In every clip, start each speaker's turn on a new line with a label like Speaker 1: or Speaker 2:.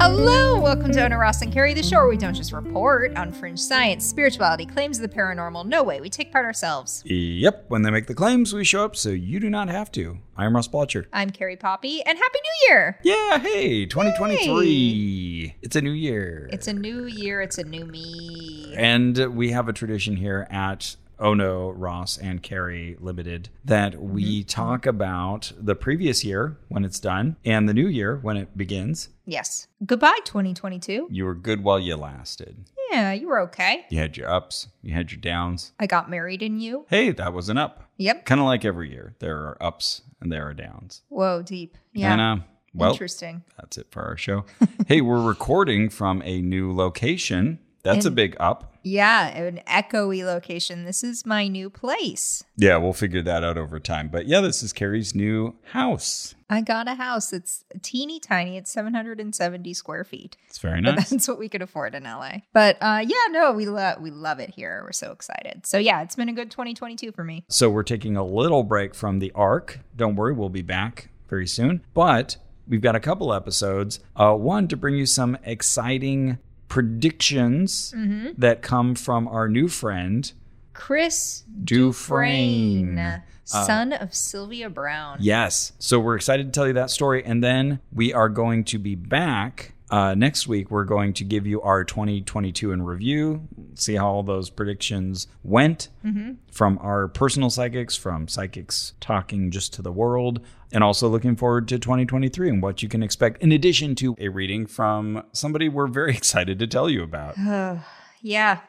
Speaker 1: Hello, welcome to Ona Ross and Carrie, the show where we don't just report on fringe science, spirituality, claims of the paranormal. No way, we take part ourselves.
Speaker 2: Yep, when they make the claims, we show up so you do not have to. I'm Ross Blotcher.
Speaker 1: I'm Carrie Poppy, and Happy New Year!
Speaker 2: Yeah, hey, 2023. It's a new year.
Speaker 1: It's a new year, it's a new me.
Speaker 2: and we have a tradition here at Oh No, Ross and Carrie Limited that we
Speaker 1: Mm-hmm.
Speaker 2: talk about the previous year when it's done and the new year when it begins.
Speaker 1: Yes. Goodbye, 2022.
Speaker 2: You were good while you lasted.
Speaker 1: Yeah, you were okay.
Speaker 2: You had your ups, you had your downs.
Speaker 1: I got married in you.
Speaker 2: Hey, that was an up.
Speaker 1: Yep.
Speaker 2: Kind of like every year, there are ups and there are downs.
Speaker 1: Whoa, deep. Yeah.
Speaker 2: And, uh, well,
Speaker 1: Interesting.
Speaker 2: that's it for our show. hey, we're recording from a new location. That's a
Speaker 1: And-
Speaker 2: big up.
Speaker 1: Yeah, an echoey location. This is my new place.
Speaker 2: Yeah, we'll figure that out over time. But yeah, this is Carrie's new house.
Speaker 1: I got a house. It's teeny tiny. It's 770 square feet.
Speaker 2: It's very
Speaker 1: But
Speaker 2: nice.
Speaker 1: that's what we could afford in LA. But uh, yeah, no, we love we love it here. We're so excited. So yeah, it's been a good 2022 for me.
Speaker 2: So we're taking a little break from the arc. Don't worry, we'll be back very soon. But we've got a couple episodes. Uh, one to bring you some exciting predictions that come from our new friend
Speaker 1: Chris
Speaker 2: Dufresne.
Speaker 1: Brain, uh, son of Sylvia Brown.
Speaker 2: Yes. So we're excited to tell you that story. And then we are going to be back uh, next week. We're going to give you our 2022 in review, see how all those predictions went from our personal psychics, from psychics talking just to the world, and also looking forward to 2023 and what you can expect, in addition to a reading from somebody we're very excited to tell you about.
Speaker 1: Yeah.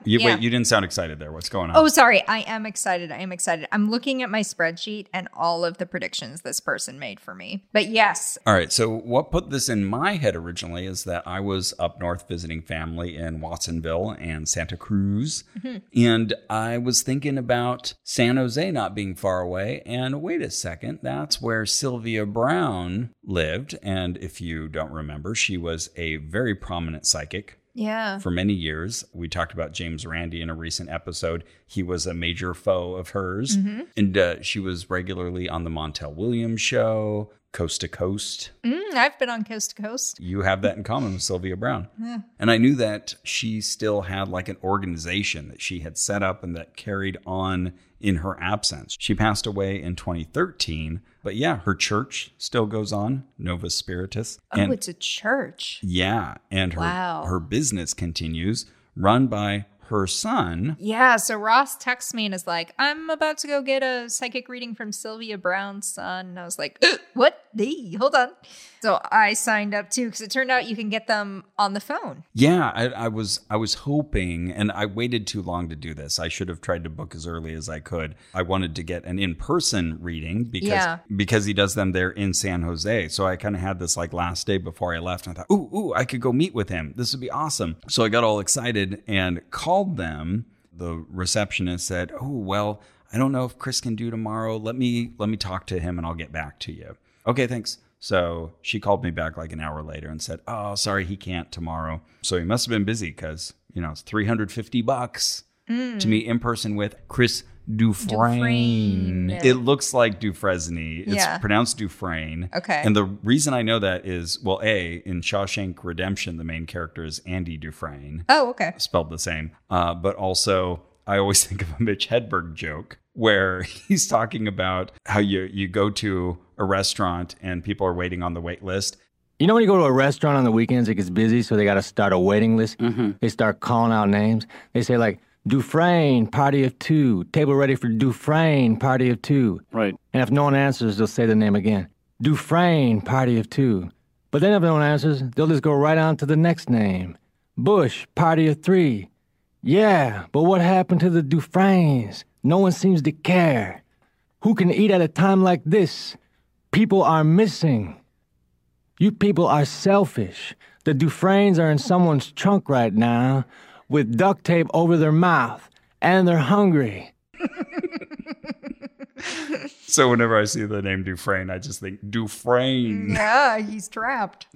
Speaker 2: You,
Speaker 1: yeah.
Speaker 2: Wait, you didn't sound excited there. What's going on?
Speaker 1: Oh, sorry. I am excited. I am excited. I'm looking at my spreadsheet and all of the predictions this person made for me. But yes,
Speaker 2: All right. So, what put this in my head originally is that I was up north visiting family in Watsonville and Santa Cruz. And I was thinking about San Jose not being far away. And wait a second, that's where Sylvia Brown lived. And if you don't remember, she was a very prominent psychic
Speaker 1: yeah.
Speaker 2: for many years. We talked about James Randi in a recent episode. He was a major foe of hers. And uh, she was regularly on the Montel Williams show, Coast to Coast.
Speaker 1: Mm, I've been on coast to coast.
Speaker 2: You have that in common with Sylvia Brown. And I knew that she still had like an organization that she had set up and that carried on in her absence. She passed away in 2013, but yeah, her church still goes on, Novus Spiritus.
Speaker 1: Oh,
Speaker 2: and
Speaker 1: it's a church.
Speaker 2: yeah, and her
Speaker 1: Wow.
Speaker 2: her business continues run by her son.
Speaker 1: Yeah, so Ross texts me and is like, I'm about to go get a psychic reading from Sylvia Brown's son. And I was like, "Ugh, what? The? Hold on. So I signed up too because it turned out you can get them on the phone.
Speaker 2: Yeah, I, I was I was hoping, and I waited too long to do this. I should have tried to book as early as I could. I wanted to get an in person reading because
Speaker 1: Yeah.
Speaker 2: because he does them there in San Jose. So I kind of had this like last day before I left. And I thought, ooh, ooh, I could go meet with him. This would be awesome. So I got all excited and called them. The receptionist said, "Oh well, I don't know if Chris can do tomorrow. Let me let me talk to him and I'll get back to you." Okay, thanks. So she called me back like an hour later and said, "Oh, sorry, he can't tomorrow." So he must have been busy because you know it's three hundred fifty bucks
Speaker 1: Mm.
Speaker 2: to meet in person with Chris Dufresne.
Speaker 1: Dufresne.
Speaker 2: It looks like Dufresne. It's
Speaker 1: Yeah.
Speaker 2: pronounced Dufresne.
Speaker 1: Okay.
Speaker 2: And the reason I know that is, well, a in Shawshank Redemption, the main character is Andy Dufresne,
Speaker 1: Oh, okay.
Speaker 2: spelled the same. Uh, but also, I always think of a Mitch Hedberg joke where he's talking about how you you go to a restaurant and people are waiting on the wait list.
Speaker 3: You know when you go to a restaurant on the weekends, it gets busy, so they got to start a waiting list. They start calling out names. They say like Dufresne, party of two, table ready for Dufresne, party of two.
Speaker 4: Right.
Speaker 3: And if no one answers, they'll say the name again, Dufresne, party of two. But then if no one answers, they'll just go right on to the next name, Bush, party of three. Yeah, but what happened to the Dufresnes? No one seems to care. Who can eat at a time like this? People are missing. You people are selfish. The Dufresnes are in someone's trunk right now with duct tape over their mouth, and they're hungry.
Speaker 2: So whenever I see the name Dufresne, I just think Dufresne.
Speaker 1: Yeah, he's trapped.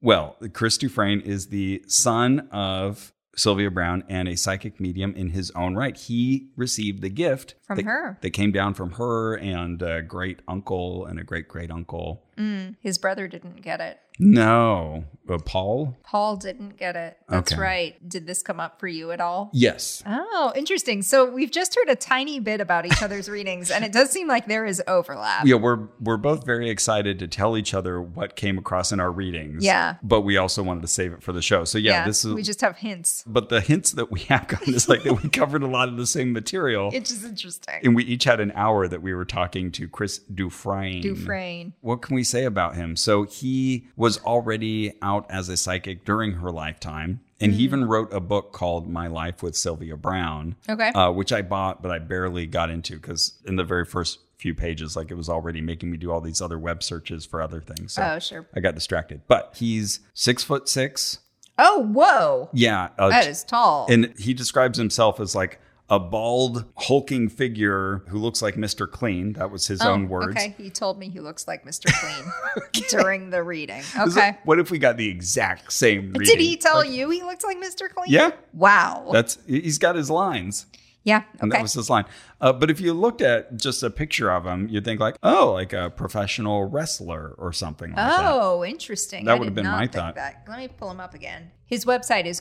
Speaker 2: Well, Chris Dufresne is the son of Sylvia Brown and a psychic medium in his own right. He received the gift
Speaker 1: From
Speaker 2: that,
Speaker 1: her.
Speaker 2: that came down from her and a great uncle and a great great uncle.
Speaker 1: Mm, his brother didn't get it.
Speaker 2: No, uh, Paul.
Speaker 1: Paul didn't get it. That's
Speaker 2: Okay.
Speaker 1: right. Did this come up for you at all?
Speaker 2: Yes,
Speaker 1: Oh, interesting. So we've just heard a tiny bit about each other's readings, and it does seem like there is overlap.
Speaker 2: yeah, we're we're both very excited to tell each other what came across in our readings.
Speaker 1: Yeah.
Speaker 2: but we also wanted to save it for the show. So yeah, this is.
Speaker 1: we just have hints.
Speaker 2: but the hints that we have gotten is like that we covered a lot of the same material,
Speaker 1: It's just interesting.
Speaker 2: and we each had an hour that we were talking to Chris Dufresne.
Speaker 1: Dufresne.
Speaker 2: What can we say about him? So he was already out as a psychic during her lifetime, and
Speaker 1: Mm.
Speaker 2: he even wrote a book called My Life with Sylvia Brown.
Speaker 1: Okay.
Speaker 2: uh, which I bought, but I barely got into because in the very first few pages, like it was already making me do all these other web searches for other things. So
Speaker 1: oh, sure.
Speaker 2: I got distracted. But he's six foot six.
Speaker 1: Oh, whoa.
Speaker 2: Yeah. Uh,
Speaker 1: That is tall.
Speaker 2: and he describes himself as like a bald, hulking figure who looks like Mr. Clean. That was his
Speaker 1: Oh,
Speaker 2: own words.
Speaker 1: Okay, he told me he looks like Mr. Clean during the reading.
Speaker 2: Is
Speaker 1: Okay.
Speaker 2: it- what if we got the exact same reading?
Speaker 1: Did he tell
Speaker 2: Like,
Speaker 1: you he looked like Mr. Clean?
Speaker 2: Yeah.
Speaker 1: Wow.
Speaker 2: That's he's got his lines.
Speaker 1: yeah.
Speaker 2: And
Speaker 1: Okay.
Speaker 2: that was his line. Uh, but if you looked at just a picture of him, you'd think like, oh, like a professional wrestler or something like that.
Speaker 1: Oh, interesting.
Speaker 2: That
Speaker 1: I
Speaker 2: would've
Speaker 1: did
Speaker 2: been
Speaker 1: not
Speaker 2: my
Speaker 1: think
Speaker 2: thought.
Speaker 1: That. Let me pull him up again. His website is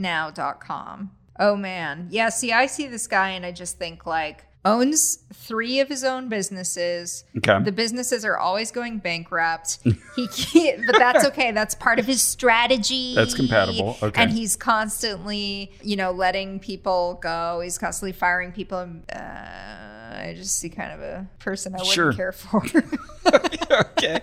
Speaker 1: chrisrightnow.com. Oh man. Yeah, see I see this guy and I just think like owns 3 of his own businesses.
Speaker 2: Okay.
Speaker 1: The businesses are always going bankrupt. He can't, but that's okay. That's part of his strategy.
Speaker 2: That's compatible. Okay.
Speaker 1: And he's constantly, you know, letting people go. He's constantly firing people. Uh, I just see kind of a person I wouldn't
Speaker 2: Sure.
Speaker 1: care for.
Speaker 2: okay.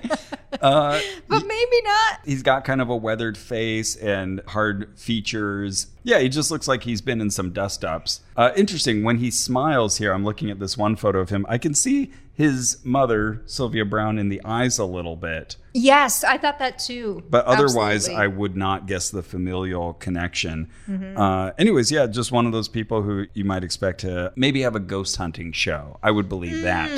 Speaker 2: Uh,
Speaker 1: but maybe not.
Speaker 2: he's got kind of a weathered face and hard features. Yeah, he just looks like he's been in some dust ups. Uh, interesting. When he smiles here, I'm looking at this one photo of him. I can see his mother, Sylvia Brown, in the eyes a little bit.
Speaker 1: Yes, I thought that too.
Speaker 2: But otherwise, I
Speaker 1: Absolutely.
Speaker 2: would not guess the familial connection. Uh, anyways, yeah, just one of those people who you might expect to maybe have a ghost hunting show. I would believe that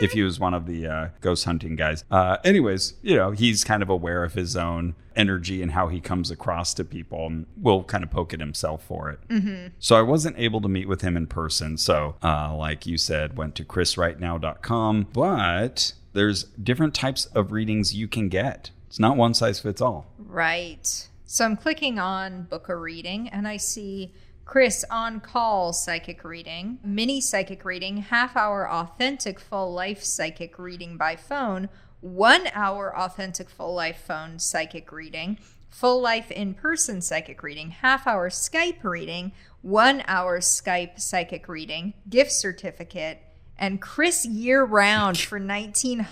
Speaker 2: if he was one of the uh, ghost hunting guys. Uh, anyways, you know, he's kind of aware of his own energy and how he comes across to people and will kind of poke at himself for it. So I wasn't able to meet with him in person. So, uh, like you said, went to chrisrightnow.com. But there's different types of readings you can get. It's not one size fits all.
Speaker 1: right. So I'm clicking on book a reading and I see Chris on call psychic reading, mini psychic reading, half hour authentic full life psychic reading by phone, one hour authentic full life phone psychic reading, full life in person psychic reading, half hour Skype reading, one hour Skype psychic reading, gift certificate, and Chris year round for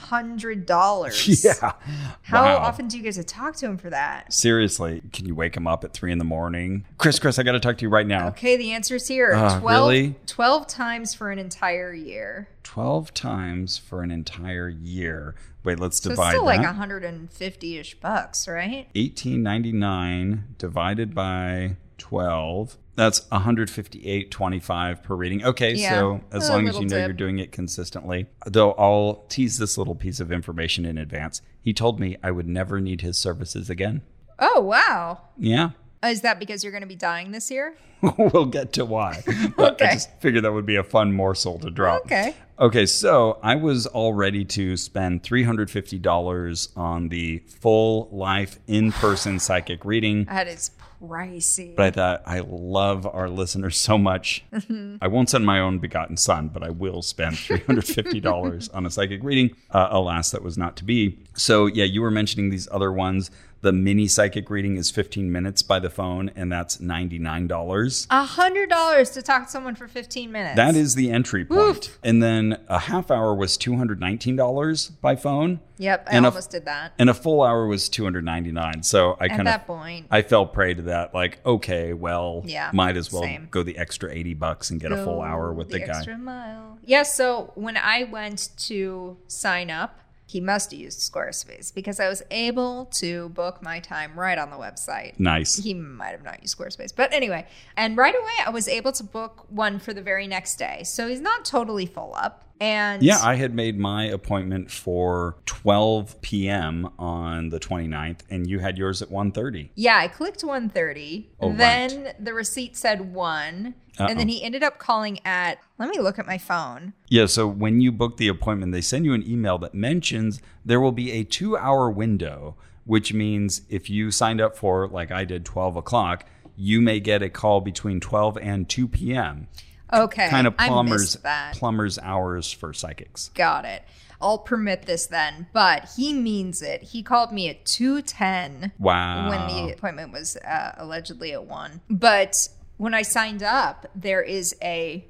Speaker 1: $1,900. How
Speaker 2: Wow.
Speaker 1: often do you get to talk to him for that?
Speaker 2: Seriously, can you wake him up at three in the morning? Chris, Chris, I got to talk to you right now.
Speaker 1: Okay, the answer is here.
Speaker 2: Uh,
Speaker 1: 12,
Speaker 2: really?
Speaker 1: 12 times for an entire year.
Speaker 2: 12 times for an entire year. Wait, let's
Speaker 1: So it's
Speaker 2: divide
Speaker 1: still
Speaker 2: that.
Speaker 1: like 150 ish bucks, right?
Speaker 2: 1899 divided by 12 that's 158.25 per reading okay
Speaker 1: Yeah,
Speaker 2: so as
Speaker 1: a
Speaker 2: long as
Speaker 1: little
Speaker 2: you know
Speaker 1: dip.
Speaker 2: you're doing it consistently though i'll tease this little piece of information in advance he told me i would never need his services again
Speaker 1: Oh, wow. Oh,
Speaker 2: yeah
Speaker 1: Is that because you're going to be dying this year?
Speaker 2: we'll get to why but i
Speaker 1: Okay.
Speaker 2: just figured that would be a fun morsel to drop
Speaker 1: Okay.
Speaker 2: Okay, so I was all ready to spend $350 on the full life in person psychic reading.
Speaker 1: That is pricey.
Speaker 2: But I thought, I love our listeners so much. I won't send my own begotten son, but I will spend $350 on a psychic reading. Uh, alas, that was not to be. So, yeah, you were mentioning these other ones. The mini psychic reading is 15 minutes by the phone, and that's $99.
Speaker 1: $100 to talk to someone for 15 minutes.
Speaker 2: That is the entry point. And then a half hour was $219 by phone,
Speaker 1: Yep, I
Speaker 2: and a-
Speaker 1: almost did that.
Speaker 2: and a full hour was 299 So I
Speaker 1: At
Speaker 2: kind of
Speaker 1: that point,
Speaker 2: I fell prey to that. Like, okay, well,
Speaker 1: Yeah,
Speaker 2: might as well
Speaker 1: same.
Speaker 2: go the extra eighty bucks and get a full
Speaker 1: Go
Speaker 2: hour with the, guy.
Speaker 1: Extra mile. Yeah. So when I went to sign up, he must have used Squarespace because I was able to book my time right on the website.
Speaker 2: Nice.
Speaker 1: He might have not used Squarespace, but anyway. And right away, I was able to book one for the very next day. So he's not totally full up. And
Speaker 2: Yeah, I had made my appointment for 12 p.m. on the 29th, and you had yours at 1.30.
Speaker 1: Yeah, I clicked 130.
Speaker 2: Oh,
Speaker 1: then the receipt said one. And then he ended up calling at, let me look at my phone.
Speaker 2: Yeah, so when you book the appointment, they send you an email that mentions there will be a two hour window, which means if you signed up for, like I did, 12 o'clock, you may get a call between 12 and 2 p.m.
Speaker 1: Okay.
Speaker 2: Kind of
Speaker 1: I
Speaker 2: plumbers,
Speaker 1: missed that.
Speaker 2: plumbers hours for psychics.
Speaker 1: Got it. I'll permit this then, but he means it. He called me at 210
Speaker 2: Wow.
Speaker 1: when the appointment was uh, allegedly at 1. But when I signed up, there is a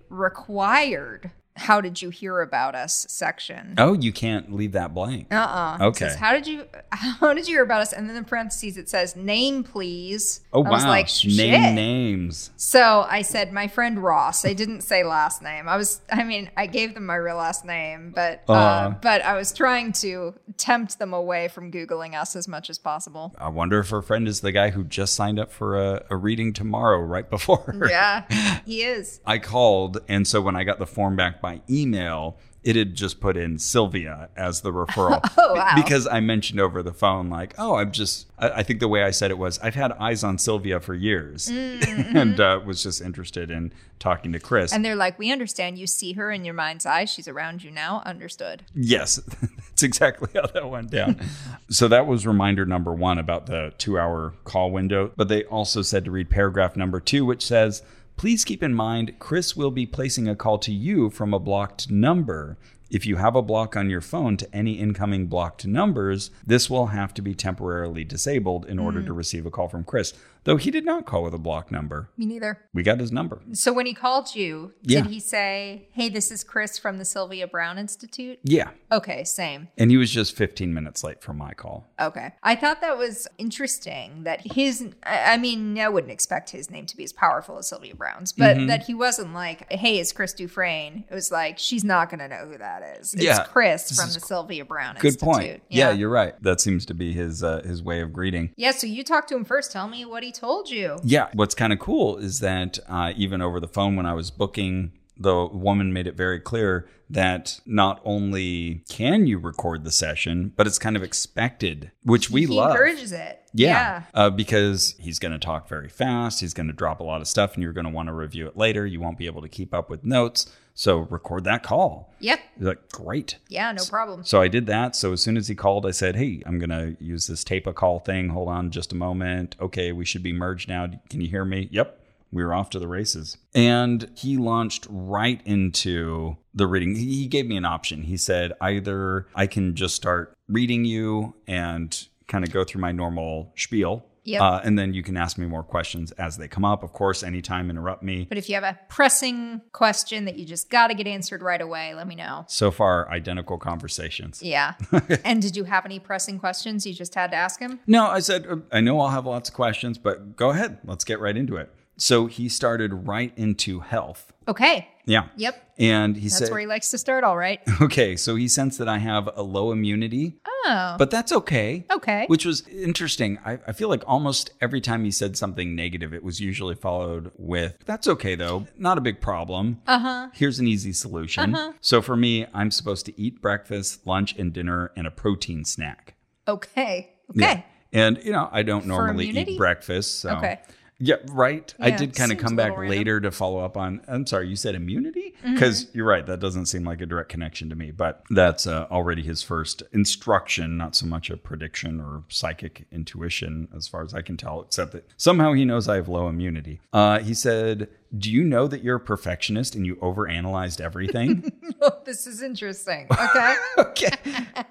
Speaker 1: required how did you hear about us section.
Speaker 2: oh, you can't leave that blank.
Speaker 1: Uh-uh. It
Speaker 2: Oh, Okay.
Speaker 1: says, how did you how did you hear about us? And then in parentheses it says name please.
Speaker 2: oh,
Speaker 1: I
Speaker 2: wow.
Speaker 1: was like shit.
Speaker 2: Name names.
Speaker 1: So I said my friend Ross. I didn't say last name. I was I mean, I gave them my real last name, but uh,
Speaker 2: Uh.
Speaker 1: but I was trying to tempt them away from googling us as much as possible.
Speaker 2: I wonder if her friend is the guy who just signed up for a, a reading tomorrow, right before her.
Speaker 1: Yeah. he is.
Speaker 2: I called, and so when I got the form back by email, it had just put in Sylvia as the referral.
Speaker 1: Oh, wow.
Speaker 2: Because I mentioned over the phone, like, oh, I'm just, I, I think the way I said it was, I've had eyes on Sylvia for years
Speaker 1: Mm.
Speaker 2: and uh, was just interested in talking to Chris.
Speaker 1: And they're like, "We understand you see her in your mind's eye. She's around you now." Understood.
Speaker 2: Yes, that's exactly how that went down. so that was reminder number one about the two hour call window. But they also said to read paragraph number two, which says, Please keep in mind, Chris will be placing a call to you from a blocked number. If you have a block on your phone to any incoming blocked numbers, this will have to be temporarily disabled in order to receive a call from Chris. Though he did not call with a block number,
Speaker 1: Me neither.
Speaker 2: we got his number.
Speaker 1: So when he called you,
Speaker 2: Yeah.
Speaker 1: did he say, "Hey, this is Chris from the Sylvia Brown Institute"?
Speaker 2: Yeah.
Speaker 1: Okay, same.
Speaker 2: And he was just 15 minutes late for my call.
Speaker 1: Okay. I thought that was interesting that his, I I mean, I wouldn't expect his name to be as powerful as Sylvia Brown's, but
Speaker 2: Mm-hmm.
Speaker 1: that he wasn't like, hey, it's Chris Dufresne. It was like, she's not going to know who that is. It's
Speaker 2: Yeah.
Speaker 1: Chris
Speaker 2: This
Speaker 1: from
Speaker 2: is
Speaker 1: the Sylvia Brown
Speaker 2: Good
Speaker 1: Institute.
Speaker 2: point. Yeah. you're right. That seems to be his uh, his way of greeting.
Speaker 1: yeah, so you talked to him first. Tell me what he told you.
Speaker 2: Yeah. What's kind of cool is that uh, even over the phone when I was booking, the woman made it very clear that not only can you record the session, but it's kind of expected, which we
Speaker 1: he
Speaker 2: love.
Speaker 1: encourages it.
Speaker 2: Yeah. Uh, because he's going to talk very fast. He's going to drop a lot of stuff and you're going to want to review it later. You won't be able to keep up with notes. So record that call.
Speaker 1: Yep.
Speaker 2: You're like, great.
Speaker 1: Yeah, no problem.
Speaker 2: So I did that. So as soon as he called, I said, Hey, I'm going to use this tape a call thing. Hold on just a moment. Okay, we should be merged now. Can you hear me? Yep. We were off to the races. And he launched right into the reading. He he gave me an option. He said, Either I can just start reading you and kind of go through my normal spiel.
Speaker 1: Yep.
Speaker 2: Uh, and then you can ask me more questions as they come up. Of course, anytime interrupt me.
Speaker 1: But if you have a pressing question that you just got to get answered right away, let me know.
Speaker 2: So far, identical conversations.
Speaker 1: Yeah. and did you have any pressing questions you just had to ask him?
Speaker 2: No, I said, uh, I know I'll have lots of questions, but go ahead. Let's get right into it. So he started right into health.
Speaker 1: Okay.
Speaker 2: Yeah.
Speaker 1: Yep.
Speaker 2: And he
Speaker 1: That's
Speaker 2: said,
Speaker 1: where he likes to start, all right.
Speaker 2: okay, so he sensed that I have a low immunity,
Speaker 1: Oh,
Speaker 2: but that's okay.
Speaker 1: okay.
Speaker 2: Which was interesting. I, I feel like almost every time he said something negative, it was usually followed with, that's okay though, not a big problem.
Speaker 1: Uh huh.
Speaker 2: Here's an easy solution.
Speaker 1: Uh-huh.
Speaker 2: So for me, I'm supposed to eat breakfast, lunch, and dinner and a protein snack.
Speaker 1: Okay. Okay.
Speaker 2: Yeah. And you know, I don't normally
Speaker 1: immunity?
Speaker 2: eat breakfast, so
Speaker 1: Okay.
Speaker 2: yeah, right. I
Speaker 1: Yeah,
Speaker 2: did kind of
Speaker 1: seems a
Speaker 2: come
Speaker 1: little
Speaker 2: back
Speaker 1: random. Mm-hmm.
Speaker 2: later to follow up on. I'm sorry, you said immunity because you're right. That doesn't seem like a direct connection to me, but that's uh, already his first instruction, not so much a prediction or psychic intuition, as far as I can tell. Except that somehow he knows I have low immunity. Uh, he said, "Do you know that you're a perfectionist and you overanalyzed everything?"
Speaker 1: Oh, this is interesting. Okay.
Speaker 2: okay,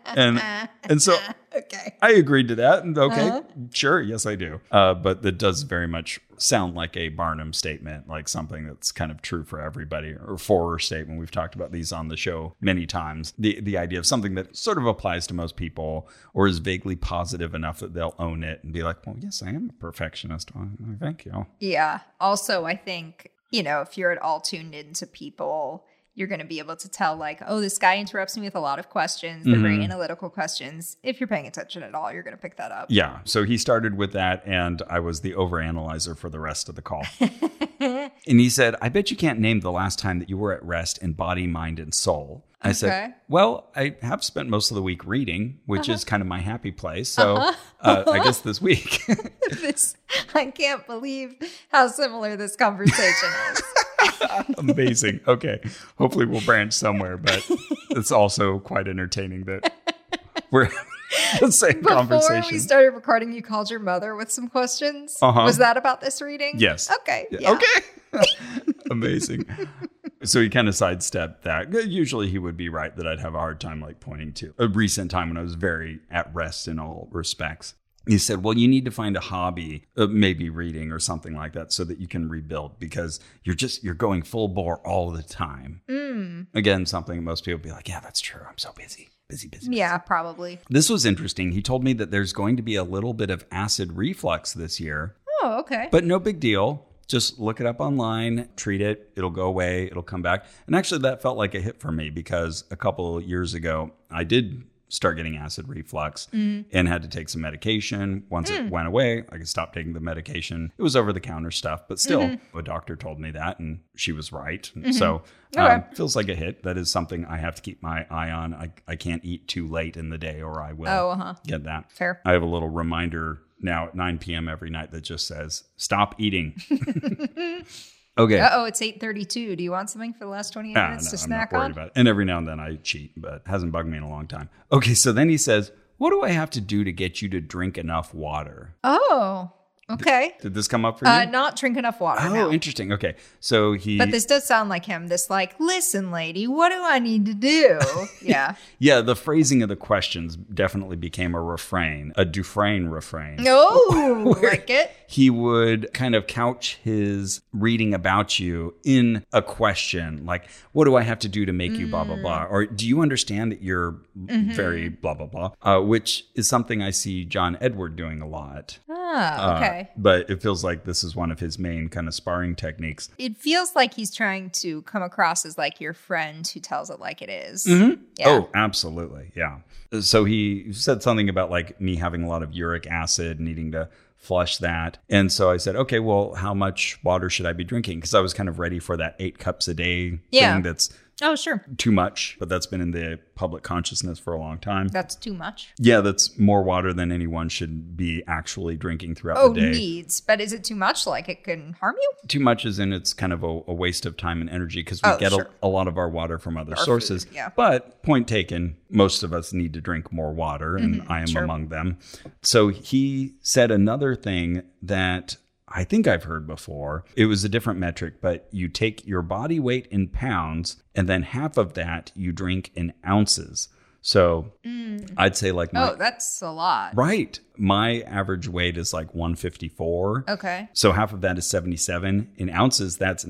Speaker 2: and and so
Speaker 1: okay.
Speaker 2: I agreed to that. And okay, sure, yes, I do. Uh, but that does very much sound like a Barnum statement, like something that's kind of true for everybody, or Forer statement. We've talked about these on the show many times. The the idea of something that sort of applies to most people, or is vaguely positive enough that they'll own it and be like, "Well, yes, I am a perfectionist. Well, thank you."
Speaker 1: Yeah. Also, I think, you know, if you're at all tuned into people, you're going to be able to tell, like, oh, this guy interrupts me with a lot of questions. They're very analytical questions. If you're paying attention at all, you're going to pick that up.
Speaker 2: Yeah. So he started with that, and I was the overanalyzer for the rest of the call. And he said, I bet you can't name the last time that you were at rest in body, mind, and soul.
Speaker 1: Okay.
Speaker 2: I
Speaker 1: Uh-huh.
Speaker 2: said, Well, I have spent most of the week reading, which is kind of my happy place. So uh, I guess this week.
Speaker 1: This, I can't believe how similar this conversation is.
Speaker 2: Amazing. Okay. Hopefully we'll branch somewhere, but it's also quite entertaining that we're having the same
Speaker 1: Before
Speaker 2: conversation.
Speaker 1: we started recording, you called your mother with some questions.
Speaker 2: Uh-huh.
Speaker 1: Was that about this reading?
Speaker 2: Yes.
Speaker 1: Okay.
Speaker 2: Yeah,
Speaker 1: yeah.
Speaker 2: Okay. Amazing. So he kind of sidestepped that. Usually he would be right that I'd have a hard time like pointing to a recent time when I was very at rest in all respects. He said, Well, you need to find a hobby, uh, maybe reading or something like that, so that you can rebuild because you're just, you're going full bore all the time. Again, something most people be like, Yeah, that's true. I'm so busy, busy, busy. busy."
Speaker 1: Yeah, probably.
Speaker 2: This was interesting. He told me that there's going to be a little bit of acid reflux this year.
Speaker 1: Oh, okay.
Speaker 2: But no big deal. Just look it up online, treat it, it'll go away, it'll come back. And actually, that felt like a hit for me because a couple years ago, I did start getting acid reflux
Speaker 1: Mm.
Speaker 2: and had to take some medication. Once it went away, I could stop taking the medication. It was over the counter stuff, but still,
Speaker 1: Mm-hmm.
Speaker 2: a doctor told me that and she was right. So, um,
Speaker 1: Okay.
Speaker 2: feels like a hit. That is something I have to keep my eye on. I, I can't eat too late in the day or I will
Speaker 1: oh, uh huh.
Speaker 2: get that.
Speaker 1: Fair.
Speaker 2: I have a little reminder now at 9 p.m. every night that just says, stop eating. okay.
Speaker 1: Uh oh, it's 8.32. Do you want something for the last 28
Speaker 2: Ah,
Speaker 1: minutes
Speaker 2: no,
Speaker 1: to
Speaker 2: I'm not
Speaker 1: snack
Speaker 2: worried
Speaker 1: on?
Speaker 2: about it. And every now and then I cheat, but it hasn't bugged me in a long time. Okay. So then he says, what do I have to do to get you to drink enough water?
Speaker 1: Oh, okay.
Speaker 2: Did this come up for you?
Speaker 1: Uh, not drink enough water
Speaker 2: oh,
Speaker 1: now.
Speaker 2: interesting. Okay. So he,
Speaker 1: But this does sound like him. This like, listen, lady, what do I need to do? Yeah.
Speaker 2: yeah, the phrasing of the questions definitely became a refrain, a Dufresne refrain.
Speaker 1: Oh, like it.
Speaker 2: he would kind of couch his reading about you in a question like what do i have to do to make you blah blah blah or do you understand that you're very blah blah blah uh, which is something i see john edward doing a lot
Speaker 1: Ah,
Speaker 2: Uh,
Speaker 1: okay.
Speaker 2: but it feels like this is one of his main kind of sparring techniques
Speaker 1: it feels like he's trying to come across as like your friend who tells it like it is. Yeah.
Speaker 2: Oh, absolutely. Yeah. So he said something about like me having a lot of uric acid, needing to flush that. And so I said, okay, well, how much water should I be drinking? Because I was kind of ready for that eight cups a day
Speaker 1: Yeah.
Speaker 2: thing that's
Speaker 1: Oh, sure.
Speaker 2: too much, but that's been in the public consciousness for a long time.
Speaker 1: That's too much.
Speaker 2: yeah, that's more water than anyone should be actually drinking throughout
Speaker 1: Oh,
Speaker 2: the day.
Speaker 1: needs. But is it too much? Like it can harm you?
Speaker 2: Too much is in it's kind of a, a waste of time and energy because we
Speaker 1: Oh,
Speaker 2: get
Speaker 1: sure.
Speaker 2: a, a lot of our water from other
Speaker 1: food,
Speaker 2: sources.
Speaker 1: yeah.
Speaker 2: But point taken, most of us need to drink more water, and I am
Speaker 1: Mm-hmm, sure.
Speaker 2: among them. So he said another thing that I think I've heard before. It was a different metric, but you take your body weight in pounds, and then half of that you drink in ounces. So I'd say like my
Speaker 1: Oh, that's a lot.
Speaker 2: right, my average weight is like 154.
Speaker 1: Okay.
Speaker 2: So half of that is 77. In ounces, that's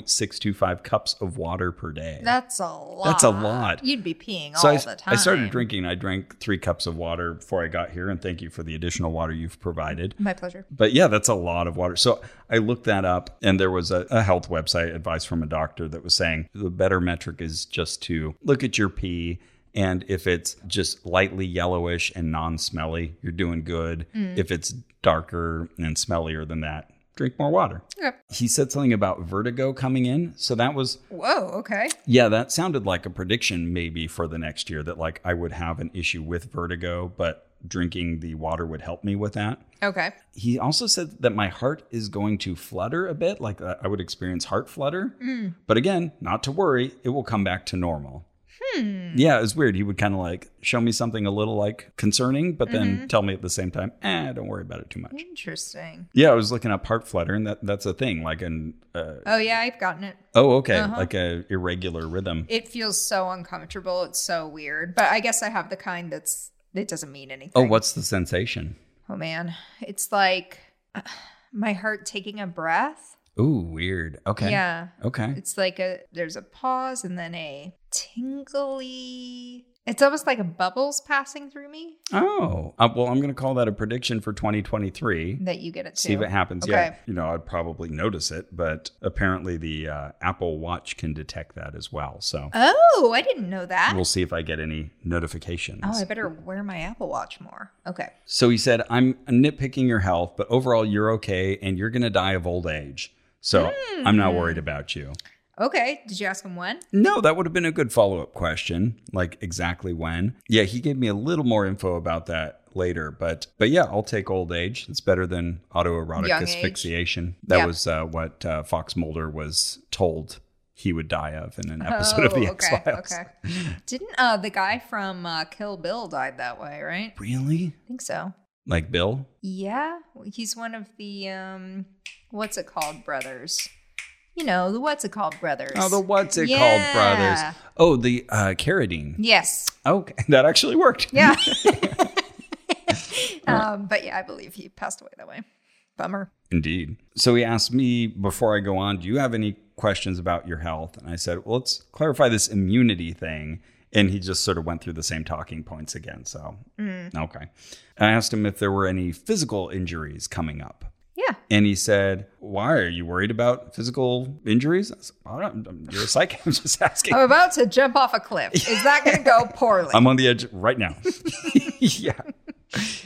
Speaker 2: 9.625 cups of water per day.
Speaker 1: That's a lot.
Speaker 2: That's a lot.
Speaker 1: You'd be peeing
Speaker 2: so
Speaker 1: all
Speaker 2: I,
Speaker 1: the time.
Speaker 2: I started drinking. I drank three cups of water before I got here, and thank you for the additional water you've provided.
Speaker 1: My pleasure.
Speaker 2: But yeah, that's a lot of water. So I looked that up, and there was a, a health website advice from a doctor that was saying the better metric is just to look at your pee. And if it's just lightly yellowish and non smelly, you're doing good.
Speaker 1: Mm.
Speaker 2: If it's darker and smellier than that, drink more water.
Speaker 1: Okay.
Speaker 2: He said something about vertigo coming in. So that was,
Speaker 1: Whoa. Okay.
Speaker 2: yeah, that sounded like a prediction maybe for the next year that like I would have an issue with vertigo, but drinking the water would help me with that
Speaker 1: Okay.
Speaker 2: he also said that my heart is going to flutter a bit, like uh, I would experience heart flutter. But again, not to worry, it will come back to normal. Yeah, it was weird. He would kind of like show me something a little like concerning, but then tell me at the same time, eh, don't worry about it too much.
Speaker 1: Interesting.
Speaker 2: Yeah, I was looking up heart flutter, and that that's a thing. Like an uh,
Speaker 1: Oh yeah, I've gotten it.
Speaker 2: oh, okay,
Speaker 1: Uh-huh.
Speaker 2: like a irregular rhythm.
Speaker 1: It feels so uncomfortable. It's so weird. But I guess I have the kind that's it doesn't mean anything.
Speaker 2: oh, what's the sensation?
Speaker 1: Oh man, it's like uh, my heart taking a breath.
Speaker 2: Ooh, weird. Okay.
Speaker 1: Yeah.
Speaker 2: Okay.
Speaker 1: It's like a there's a pause and then a tingly. It's almost like a bubble's passing through me
Speaker 2: Oh, uh, well, I'm going to call that a prediction for 2023.
Speaker 1: that you get it too.
Speaker 2: see what happens. Yeah,
Speaker 1: Okay.
Speaker 2: you know, I'd probably notice it, but apparently the uh, Apple Watch can detect that as well. So
Speaker 1: Oh, I didn't know that.
Speaker 2: we'll see if I get any notifications.
Speaker 1: oh, I better wear my Apple Watch more. Okay.
Speaker 2: so he said, "I'm nitpicking your health, but overall you're okay, and you're going to die of old age." So
Speaker 1: Hmm.
Speaker 2: I'm not worried about you.
Speaker 1: Okay. Did you ask him when?
Speaker 2: No, that would have been a good follow up question, like exactly when. Yeah, he gave me a little more info about that later, but but yeah, I'll take old age. It's better than autoerotic
Speaker 1: Young age.
Speaker 2: asphyxiation. That
Speaker 1: Yeah.
Speaker 2: was uh, what uh, Fox Mulder was told he would die of in an episode of The X
Speaker 1: Oh, okay.
Speaker 2: Files.
Speaker 1: Okay. Didn't uh, the guy from uh, Kill Bill died that way, right?
Speaker 2: Really?
Speaker 1: I think so.
Speaker 2: Like Bill?
Speaker 1: Yeah, he's one of the um, what's it called brothers? You know the what's it called brothers?
Speaker 2: Oh, the what's it
Speaker 1: Yeah.
Speaker 2: called, brothers? Oh, the uh, Carradine.
Speaker 1: yes,
Speaker 2: Okay, that actually worked.
Speaker 1: yeah. um, but yeah, I believe he passed away that way. Bummer.
Speaker 2: Indeed. So he asked me before I go on, do you have any questions about your health? And I said, well, let's clarify this immunity thing. And he just sort of went through the same talking points again. So, okay. And I asked him if there were any physical injuries coming up.
Speaker 1: Yeah,
Speaker 2: And he said, why are you worried about physical injuries? I said, I don't, you're a psych. I'm just asking.
Speaker 1: I'm about to jump off a cliff. Is that going to go poorly?
Speaker 2: I'm on the edge right now. yeah.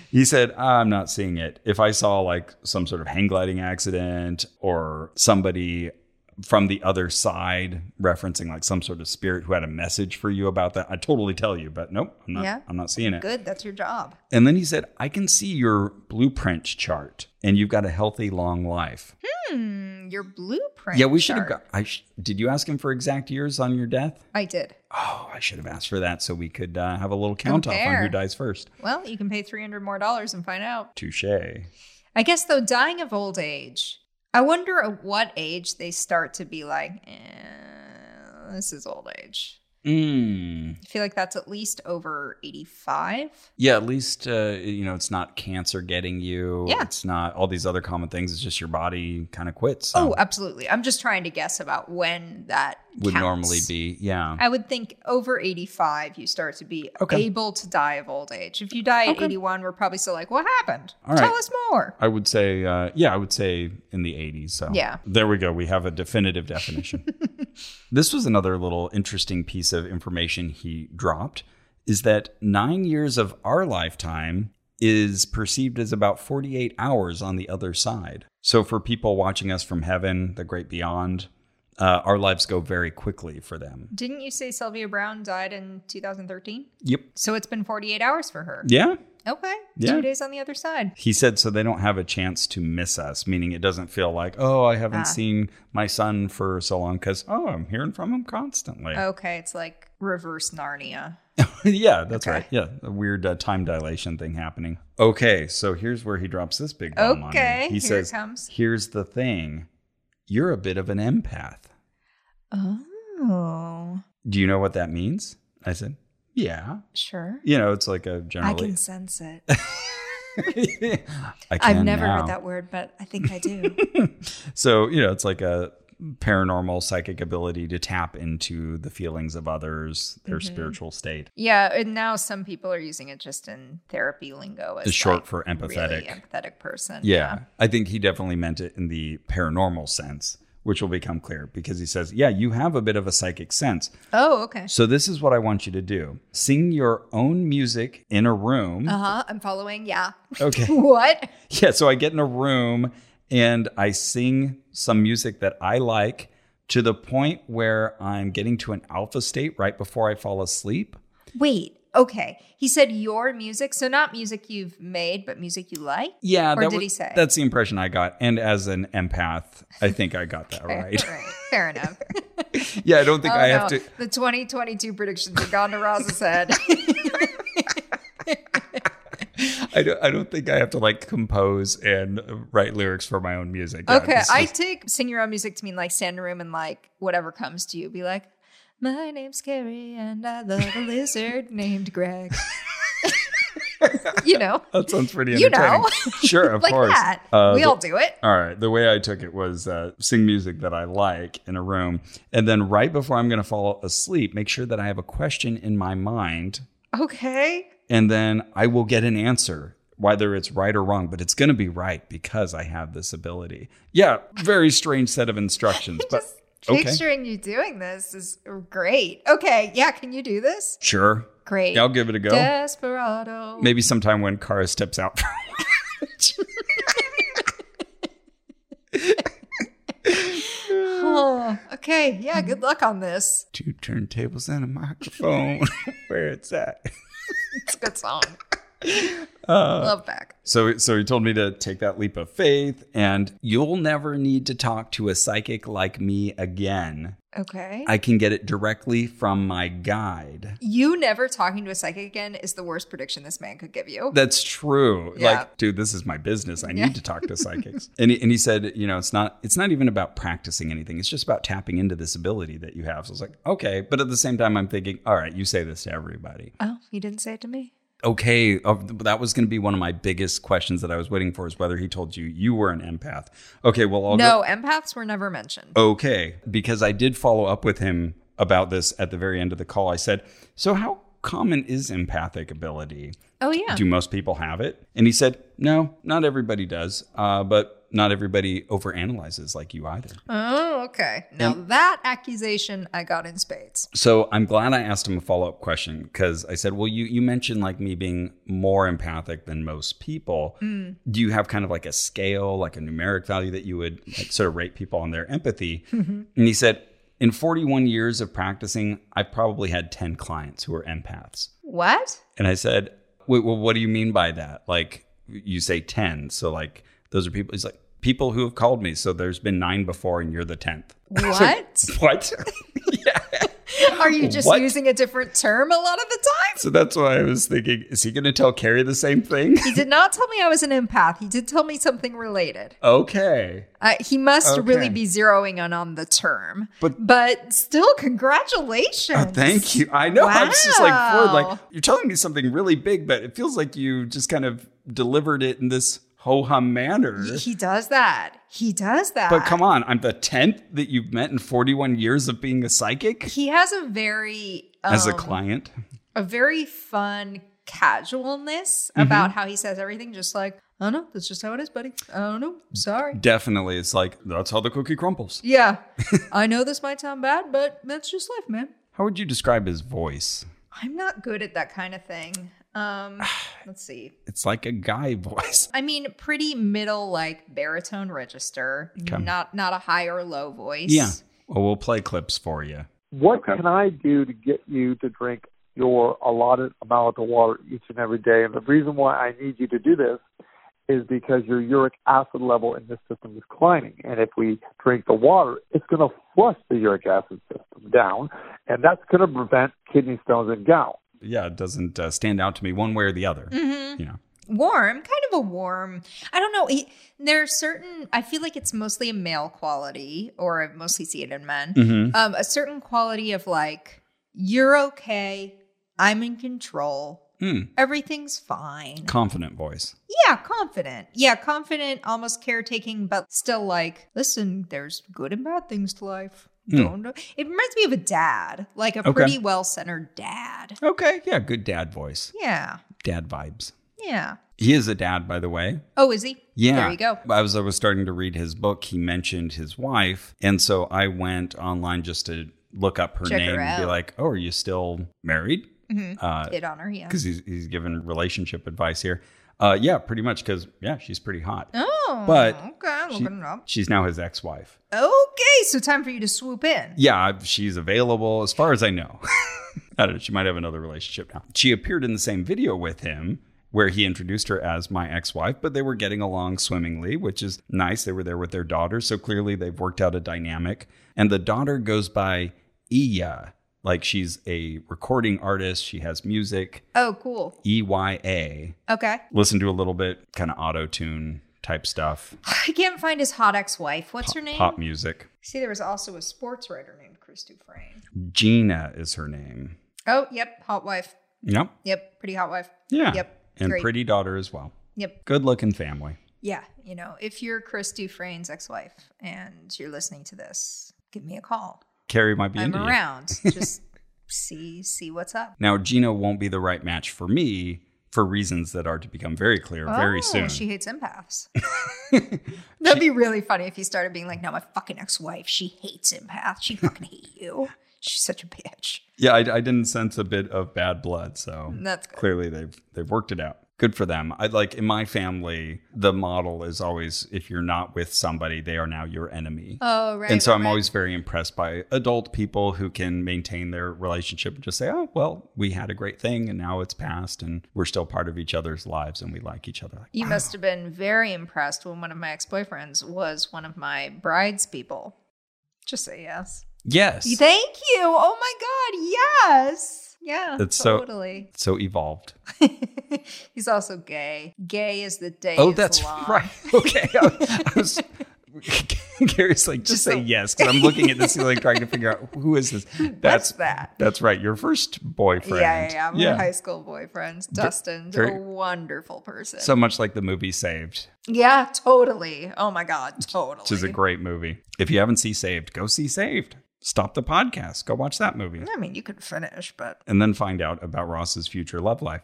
Speaker 2: He said, I'm not seeing it. If I saw like some sort of hang gliding accident or somebody from the other side referencing like some sort of spirit who had a message for you about that, I'd totally tell you, but nope, I'm not,
Speaker 1: Yeah.
Speaker 2: I'm not seeing it.
Speaker 1: Good, that's your job.
Speaker 2: And then he said, I can see your blueprint chart and you've got a healthy long life.
Speaker 1: Hmm, your blueprint.
Speaker 2: yeah, we should have
Speaker 1: chart.
Speaker 2: got, I sh- did you ask him for exact years on your death?
Speaker 1: I did.
Speaker 2: Oh, I should have asked for that so we could uh, have a little count off on
Speaker 1: Compare.
Speaker 2: who dies first.
Speaker 1: Well, you can pay three hundred more dollars and find out.
Speaker 2: Touche.
Speaker 1: I guess though, dying of old age, I wonder at what age they start to be like, eh, this is old age.
Speaker 2: Mm.
Speaker 1: I feel like that's at least over 85.
Speaker 2: Yeah, at least uh, you know it's not cancer getting you.
Speaker 1: Yeah.
Speaker 2: it's not all these other common things. It's just your body kind of quits. um,
Speaker 1: Oh, absolutely. I'm just trying to guess about when that
Speaker 2: would
Speaker 1: counts.
Speaker 2: normally be yeah.
Speaker 1: I would think over 85, you start to be
Speaker 2: Okay.
Speaker 1: able to die of old age. If you die at
Speaker 2: Okay.
Speaker 1: 81, we're probably still like, what happened?
Speaker 2: All
Speaker 1: Tell
Speaker 2: right.
Speaker 1: us more.
Speaker 2: I would say uh, yeah, I would say in the 80s. So
Speaker 1: Yeah.
Speaker 2: there we go. We have a definitive definition. this was another little interesting piece of information he dropped is that nine years of our lifetime is perceived as about 48 hours on the other side. So for people watching us from heaven, the great beyond, uh, our lives go very quickly for them.
Speaker 1: Didn't you say Sylvia Brown died in 2013?
Speaker 2: Yep.
Speaker 1: So it's been 48 hours for her.
Speaker 2: Yeah.
Speaker 1: Okay.
Speaker 2: Yeah.
Speaker 1: Two days on the other side.
Speaker 2: He said so they don't have a chance to miss us, meaning it doesn't feel like, oh, I haven't
Speaker 1: Ah.
Speaker 2: seen my son for so long because, oh, I'm hearing from him constantly.
Speaker 1: Okay, it's like reverse Narnia.
Speaker 2: yeah, that's
Speaker 1: Okay.
Speaker 2: right. Yeah, a weird uh, time dilation thing happening. Okay, so here's where he drops this big bomb on me.
Speaker 1: Okay,
Speaker 2: He
Speaker 1: here it
Speaker 2: says,
Speaker 1: comes.
Speaker 2: here's the thing you're a bit of an empath.
Speaker 1: Oh,
Speaker 2: Do you know what that means? I said, yeah.
Speaker 1: sure.
Speaker 2: You know, it's like a
Speaker 1: I
Speaker 2: generally.
Speaker 1: can sense it.
Speaker 2: I
Speaker 1: I've
Speaker 2: can
Speaker 1: never
Speaker 2: now.
Speaker 1: heard that word, but I think I do.
Speaker 2: So, you know, it's like a paranormal psychic ability to tap into the feelings of others, their spiritual state.
Speaker 1: yeah, and now some people are using it just in therapy lingo as
Speaker 2: It's short
Speaker 1: like,
Speaker 2: for
Speaker 1: Really
Speaker 2: empathetic.
Speaker 1: empathetic person.
Speaker 2: Yeah. I think he definitely meant it in the paranormal sense, which will become clear because he says, Yeah, you have a bit of a psychic sense.
Speaker 1: Oh, okay.
Speaker 2: So, this is what I want you to do sing your own music in a room.
Speaker 1: Uh huh. I'm following. Yeah.
Speaker 2: Okay.
Speaker 1: what?
Speaker 2: Yeah, so I get in a room and I sing some music that I like to the point where I'm getting to an alpha state right before I fall asleep.
Speaker 1: Wait. Okay. He said your music, so not music you've made, but music you like.
Speaker 2: Yeah,
Speaker 1: Or
Speaker 2: that
Speaker 1: did
Speaker 2: was-
Speaker 1: he say?
Speaker 2: That's the impression I got. And as an empath, I think I got that
Speaker 1: Okay,
Speaker 2: right.
Speaker 1: all right. Fair enough.
Speaker 2: yeah, I don't think
Speaker 1: Oh,
Speaker 2: I have
Speaker 1: no.
Speaker 2: to.
Speaker 1: The 2022 predictions have gone to Roz's head.
Speaker 2: I don't, I don't think I have to like compose and write lyrics for my own music. Yeah,
Speaker 1: okay,
Speaker 2: this
Speaker 1: I
Speaker 2: is-
Speaker 1: take sing your own music to mean like stand in a room and like whatever comes to you. Be like, my name's Carrie and I love a lizard named Greg. you know,
Speaker 2: that sounds pretty
Speaker 1: You know.
Speaker 2: entertaining. sure, of
Speaker 1: like
Speaker 2: course.
Speaker 1: that.
Speaker 2: Uh,
Speaker 1: we
Speaker 2: the-
Speaker 1: all do it.
Speaker 2: All right. The way I took it was uh, sing music that I like in a room. And then right before I'm going to fall asleep, make sure that I have a question in my mind.
Speaker 1: Okay.
Speaker 2: And then I will get an answer, whether it's right or wrong, but it's going to be right because I have this ability. Yeah. Very strange set of instructions, but okay.
Speaker 1: Picturing you doing this is great. Okay, yeah, can you do this?
Speaker 2: Sure.
Speaker 1: Great.
Speaker 2: Yeah, I'll give it a go.
Speaker 1: Desperado.
Speaker 2: Maybe sometime when Kara steps out.
Speaker 1: Oh, okay, yeah, good luck on this.
Speaker 2: Two turntables and a microphone. Where it's at.
Speaker 1: It's a good song.
Speaker 2: Uh,
Speaker 1: Love back.
Speaker 2: So, so he told me to take that leap of faith, and you'll never need to talk to a psychic like me again.
Speaker 1: Okay.
Speaker 2: I can get it directly from my guide.
Speaker 1: you never talking to a psychic again is the worst prediction this man could give you.
Speaker 2: That's true.
Speaker 1: Yeah.
Speaker 2: Like, dude, this is my business. I need
Speaker 1: Yeah.
Speaker 2: to talk to psychics. and he, and he said, you know, it's not it's not even about practicing anything. It's just about tapping into this ability that you have. So I was like, okay, but at the same time, I'm thinking, all right, you say this to everybody.
Speaker 1: oh, you didn't say it to me?
Speaker 2: okay uh, that was going to be one of my biggest questions that i was waiting for is whether he told you you were an empath okay well i'll
Speaker 1: no, empaths were never mentioned.
Speaker 2: go okay because i did follow up with him about this at the very end of the call i said so how common is empathic ability
Speaker 1: Oh, yeah.
Speaker 2: do most people have it and he said no not everybody does uh, but not everybody overanalyzes like you either
Speaker 1: oh, okay. Now that accusation I got in spades.
Speaker 2: so I'm glad I asked him a follow up question because I said, "Well, you you mentioned like me being more empathic than most people. Do you have kind of like a scale, like a numeric value that you would like sort of rate people on their empathy?" And he said, "In 41 years of practicing, I probably had 10 clients who were empaths."
Speaker 1: What?
Speaker 2: And I said, Wait, well, what do you mean by that? Like, you say 10. So, like, those are people. He's like, People who have called me. So there's been nine before, and you're the 10th.
Speaker 1: What?
Speaker 2: What?
Speaker 1: Are you just
Speaker 2: What?
Speaker 1: using a different term a lot of the time?
Speaker 2: so that's why I was thinking, is he going to tell Carrie the same thing?
Speaker 1: He did not tell me I was an empath. He did tell me something related.
Speaker 2: okay.
Speaker 1: Uh, he must really
Speaker 2: Okay.
Speaker 1: be zeroing in on the term.
Speaker 2: But-
Speaker 1: but still, congratulations.
Speaker 2: Oh, thank you. I know. I was just like, floored. Like,
Speaker 1: Wow.
Speaker 2: you're telling me something really big, but it feels like you just kind of delivered it in this ho hum manner.
Speaker 1: He, he does that. He does that.
Speaker 2: But come on, I'm the 10th that you've met in 41 years of being a psychic
Speaker 1: He has a very um,
Speaker 2: as a client.
Speaker 1: a very fun casualness
Speaker 2: Mm-hmm.
Speaker 1: about how he says everything. Just like I don't know. That's just how it is, buddy. I don't know. Sorry.
Speaker 2: Definitely. It's like, that's how the cookie crumbles.
Speaker 1: Yeah, I know this might sound bad, but that's just life, man.
Speaker 2: How would you describe his voice?
Speaker 1: I'm not good at that kind of thing. Um, let's see.
Speaker 2: It's like a guy voice.
Speaker 1: I mean, pretty middle like baritone register. Not not a high or low voice.
Speaker 2: Yeah. Well, we'll play clips for you.
Speaker 4: What can I do to get you to drink your allotted amount of water each and every day? And the reason why I need you to do this is because your uric acid level in this system is climbing. And if we drink the water, it's going to flush the uric acid system down, and that's going to prevent kidney stones and gout.
Speaker 2: Yeah, it doesn't uh, stand out to me one way or the other.
Speaker 1: Mm-hmm.
Speaker 2: You know.
Speaker 1: warm, kind of a warm. I don't know. He, there are certain. I feel like it's mostly a male quality, or I mostly see it in men.
Speaker 2: Mm-hmm.
Speaker 1: Um, a certain quality of like, you're okay. I'm in control.
Speaker 2: Mm.
Speaker 1: Everything's fine.
Speaker 2: Confident voice.
Speaker 1: Yeah, confident. Yeah, confident, almost caretaking, but still like, listen, there's good and bad things to life.
Speaker 2: Hmm.
Speaker 1: Don't it reminds me of a dad, like a
Speaker 2: Okay.
Speaker 1: pretty well centered dad.
Speaker 2: Okay. Yeah, good dad voice.
Speaker 1: Yeah.
Speaker 2: Dad vibes.
Speaker 1: Yeah.
Speaker 2: He is a dad, by the way.
Speaker 1: Oh, is he?
Speaker 2: Yeah.
Speaker 1: There you go.
Speaker 2: As I was starting to read his book, he mentioned his wife. And so I went online just to look up her
Speaker 1: Check her
Speaker 2: name and be
Speaker 1: out.
Speaker 2: like, oh, are you still married?
Speaker 1: Mhm.
Speaker 2: Uh,
Speaker 1: Did honor, yeah.
Speaker 2: because he's, he's given relationship advice here. Uh, yeah, pretty much. Because yeah, she's pretty hot.
Speaker 1: Oh,
Speaker 2: But
Speaker 1: okay, I'm
Speaker 2: she-
Speaker 1: looking it up.
Speaker 2: She's now his ex-wife.
Speaker 1: Okay, so time for you to swoop in.
Speaker 2: Yeah, I- she's available as far as I know. I don't know. She might have another relationship now. She appeared in the same video with him where he introduced her as my ex-wife, but they were getting along swimmingly, which is nice. They were there with their daughter, so clearly they've worked out a dynamic. And the daughter goes by Iya, like she's a recording artist. She has music.
Speaker 1: Oh, cool.
Speaker 2: E Y A.
Speaker 1: Okay.
Speaker 2: listen to a little bit, kind of auto tune type stuff,
Speaker 1: I can't find his hot ex wife. What's her name?
Speaker 2: pop music.
Speaker 1: See, there was also a sports writer named Chris Dufresne.
Speaker 2: Gina is her name.
Speaker 1: Oh, yep. Hot wife.
Speaker 2: Yep.
Speaker 1: Yep. Pretty hot wife.
Speaker 2: Yeah.
Speaker 1: Yep.
Speaker 2: And
Speaker 1: Great.
Speaker 2: pretty daughter as well.
Speaker 1: Yep.
Speaker 2: Good looking family.
Speaker 1: Yeah. You know, if you're Chris Dufresne's ex wife and you're listening to this, give me a call.
Speaker 2: Carrie might be
Speaker 1: I'm
Speaker 2: into you.
Speaker 1: around. Just see see what's up.
Speaker 2: Now, Gina won't be the right match for me for reasons that are to become very clear very
Speaker 1: Oh,
Speaker 2: soon.
Speaker 1: She hates empaths. That'd be really funny if he started being like, no, my fucking ex wife, she hates empaths. She fucking hate you. She's such a bitch.
Speaker 2: yeah, I, I didn't sense a bit of bad blood, so
Speaker 1: That's good.
Speaker 2: clearly they've they've worked it out. good for them. I like in my family, the model is always if you're not with somebody, they are now your enemy.
Speaker 1: Oh, right.
Speaker 2: and so
Speaker 1: right,
Speaker 2: I'm
Speaker 1: right.
Speaker 2: always very impressed by adult people who can maintain their relationship and just say, "Oh, well, we had a great thing, and now it's past, and we're still part of each other's lives, and we like each other." Like,
Speaker 1: You
Speaker 2: wow.
Speaker 1: must have been very impressed when one of my ex boyfriends was one of my bride's people. Just say yes.
Speaker 2: yes,
Speaker 1: Thank you. Oh my God. Yes. Yeah.
Speaker 2: That's so-
Speaker 1: totally.
Speaker 2: so evolved.
Speaker 1: He's also gay. Gay is the day.
Speaker 2: Oh,
Speaker 1: is
Speaker 2: that's
Speaker 1: long.
Speaker 2: right. Okay, I, I was. Gary's like, just,
Speaker 1: Just
Speaker 2: say
Speaker 1: so-
Speaker 2: yes, because I'm looking at this ceiling trying to figure out who is this. That's
Speaker 1: that?
Speaker 2: That's right. Your first boyfriend.
Speaker 1: Yeah, yeah, yeah. My high school boyfriend, Dustin, a
Speaker 2: very-
Speaker 1: wonderful person.
Speaker 2: So much like the movie Saved,
Speaker 1: yeah, totally. Oh my God, totally.
Speaker 2: which is a great movie. If you haven't seen Saved, go see Saved. Stop the podcast. Go watch that movie.
Speaker 1: I mean, you could finish, but
Speaker 2: and then find out about Ross's future love life.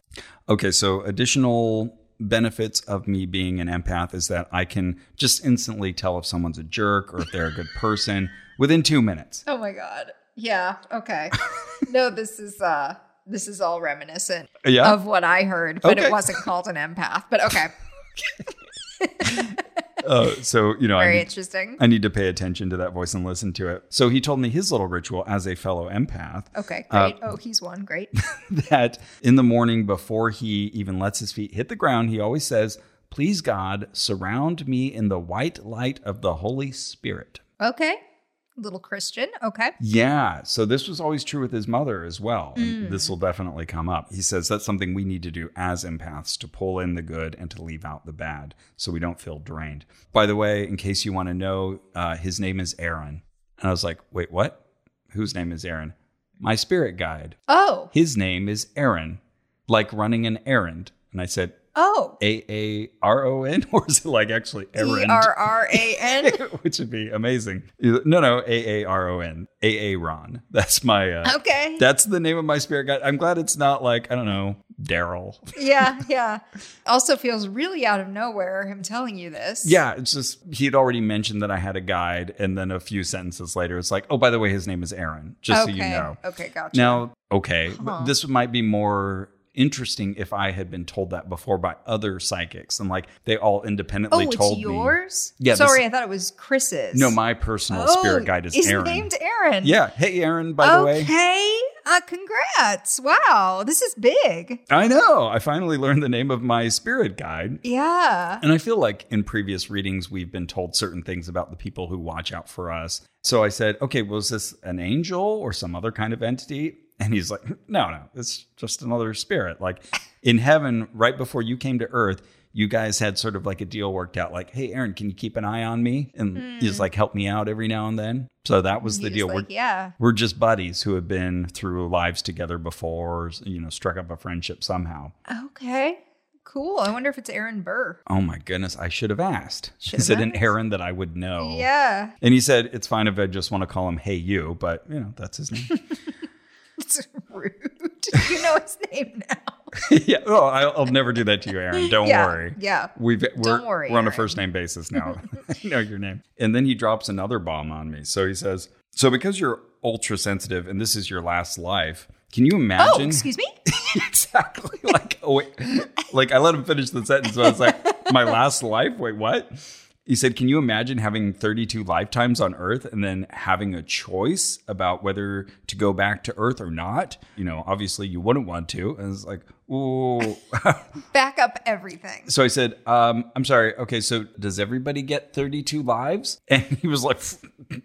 Speaker 2: Okay, so additional benefits of me being an empath is that I can just instantly tell if someone's a jerk or if they're a good person within two minutes.
Speaker 1: oh my God. Yeah, okay. no, this is uh this is all reminiscent
Speaker 2: Uh, Yeah.
Speaker 1: of what I heard, but
Speaker 2: Okay.
Speaker 1: it wasn't called an empath. But okay.
Speaker 2: Uh, so, you know, I
Speaker 1: Very
Speaker 2: need,
Speaker 1: interesting.
Speaker 2: I need to pay attention to that voice and listen to it. So he told me his little ritual as a fellow empath
Speaker 1: Okay,
Speaker 2: uh,
Speaker 1: great. oh, he's one. Great.
Speaker 2: that in the morning before he even lets his feet hit the ground, he always says, Please, God, surround me in the white light of the Holy Spirit.
Speaker 1: Okay. Little Christian. Okay.
Speaker 2: Yeah. So this was always true with his mother as well. and
Speaker 1: Mm.
Speaker 2: This will definitely come up. He says that's something we need to do as empaths to pull in the good and to leave out the bad so we don't feel drained. By the way, in case you want to know, uh, his name is Aaron. And I was like, wait, what? Whose name is Aaron? My spirit guide.
Speaker 1: Oh.
Speaker 2: His name is Aaron, like running an errand. And I said,
Speaker 1: Oh.
Speaker 2: A A R O N? Or is it like actually
Speaker 1: E
Speaker 2: errand?
Speaker 1: R R A N.
Speaker 2: which would be amazing. No, no, A A R O N, A A Ron. That's my. Uh,
Speaker 1: Okay.
Speaker 2: That's the name of my spirit guide. I'm glad it's not like I don't know Daryl.
Speaker 1: yeah, yeah. Also feels really out of nowhere him telling you this.
Speaker 2: Yeah, it's just he had already mentioned that I had a guide, and then a few sentences later, it's like, oh, by the way, his name is Aaron. Just
Speaker 1: okay.
Speaker 2: so you know.
Speaker 1: Okay, gotcha.
Speaker 2: Now, okay, but
Speaker 1: Huh.
Speaker 2: this might be more interesting if I had been told that before by other psychics, and like they all
Speaker 1: oh,
Speaker 2: independently
Speaker 1: it's
Speaker 2: told me.
Speaker 1: yours?
Speaker 2: Yeah, this-
Speaker 1: Sorry, I thought it was Chris's.
Speaker 2: No, my personal
Speaker 1: Oh,
Speaker 2: spirit guide is
Speaker 1: he's
Speaker 2: Aaron.
Speaker 1: named Aaron.
Speaker 2: yeah. Hey, Aaron. By the way,
Speaker 1: Okay. Uh, congrats. Wow. This is big.
Speaker 2: I know. I finally learned the name of my spirit guide.
Speaker 1: Yeah.
Speaker 2: And I feel like in previous readings, we've been told certain things about the people who watch out for us. So I said, okay, was this an angel or some other kind of entity? And he's like, no, no, it's just another spirit. Like in heaven, right before you came to earth, you guys had sort of like a deal worked out like, hey, Aaron, can you keep an eye on me? And he's like, help me out every now and then. So that was the
Speaker 1: He's
Speaker 2: deal.
Speaker 1: Hmm. like,
Speaker 2: We're-
Speaker 1: yeah.
Speaker 2: we're just buddies who have been through lives together before, you know, struck up a friendship somehow.
Speaker 1: Okay. Cool. I wonder if it's Aaron Burr.
Speaker 2: Oh my goodness, I should have asked.
Speaker 1: Should
Speaker 2: Is
Speaker 1: have
Speaker 2: it an
Speaker 1: asked.
Speaker 2: Aaron that I would know?
Speaker 1: Yeah.
Speaker 2: And he said, it's fine if I just want to call him Hey You, but you know, that's his name.
Speaker 1: It's rude. you know his name now.
Speaker 2: yeah. Oh, I'll, I'll never do that to you, Aaron. Don't
Speaker 1: yeah.
Speaker 2: worry.
Speaker 1: Yeah.
Speaker 2: We've, we're,
Speaker 1: Don't worry,
Speaker 2: we're on a
Speaker 1: Aaron.
Speaker 2: first name basis now. I know your name. And then he drops another bomb on me. So he says, So because you're ultra sensitive and this is your last life, can you
Speaker 1: Oh,
Speaker 2: imagine?
Speaker 1: excuse me?
Speaker 2: exactly like oh wait like i let him finish the sentence but i was like my last life wait what he said can you imagine having 32 lifetimes on earth and then having a choice about whether to go back to earth or not you know obviously you wouldn't want to and it's like ooh
Speaker 1: Back up everything.
Speaker 2: so i said um, i'm sorry okay so does everybody get 32 lives and he was like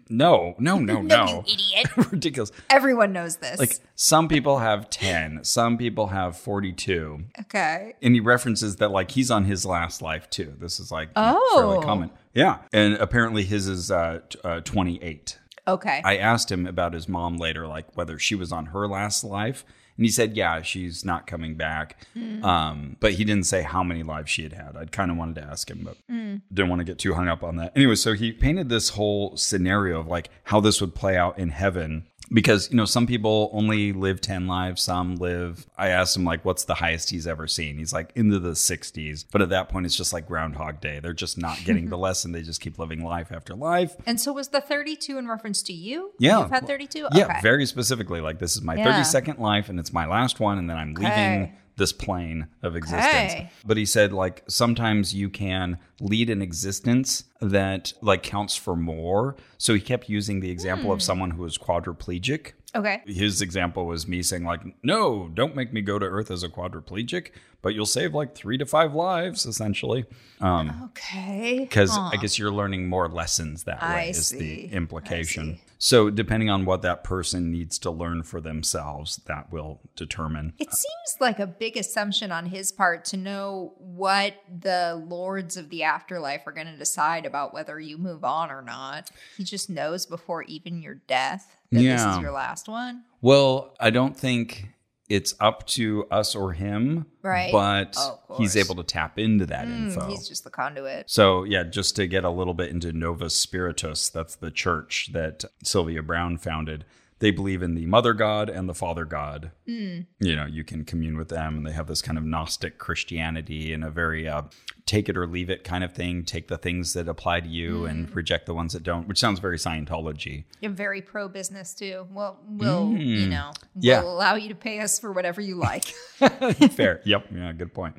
Speaker 2: no no no no
Speaker 1: idiot.
Speaker 2: ridiculous
Speaker 1: Everyone knows this.
Speaker 2: like some people have 10 some people have 42
Speaker 1: okay.
Speaker 2: and he references that like he's on his last life too. This is like
Speaker 1: Oh.
Speaker 2: fairly common. Yeah, and apparently his is uh, t- uh, 28.
Speaker 1: Okay.
Speaker 2: I asked him about his mom later, like whether she was on her last life, and he said, "Yeah, she's not coming back." Um, but he didn't say how many lives she had had. I'd kind of wanted to ask him, but didn't want to get too hung up on that. Anyway, so he painted this whole scenario of like how this would play out in heaven. Because, you know, some people only live 10 lives, some live. I asked him, like, what's the highest he's ever seen? He's like, into the 60s. But at that point, it's just like Groundhog Day. They're just not getting the lesson. They just keep living life after life.
Speaker 1: and so was the 32 in reference to you?
Speaker 2: Yeah.
Speaker 1: You've had 32?
Speaker 2: Yeah,
Speaker 1: Okay.
Speaker 2: very specifically. Like this is my
Speaker 1: Yeah.
Speaker 2: 32nd life and it's my last one, and then I'm
Speaker 1: Okay.
Speaker 2: leaving this plane of existence.
Speaker 1: Okay.
Speaker 2: But he said, like, sometimes you can lead an existence that, like, counts for more. So he kept using the example
Speaker 1: Hmm.
Speaker 2: of someone who was quadriplegic.
Speaker 1: Okay.
Speaker 2: His example was me saying, like, no, don't make me go to Earth as a quadriplegic, but you'll save like three to five lives, essentially. Um,
Speaker 1: Okay.
Speaker 2: because
Speaker 1: Huh.
Speaker 2: I guess you're learning more lessons that
Speaker 1: I
Speaker 2: way is
Speaker 1: see.
Speaker 2: the
Speaker 1: I
Speaker 2: implication.
Speaker 1: see.
Speaker 2: So depending on what that person needs to learn for themselves, that will determine.
Speaker 1: It seems like a big assumption on his part to know what the lords of the afterlife are going to decide about whether you move on or not. He just knows before even your death that this
Speaker 2: Yeah.
Speaker 1: is your last one.
Speaker 2: Well, I don't think it's up to us or him,
Speaker 1: Right.
Speaker 2: But
Speaker 1: Oh, of
Speaker 2: he's
Speaker 1: course.
Speaker 2: able to tap into that
Speaker 1: Mm,
Speaker 2: info.
Speaker 1: he's just the conduit.
Speaker 2: So, yeah, just to get a little bit into Novus Spiritus, that's the church that Sylvia Brown founded. They believe in the mother god and the father god. You know, you can commune with them, and they have this kind of Gnostic Christianity and a very uh, take it or leave it kind of thing. Take the things that apply to you and reject the ones that don't, which sounds very Scientology.
Speaker 1: You're very pro business too. Well, we'll you
Speaker 2: Mm.
Speaker 1: know, we'll
Speaker 2: Yeah.
Speaker 1: allow you to pay us for whatever you like.
Speaker 2: Fair. Yep. Yeah. Good point.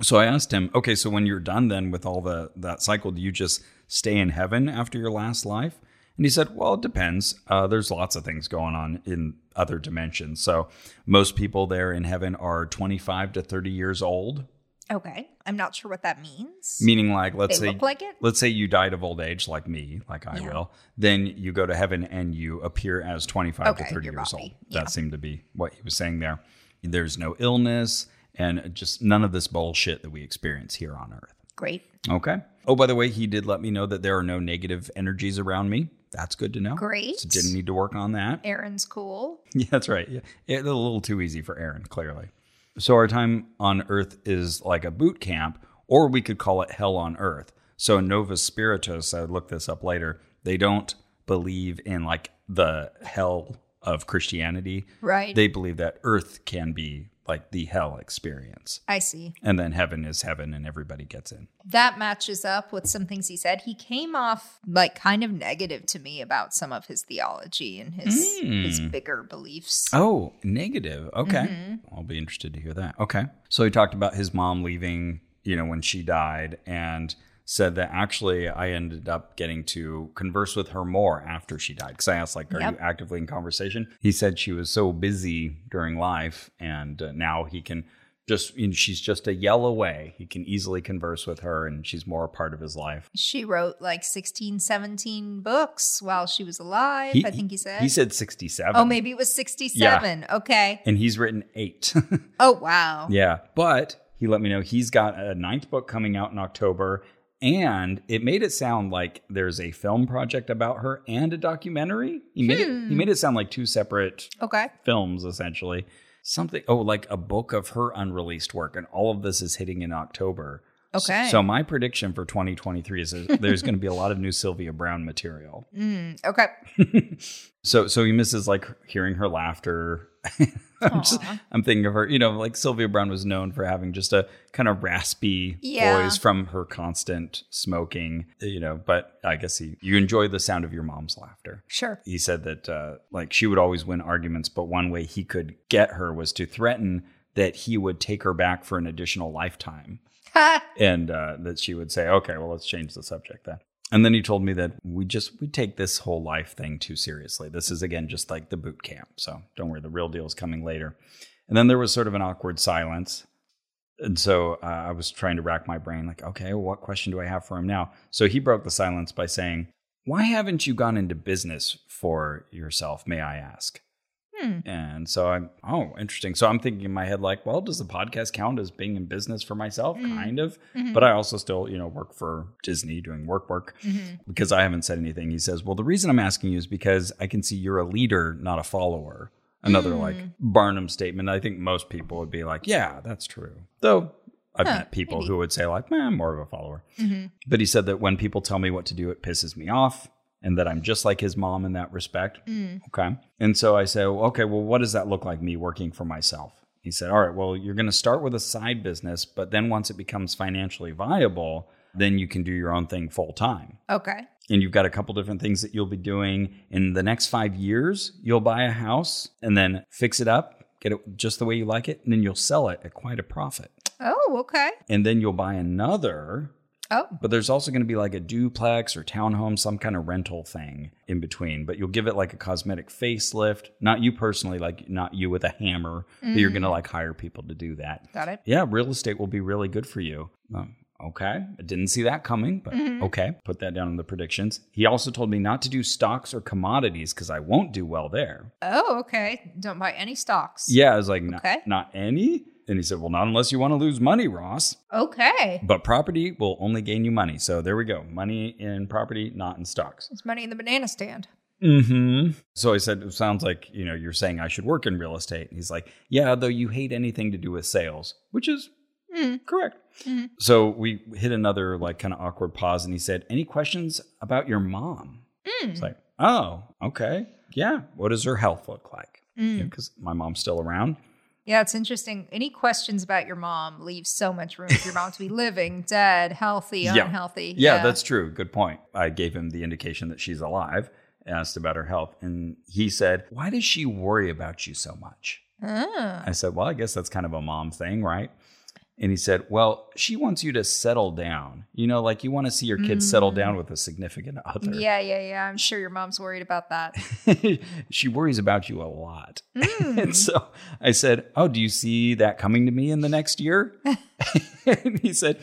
Speaker 2: So I asked him, okay, so when you're done then with all the that cycle, do you just stay in heaven after your last life? And he said, well, it depends. Uh, there's lots of things going on in other dimensions. So most people there in heaven are 25 to 30 years old,
Speaker 1: okay, I'm not sure what that means.
Speaker 2: meaning like let's
Speaker 1: They
Speaker 2: say
Speaker 1: look like it?
Speaker 2: Let's say you died of old age, like me, like I
Speaker 1: Yeah.
Speaker 2: will. Then you go to heaven and you appear as 25 to
Speaker 1: Okay,
Speaker 2: 30
Speaker 1: your
Speaker 2: years
Speaker 1: body.
Speaker 2: old.
Speaker 1: Yeah.
Speaker 2: That seemed to be what he was saying there. There's no illness and just none of this bullshit that we experience here on Earth.
Speaker 1: Great,
Speaker 2: Okay. Oh, by the way, he did let me know that there are no negative energies around me. That's good to know.
Speaker 1: Great.
Speaker 2: So didn't need to work on that.
Speaker 1: Aaron's cool.
Speaker 2: Yeah, that's right. Yeah. It's a little too easy for Aaron, clearly. So our time on Earth is like a boot camp, or we could call it hell on Earth. So Novus Spiritus, I looked this up later, they don't believe in like the hell of Christianity.
Speaker 1: Right.
Speaker 2: They believe that Earth can be like the hell experience.
Speaker 1: I see.
Speaker 2: And then heaven is heaven and everybody gets in.
Speaker 1: that matches up with some things he said. He came off like kind of negative to me about some of his theology and his
Speaker 2: Mm.
Speaker 1: his bigger beliefs.
Speaker 2: Oh, negative. Okay.
Speaker 1: Mm-hmm.
Speaker 2: I'll be interested to hear that. Okay. So he talked about his mom leaving, you know, when she died and said that actually I ended up getting to converse with her more after she died cuz I asked like are
Speaker 1: Yep.
Speaker 2: you actively in conversation? He said she was so busy during life and uh, now he can just you know, she's just a yell away. He can easily converse with her and she's more a part of his life.
Speaker 1: She wrote like 16, 17 books while she was alive, I think he said.
Speaker 2: He said 67.
Speaker 1: oh, maybe it was 67. Okay.
Speaker 2: and he's written 8.
Speaker 1: Oh, wow.
Speaker 2: Yeah, but he let me know he's got a ninth book coming out in October, and it made it sound like there's a film project about her and a documentary. He made it. He made it sound like two separate
Speaker 1: Okay.
Speaker 2: films, essentially. Something. Oh, like a book of her unreleased work, and all of this is hitting in October. S-
Speaker 1: Okay.
Speaker 2: So my prediction for 2023 is that there's going to be a lot of new Sylvia Brown material.
Speaker 1: Mm, okay.
Speaker 2: So so he misses like hearing her laughter. I'm, just-
Speaker 1: Aw.
Speaker 2: I'm thinking of her, you know, like Sylvia Brown was known for having just a kind of raspy
Speaker 1: Yeah.
Speaker 2: voice from her constant smoking, you know. But I guess he, you enjoy the sound of your mom's laughter.
Speaker 1: Sure.
Speaker 2: He said that uh, like she would always win arguments, but one way he could get her was to threaten that he would take her back for an additional lifetime
Speaker 1: Ha!
Speaker 2: and uh, that she would say, "Okay, well, let's change the subject then." And then he told me that we just we take this whole life thing too seriously. This is again just like the boot camp, so don't worry, the real deal is coming later. And then there was sort of an awkward silence, and so uh, I was trying to rack my brain, like, okay, well, what question do I have for him now? So he broke the silence by saying, "Why haven't you gone into business for yourself? May I ask?"
Speaker 1: Hmm.
Speaker 2: And so I'm, oh, interesting. So I'm thinking in my head, like, well, does the podcast count as being in business for myself?
Speaker 1: Mm.
Speaker 2: Kind of.
Speaker 1: Mhm.
Speaker 2: But I also still, you know, work for Disney doing work work
Speaker 1: Mhm.
Speaker 2: because I haven't said anything. He says, well, the reason I'm asking you is because I can see you're a leader, not a follower. Another like
Speaker 1: Mm.
Speaker 2: Barnum statement. I think most people would be like, yeah, that's true. Though I've
Speaker 1: Huh,
Speaker 2: met people
Speaker 1: maybe.
Speaker 2: who would say, like, man, I'm more of a follower.
Speaker 1: Mhm.
Speaker 2: But he said that when people tell me what to do, it pisses me off and that I'm just like his mom in that respect.
Speaker 1: Mm.
Speaker 2: Okay. And so I say, well, okay, well, what does that look like, me working for myself? He said, all right, well, you're going to start with a side business, but then once it becomes financially viable, then you can do your own thing full time.
Speaker 1: Okay.
Speaker 2: And you've got a couple different things that you'll be doing in the next five years. You'll buy a house and then fix it up, Get it just the way you like it, and then you'll sell it at quite a profit.
Speaker 1: Oh, okay.
Speaker 2: And then you'll buy another,
Speaker 1: Oh,
Speaker 2: but there's also going to be like a duplex or townhome, some kind of rental thing in between. But you'll give it like a cosmetic facelift. Not you personally, like not you with a hammer, but you're going to like hire people to do that.
Speaker 1: got it.
Speaker 2: Yeah, real estate will be really good for you. Um, okay. I didn't see that coming, but okay. Put that down in the predictions. He also told me not to do stocks or commodities because I won't do well there.
Speaker 1: Oh, okay. Don't buy any stocks.
Speaker 2: Yeah, I was like, "N-
Speaker 1: Okay.
Speaker 2: not any? And he said, well, not unless you want to lose money, Ross.
Speaker 1: Okay.
Speaker 2: But property will only gain you money. So there we go. Money in property, not in stocks.
Speaker 1: It's money in the banana stand.
Speaker 2: Mm-hmm. So I said, it sounds like, you know, you're saying I should work in real estate. And he's like, yeah, though you hate anything to do with sales, which is
Speaker 1: Mm.
Speaker 2: Correct.
Speaker 1: Mhm.
Speaker 2: So we hit another like kind of awkward pause, and he said, "Any questions about your mom?" It's like, "Oh, okay, yeah. What does her health look like?"
Speaker 1: Mm.
Speaker 2: Because my mom's still around.
Speaker 1: Hmm. Yeah, it's interesting. Any questions about your mom leaves so much room for your mom to be living, dead, healthy,
Speaker 2: Yeah.
Speaker 1: unhealthy.
Speaker 2: Yeah, that's true. Good point. I gave him the indication that she's alive. Asked about her health, and he said, "Why does she worry about you so much?"
Speaker 1: Ah.
Speaker 2: I said, Well, I guess that's kind of a mom thing, right? And he said, Well, she wants you to settle down. You know, like you want to see your kids settle down with a significant other.
Speaker 1: Mm. Yeah, yeah, yeah. I'm sure your mom's worried about that.
Speaker 2: she worries about you a lot.
Speaker 1: Mm.
Speaker 2: And so I said, Oh, do you see that coming to me in the next year? and he said,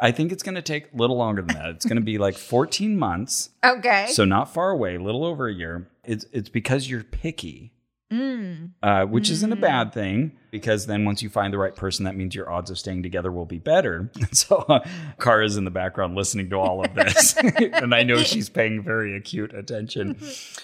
Speaker 2: I think it's going to take a little longer than that. It's going to be like 14 months.
Speaker 1: Okay.
Speaker 2: So not far away, a little over a year. It's, it's because you're picky.
Speaker 1: mm.
Speaker 2: uh, which isn't a bad thing because then once you find the right person, that means your odds of staying together will be better. So, uh, Kara's in the background listening to all of this, and I know she's paying very acute attention.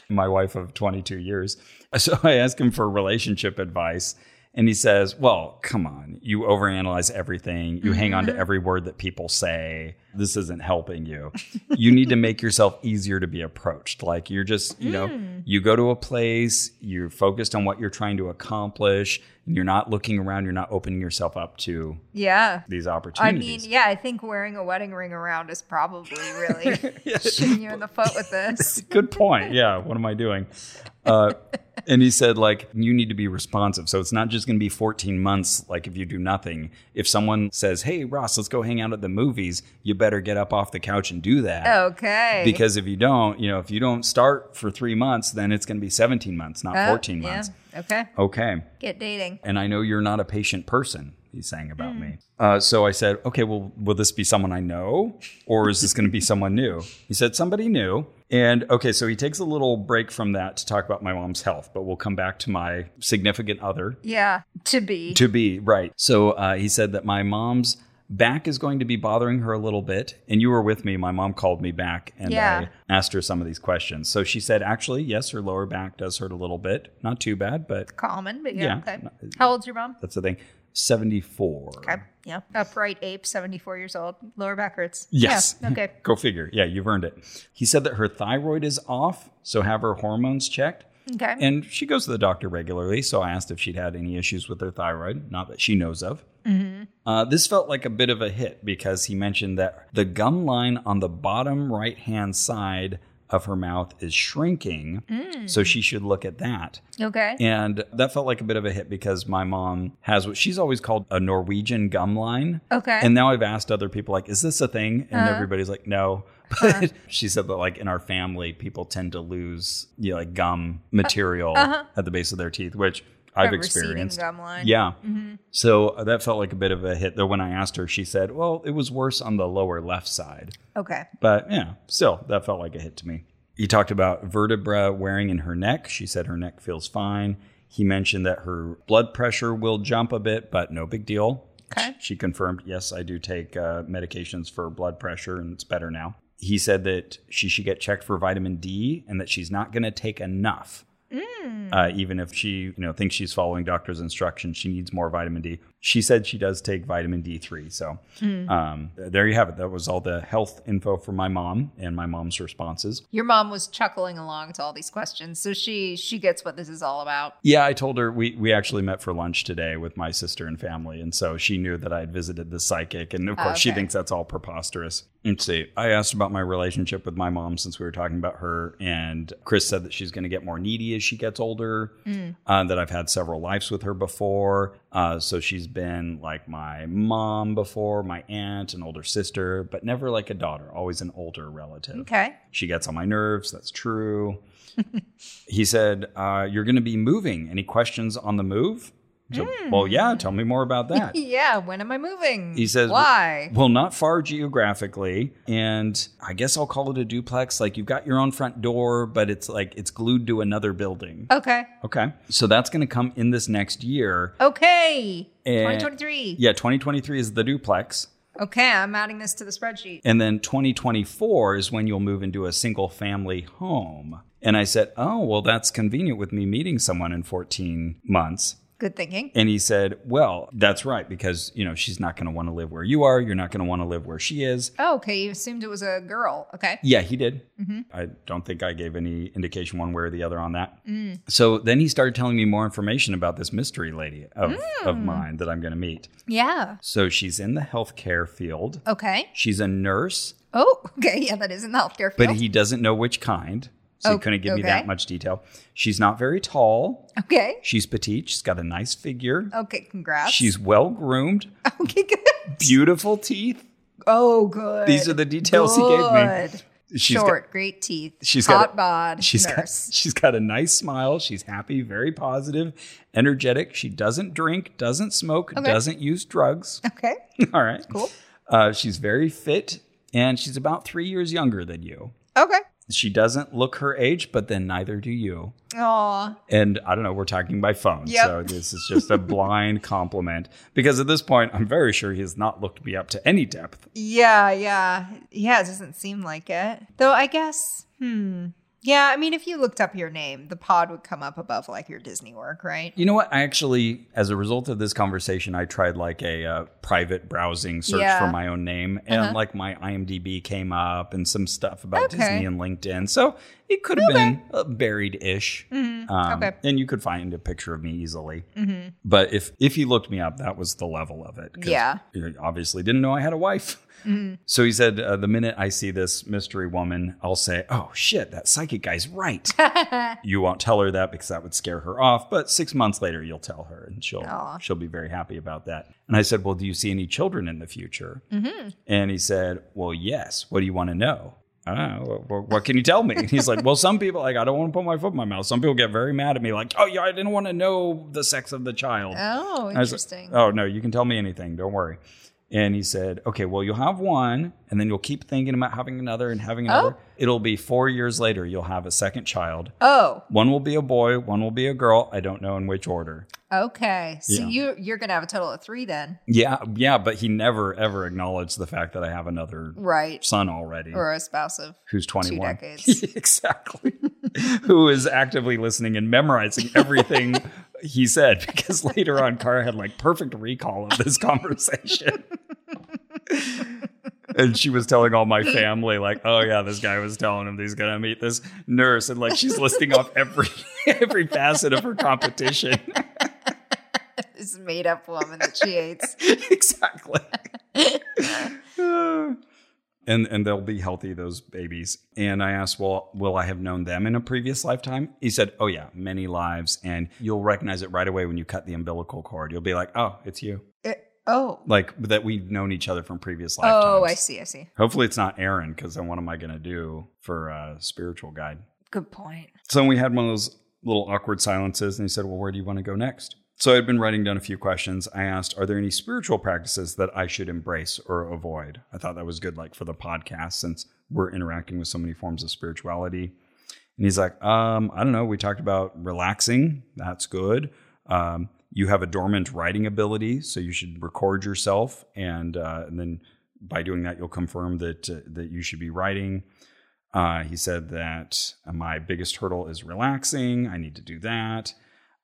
Speaker 2: My wife of 22 years. So, I ask him for relationship advice. And he says, Well, come on. You overanalyze everything. You hang on
Speaker 1: Mm-hmm.
Speaker 2: to every word that people say. This isn't helping you. you need to make yourself easier to be approached. Like you're just, you know,
Speaker 1: Mm.
Speaker 2: you go to a place, you're focused on what you're trying to accomplish, and you're not looking around, you're not opening yourself up to
Speaker 1: Yeah.
Speaker 2: these
Speaker 1: I
Speaker 2: opportunities.
Speaker 1: mean, yeah, I think wearing a wedding ring around is probably really
Speaker 2: Yeah.
Speaker 1: shooting you in the foot with this.
Speaker 2: Good point. Yeah. What am I doing? Uh, and he said, like, you need to be responsive. So it's not just going to be 14 months, like, if you do nothing. If someone says, hey, Ross, let's go hang out at the movies, you better get up off the couch and do that.
Speaker 1: Okay.
Speaker 2: Because if you don't, you know, if you don't start for three months, then it's going to be 17 months, not
Speaker 1: Oh,
Speaker 2: 14
Speaker 1: yeah.
Speaker 2: months.
Speaker 1: Okay.
Speaker 2: Okay.
Speaker 1: Get dating.
Speaker 2: And I know you're not a patient person, he's saying about me. Uh, so I said, okay, well, will this be someone I know or is this going to be someone new? He said, somebody new. And okay, so he takes a little break from that to talk about my mom's health, but we'll come back to my significant other
Speaker 1: Yeah. To be.
Speaker 2: to be, right. So uh, he said that my mom's back is going to be bothering her a little bit. And you were with me. My mom called me back and
Speaker 1: Yeah.
Speaker 2: I asked her some of these questions. So she said, actually, yes, her lower back does hurt a little bit. Not too bad, but
Speaker 1: Common, but
Speaker 2: Yeah.
Speaker 1: yeah. Okay. How old's your mom?
Speaker 2: that's the thing. 74.
Speaker 1: Okay. Yeah. Upright ape, 74 years old. Lower back hurts.
Speaker 2: Yes.
Speaker 1: Yeah. Okay.
Speaker 2: Go figure. Yeah, you've earned it. He said that her thyroid is off, so have her hormones checked.
Speaker 1: Okay.
Speaker 2: And she goes to the doctor regularly, so I asked if she'd had any issues with her thyroid, not that she knows of. Uh, this felt like a bit of a hit because he mentioned that the gum line on the bottom right hand side of her mouth is shrinking, so she should look at that.
Speaker 1: okay.
Speaker 2: And that felt like a bit of a hit because my mom has what she's always called a Norwegian gum line.
Speaker 1: okay. Uh-huh.
Speaker 2: And now I've asked other people, like, is this a thing? And everybody's like, no. But she said that, like, in our family, people tend to lose, you know, like,
Speaker 1: Uh,
Speaker 2: gum material at the base of their teeth, which I've
Speaker 1: A receding
Speaker 2: experienced.
Speaker 1: uh-huh. Gum Mm-hmm. line.
Speaker 2: Yeah. So uh, that felt like a bit of a hit. Though when I asked her, she said, well, it was worse on the lower left side.
Speaker 1: Okay.
Speaker 2: But yeah, still, that felt like a hit to me. He talked about vertebra wearing in her neck. She said her neck feels fine. He mentioned that her blood pressure will jump a bit, but no big deal.
Speaker 1: Okay.
Speaker 2: She confirmed, yes, I do take uh, medications for blood pressure and it's better now. He said that she should get checked for vitamin D and that she's not going to take enough. Uh, even if she, you know, thinks she's following doctor's instructions, she needs more vitamin D. She said she does take vitamin D3. So um, th- there you have it. That was all the health info for my mom and my mom's responses.
Speaker 1: Your mom was chuckling along to all these questions, so she she gets what this is all about.
Speaker 2: Yeah, I told her we, we actually met for lunch today with my sister and family. And so she knew that I had visited the psychic. And of course, she
Speaker 1: okay.
Speaker 2: thinks that's all preposterous. Let's see. I asked about my relationship with my mom since we were talking about her, and Chris said that she's going to get more needy as she gets older. Uh, that I've had several lives with her before, uh, so she's been like my mom before, my aunt, an older sister, but never like a daughter. Always an older relative.
Speaker 1: Okay.
Speaker 2: She gets on my nerves. That's true. he said, uh, "You're going to be moving. Any questions on the move?" So, Well, yeah. Tell me more about that.
Speaker 1: Yeah. When am I moving?
Speaker 2: He says,
Speaker 1: why?
Speaker 2: Well, not far geographically. And I guess I'll call it a duplex. Like you've got your own front door, but it's like it's glued to another building.
Speaker 1: okay.
Speaker 2: Okay. So that's going to come in this next year.
Speaker 1: Okay.
Speaker 2: And-
Speaker 1: 2023.
Speaker 2: Yeah, 2023 is the duplex.
Speaker 1: Okay. I'm adding this to the spreadsheet.
Speaker 2: And then 2024 is when you'll move into a single family home. And I said, Oh, well, that's convenient with me meeting someone in 14 months.
Speaker 1: Good thinking.
Speaker 2: And he said, Well, that's right, because, you know, she's not going to want to live where you are. You're not going to want to live where she is.
Speaker 1: Oh, okay. You assumed it was a girl. Okay.
Speaker 2: Yeah, he did. I don't think I gave any indication one way or the other on that. So then he started telling me more information about this mystery lady of, of mine that I'm going to meet.
Speaker 1: Yeah.
Speaker 2: So she's in the healthcare field.
Speaker 1: Okay.
Speaker 2: She's a nurse,
Speaker 1: Oh, okay. Yeah, that is in the healthcare
Speaker 2: but
Speaker 1: field.
Speaker 2: he doesn't know which kind. So
Speaker 1: Oh,
Speaker 2: he couldn't give me
Speaker 1: okay.
Speaker 2: that much detail. She's not very tall.
Speaker 1: okay.
Speaker 2: She's petite. She's got a nice figure.
Speaker 1: Okay. Congrats.
Speaker 2: She's well groomed,
Speaker 1: okay. Good.
Speaker 2: beautiful teeth.
Speaker 1: Oh, good.
Speaker 2: These are the details he gave
Speaker 1: Good.
Speaker 2: me. She's got-
Speaker 1: Short, great teeth.
Speaker 2: she's got
Speaker 1: hot
Speaker 2: a-
Speaker 1: bod.
Speaker 2: She's
Speaker 1: nurse.
Speaker 2: got she's got a nice smile. She's happy, very positive, energetic. She doesn't drink, doesn't smoke,
Speaker 1: Okay.
Speaker 2: doesn't use drugs.
Speaker 1: okay.
Speaker 2: All right,
Speaker 1: Cool.
Speaker 2: Uh, she's very fit, and she's about three years younger than you.
Speaker 1: Okay.
Speaker 2: She doesn't look her age, but then neither do you.
Speaker 1: Aw.
Speaker 2: And I don't know, we're talking by phone.
Speaker 1: Yep.
Speaker 2: So this is just a blind compliment. Because at this point, I'm very sure he has not looked me up to any depth.
Speaker 1: Yeah, yeah. Yeah, it doesn't seem like it. Though I guess, hmm. Yeah, I mean, if you looked up your name, the pod would come up above like your Disney work, right?
Speaker 2: You know what? I actually, as a result of this conversation, I tried like a uh, private browsing search
Speaker 1: Yeah.
Speaker 2: for my own name, and
Speaker 1: Uh-huh.
Speaker 2: like my IMDb came up and some stuff about
Speaker 1: Okay.
Speaker 2: Disney and LinkedIn. So it could have been uh, buried-ish. Um,
Speaker 1: Mm, Okay.
Speaker 2: And you could find a picture of me easily.
Speaker 1: Mm-hmm.
Speaker 2: But if if he looked me up, that was the level of it. 'cause
Speaker 1: Yeah.
Speaker 2: he obviously didn't know I had a wife.
Speaker 1: Mhm.
Speaker 2: So he said, uh, the minute I see this mystery woman, I'll say, oh shit, that psychic guy's right. you won't tell her that because that would scare her off. But six months later, you'll tell her, and she'll
Speaker 1: Aw.
Speaker 2: she'll be very happy about that. And I said, well, do you see any children in the future?
Speaker 1: Mm-hmm.
Speaker 2: And he said, well, yes. What do you want to know? Uh, what, what can you tell me? And he's like, well, some people like I don't want to put my foot in my mouth. Some people get very mad at me, like, oh yeah, I didn't want to know the sex of the child.
Speaker 1: Oh,
Speaker 2: I was like,
Speaker 1: interesting.
Speaker 2: oh, no, you can tell me anything. Don't worry. And he said, okay, well, you'll have one, and then you'll keep thinking about having another and having another. It'll be four years later, you'll have a second child.
Speaker 1: Oh,
Speaker 2: One will be a boy, one will be a girl. I don't know in which order.
Speaker 1: okay. So
Speaker 2: Yeah.
Speaker 1: you you're gonna have a total of three then,
Speaker 2: Yeah, yeah, but he never ever acknowledged the fact that I have another
Speaker 1: Mm. right?
Speaker 2: son already
Speaker 1: Or a spouse of
Speaker 2: who's 21.
Speaker 1: decades.
Speaker 2: exactly. Who is actively listening and memorizing everything he said because later on Kara had like perfect recall of this conversation. And she was telling all my family, like, oh yeah, this guy was telling him he's gonna meet this nurse, and like she's listing off every every facet of her competition.
Speaker 1: this made up woman that she hates. Eh,
Speaker 2: exactly. and and they'll be healthy those babies. And I asked, "Well, will I have known them in a previous lifetime?" He said, "Oh yeah, many lives and you'll recognize it right away when you cut the umbilical cord. You'll be like, "Oh, it's you."
Speaker 1: Oh,
Speaker 2: Like that we've known each other from previous lifetimes.
Speaker 1: oh, I see, I see.
Speaker 2: Hopefully it's not Aaron cuz then what am I going to do for a spiritual guide?
Speaker 1: Good point.
Speaker 2: So we had one of those little awkward silences, and he said, Well, where do you want to go next? So I'd been writing down a few questions. I asked, Are there any spiritual practices that I should embrace or avoid? I thought that was good, like for the podcast, since we're interacting with so many forms of spirituality. And he's like, um, I don't know. We talked about relaxing. That's good. Um, you have a dormant writing ability, so you should record yourself, and uh, and then by doing that, you'll confirm that uh, that you should be writing. Uh, he said that uh, my biggest hurdle is relaxing. I need to do that.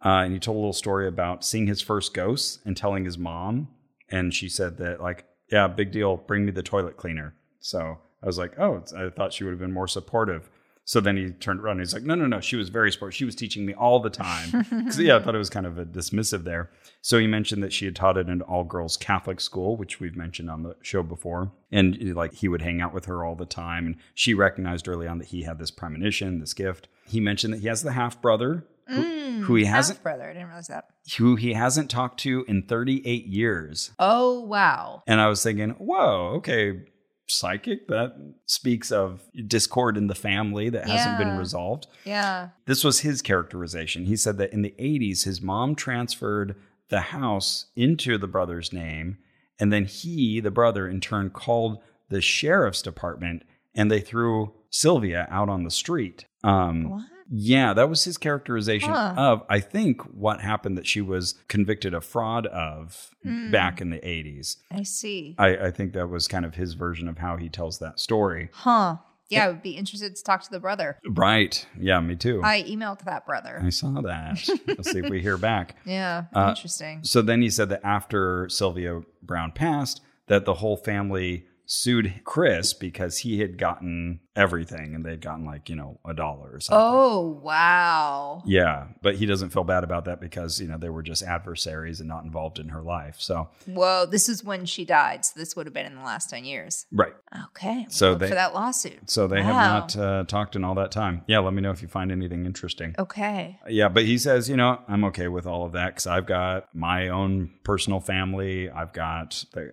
Speaker 2: Uh, and he told a little story about seeing his first ghost and telling his mom, and she said that like, yeah, big deal. Bring me the toilet cleaner. So I was like, oh, it's- I thought she would have been more supportive. So then he turned around and he's like, no, no, no. She was very smart. She was teaching me all the time. 'Cause, yeah, I thought it was kind of a dismissive there. So he mentioned that she had taught at an all girls Catholic school, which we've mentioned on the show before. And eh, like he would hang out with her all the time. And she recognized early on that he had this premonition, this gift. He mentioned that he has the half brother who, who he hasn't
Speaker 1: Mm, brother. I didn't realize that.
Speaker 2: who he hasn't talked to in 38 years.
Speaker 1: Oh wow.
Speaker 2: And I was thinking, whoa, okay, psychic, that speaks of discord in the family that hasn't been
Speaker 1: Yeah.
Speaker 2: resolved.
Speaker 1: Yeah.
Speaker 2: This was his characterization. He said that in the 80s, his mom transferred the house into the brother's name. And then he, the brother, in turn called the sheriff's department and they threw Sylvia out on the street. Um,
Speaker 1: What?
Speaker 2: yeah, that was his characterization
Speaker 1: Huh.
Speaker 2: of, I think, what happened that she was convicted of fraud of
Speaker 1: Mm.
Speaker 2: back in the 80s.
Speaker 1: I see.
Speaker 2: I, I think that was kind of his version of how he tells that story.
Speaker 1: Huh. Yeah, I would be interested to talk to the brother.
Speaker 2: Right. Yeah, me too.
Speaker 1: I emailed that brother.
Speaker 2: I saw that. Let's see if we hear back.
Speaker 1: Yeah.
Speaker 2: Uh,
Speaker 1: interesting.
Speaker 2: So then he said that after Sylvia Brown passed, that the whole family sued Chris because he had gotten everything and they'd gotten like, you know, a dollar or something.
Speaker 1: Oh wow.
Speaker 2: Yeah, but he doesn't feel bad about that because, you know, they were just adversaries and not involved in her life. So,
Speaker 1: Whoa, this is when she died, so this would have been in the last ten years.
Speaker 2: right.
Speaker 1: Okay.
Speaker 2: So
Speaker 1: look
Speaker 2: they-
Speaker 1: for that lawsuit.
Speaker 2: So they
Speaker 1: Wow.
Speaker 2: have not uh, talked in all that time. Yeah, let me know if you find anything interesting.
Speaker 1: Okay.
Speaker 2: Yeah, but he says, you know, I'm okay with all of that because I've got my own personal family. I've got the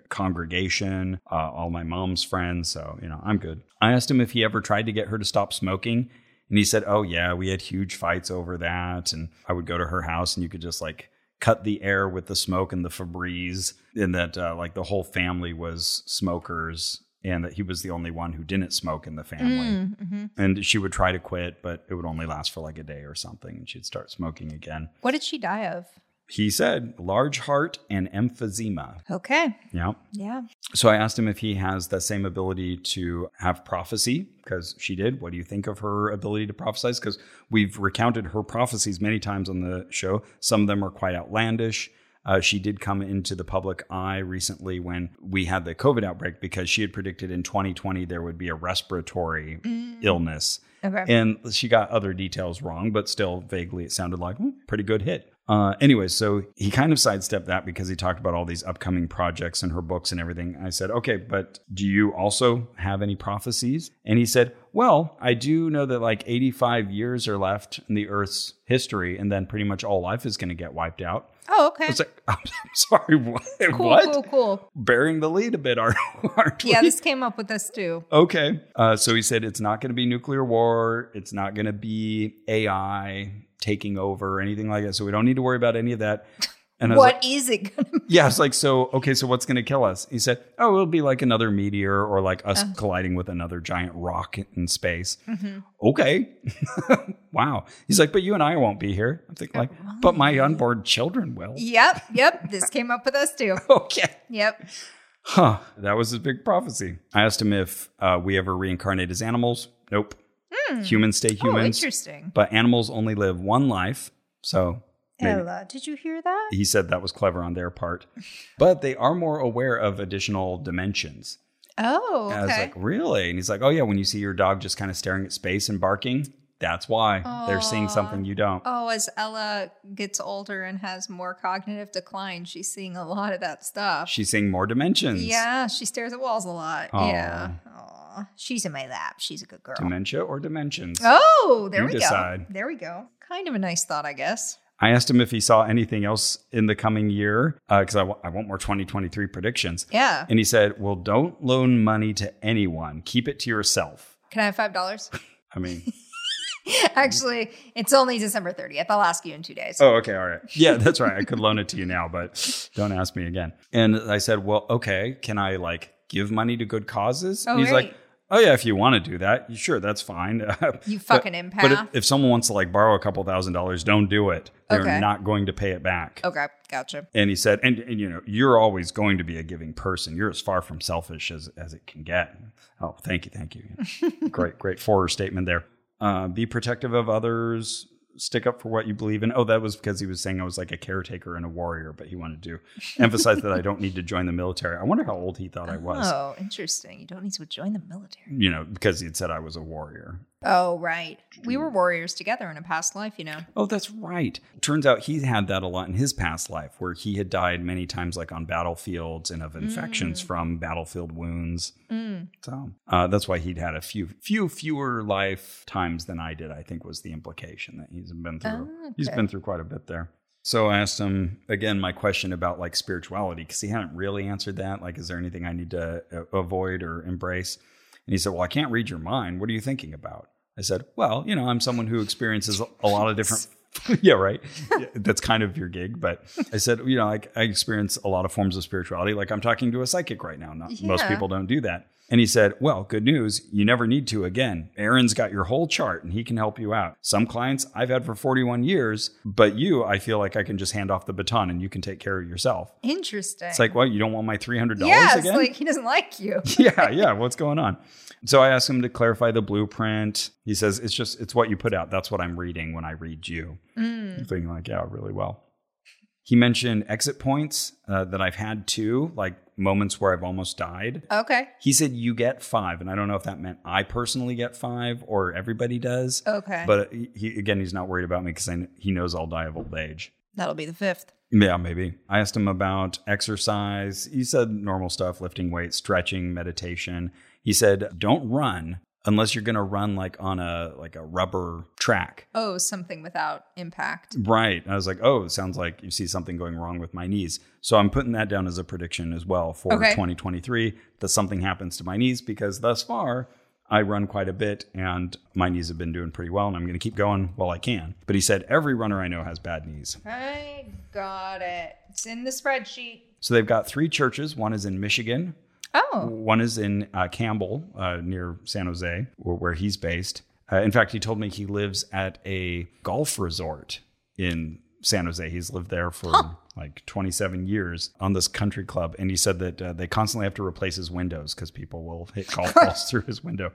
Speaker 2: congregation, uh, all my mom's friends. So, you know, I'm good. I asked him if he ever tried to get her to stop smoking. And he said, oh, yeah, we had huge fights over that. And I would go to her house and you could just like cut the air with the smoke and the Febreze, and that uh, like the whole family was smokers and that he was the only one who didn't smoke in the family
Speaker 1: Mm-hmm.
Speaker 2: and she would try to quit, but it would only last for like a day or something, and she'd start smoking again.
Speaker 1: What did she die of?
Speaker 2: He said large heart and emphysema.
Speaker 1: Okay.
Speaker 2: Yeah.
Speaker 1: Yeah.
Speaker 2: So I asked him if he has the same ability to have prophecy because she did. What do you think of her ability to prophesize? Because we've recounted her prophecies many times on the show. Some of them are quite outlandish. Uh, she did come into the public eye recently when we had the COVID outbreak because she had predicted in 2020 there would be a respiratory illness.
Speaker 1: Okay.
Speaker 2: And she got other details wrong, but still vaguely it sounded like "Hmm, pretty good hit. Uh, anyway, so he kind of sidestepped that because he talked about all these upcoming projects and her books and everything. I said, okay, but do you also have any prophecies? And he said, well, I do know that like 85 years are left in the Earth's history, and then pretty much all life is going to get wiped out.
Speaker 1: oh, okay.
Speaker 2: I was like, I'm sorry, what?
Speaker 1: cool,
Speaker 2: what?
Speaker 1: cool, cool.
Speaker 2: Burying the lead a bit, aren't aren't we?
Speaker 1: Yeah, this came up with us too.
Speaker 2: Okay. Uh, so he said it's not going to be nuclear war. It's not going to be AI taking over or anything like that. So we don't need to worry about any of that. And I was like,
Speaker 1: What is it going to be?
Speaker 2: yeah, I was like, so, okay, so what's going to kill us? He said, oh, it'll be like another meteor or like us colliding with another giant rock in space. Okay. wow. He's like, but you and I won't be here. I'm thinking, like, but my unborn children will.
Speaker 1: Yep, yep. This came up with us too.
Speaker 2: Okay.
Speaker 1: Yep.
Speaker 2: Huh. That was his big prophecy. I asked him if uh, we ever reincarnate as animals. Nope. Humans stay
Speaker 1: Oh,
Speaker 2: humans.
Speaker 1: interesting.
Speaker 2: but animals only live one life. So maybe.
Speaker 1: Ella, did you hear that?
Speaker 2: he said that was clever on their part. But they are more aware of additional dimensions.
Speaker 1: Oh,
Speaker 2: And I was
Speaker 1: okay.
Speaker 2: like, really? And he's like, oh, yeah, when you see your dog just kind of staring at space and barking, that's why they're seeing something you don't.
Speaker 1: Oh, as Ella gets older and has more cognitive decline, she's seeing a lot of that stuff.
Speaker 2: She's seeing more dimensions.
Speaker 1: yeah, she stares at walls a lot.
Speaker 2: Aw.
Speaker 1: Yeah. Aw. She's in my lap. She's a good girl.
Speaker 2: Dementia or dimensions?
Speaker 1: Oh, there
Speaker 2: You
Speaker 1: we
Speaker 2: decide.
Speaker 1: go. There we go. Kind of a nice thought, I guess.
Speaker 2: I asked him if he saw anything else in the coming year because I wa- I want more 2023 predictions.
Speaker 1: Yeah.
Speaker 2: And he said, Well, don't loan money to anyone, keep it to yourself.
Speaker 1: Can I have five dollars?
Speaker 2: I mean,
Speaker 1: Actually, it's only December 30th. I'll ask you in two days.
Speaker 2: oh, okay, all right. Yeah, that's right. I could loan it to you now, but don't ask me again. And I said, Well, okay, can I like give money to good causes?
Speaker 1: Oh,
Speaker 2: and he's like,
Speaker 1: right.
Speaker 2: Oh, yeah, if you want to do that, sure, that's fine.
Speaker 1: You
Speaker 2: But-
Speaker 1: fucking
Speaker 2: But if,
Speaker 1: empath.
Speaker 2: if someone wants to like borrow a couple thousand dollars, don't do it. They're
Speaker 1: Okay.
Speaker 2: not going to pay it back.
Speaker 1: Okay, gotcha.
Speaker 2: And he said, and, and you know, you're always going to be a giving person. You're as far from selfish as, as it can get. Oh, thank you. Thank you. great, great forward statement there. Uh, be protective of others. Stick up for what you believe in. Oh, that was because he was saying I was like a caretaker and a warrior, but he wanted to emphasize that I don't need to join the military. I wonder how old he thought I was,
Speaker 1: Oh, interesting. You don't need to join the military.
Speaker 2: you know, because he had said I was a warrior.
Speaker 1: Oh, right. We were warriors together in a past life, you know.
Speaker 2: Oh, that's right. Turns out he had that a lot in his past life, where he had died many times, like on battlefields and of infections from battlefield wounds.
Speaker 1: Mm.
Speaker 2: So uh, that's why he'd had a few, few fewer lifetimes than I did. I think was the implication that he's been through.
Speaker 1: Oh,
Speaker 2: He's
Speaker 1: okay.
Speaker 2: been through quite a bit there. So I asked him again my question about like spirituality because he hadn't really answered that. Like, is there anything I need to uh, avoid or embrace? And he said, Well, I can't read your mind. What are you thinking about? I said, Well, you know, I'm someone who experiences a lot of different. yeah, right. Yeah, That's kind of your gig. But I said, You know, I, I experience a lot of forms of spirituality. Like I'm talking to a psychic right now. Not, Most
Speaker 1: Yeah.
Speaker 2: people don't do that. And he said, Well, good news. You never need to again. Aaron's got your whole chart and he can help you out. Some clients I've had for 41 years, but you, I feel like I can just hand off the baton and you can take care of yourself.
Speaker 1: Interesting.
Speaker 2: It's like, Well, you don't want my $300
Speaker 1: yeah, it's
Speaker 2: again?
Speaker 1: like he doesn't like you.
Speaker 2: yeah, yeah. What's going on? So I asked him to clarify the blueprint. He says it's just it's what you put out. That's what I'm reading when I read you.
Speaker 1: Mm.
Speaker 2: I'm thinking like, yeah, really well. He mentioned exit points uh, that I've had too, like moments where I've almost died.
Speaker 1: Okay.
Speaker 2: He said you get five, and I don't know if that meant I personally get five or everybody does.
Speaker 1: Okay.
Speaker 2: But he, he- again, he's not worried about me because he knows I'll die of old age.
Speaker 1: That'll be the fifth.
Speaker 2: Yeah, maybe. I asked him about exercise. He said normal stuff, lifting weights, stretching, meditation. He said, "Don't run unless you're going to run like on a like a rubber track."
Speaker 1: Oh, something without impact.
Speaker 2: Right. And I was like, "Oh, it sounds like you see something going wrong with my knees." So I'm putting that down as a prediction as well for
Speaker 1: Okay.
Speaker 2: 2023 that something happens to my knees because thus far I run quite a bit and my knees have been doing pretty well and I'm going to keep going while I can. But he said every runner I know has bad knees.
Speaker 1: I got it. It's in the spreadsheet.
Speaker 2: So they've got three churches. One is in Michigan.
Speaker 1: Oh,
Speaker 2: One is in uh, Campbell uh, near San Jose, where, where he's based. Uh, in fact, he told me he lives at a golf resort in San Jose. He's lived there for like 27 years on this country club. And he said that uh, they constantly have to replace his windows because people will hit golf balls through his window.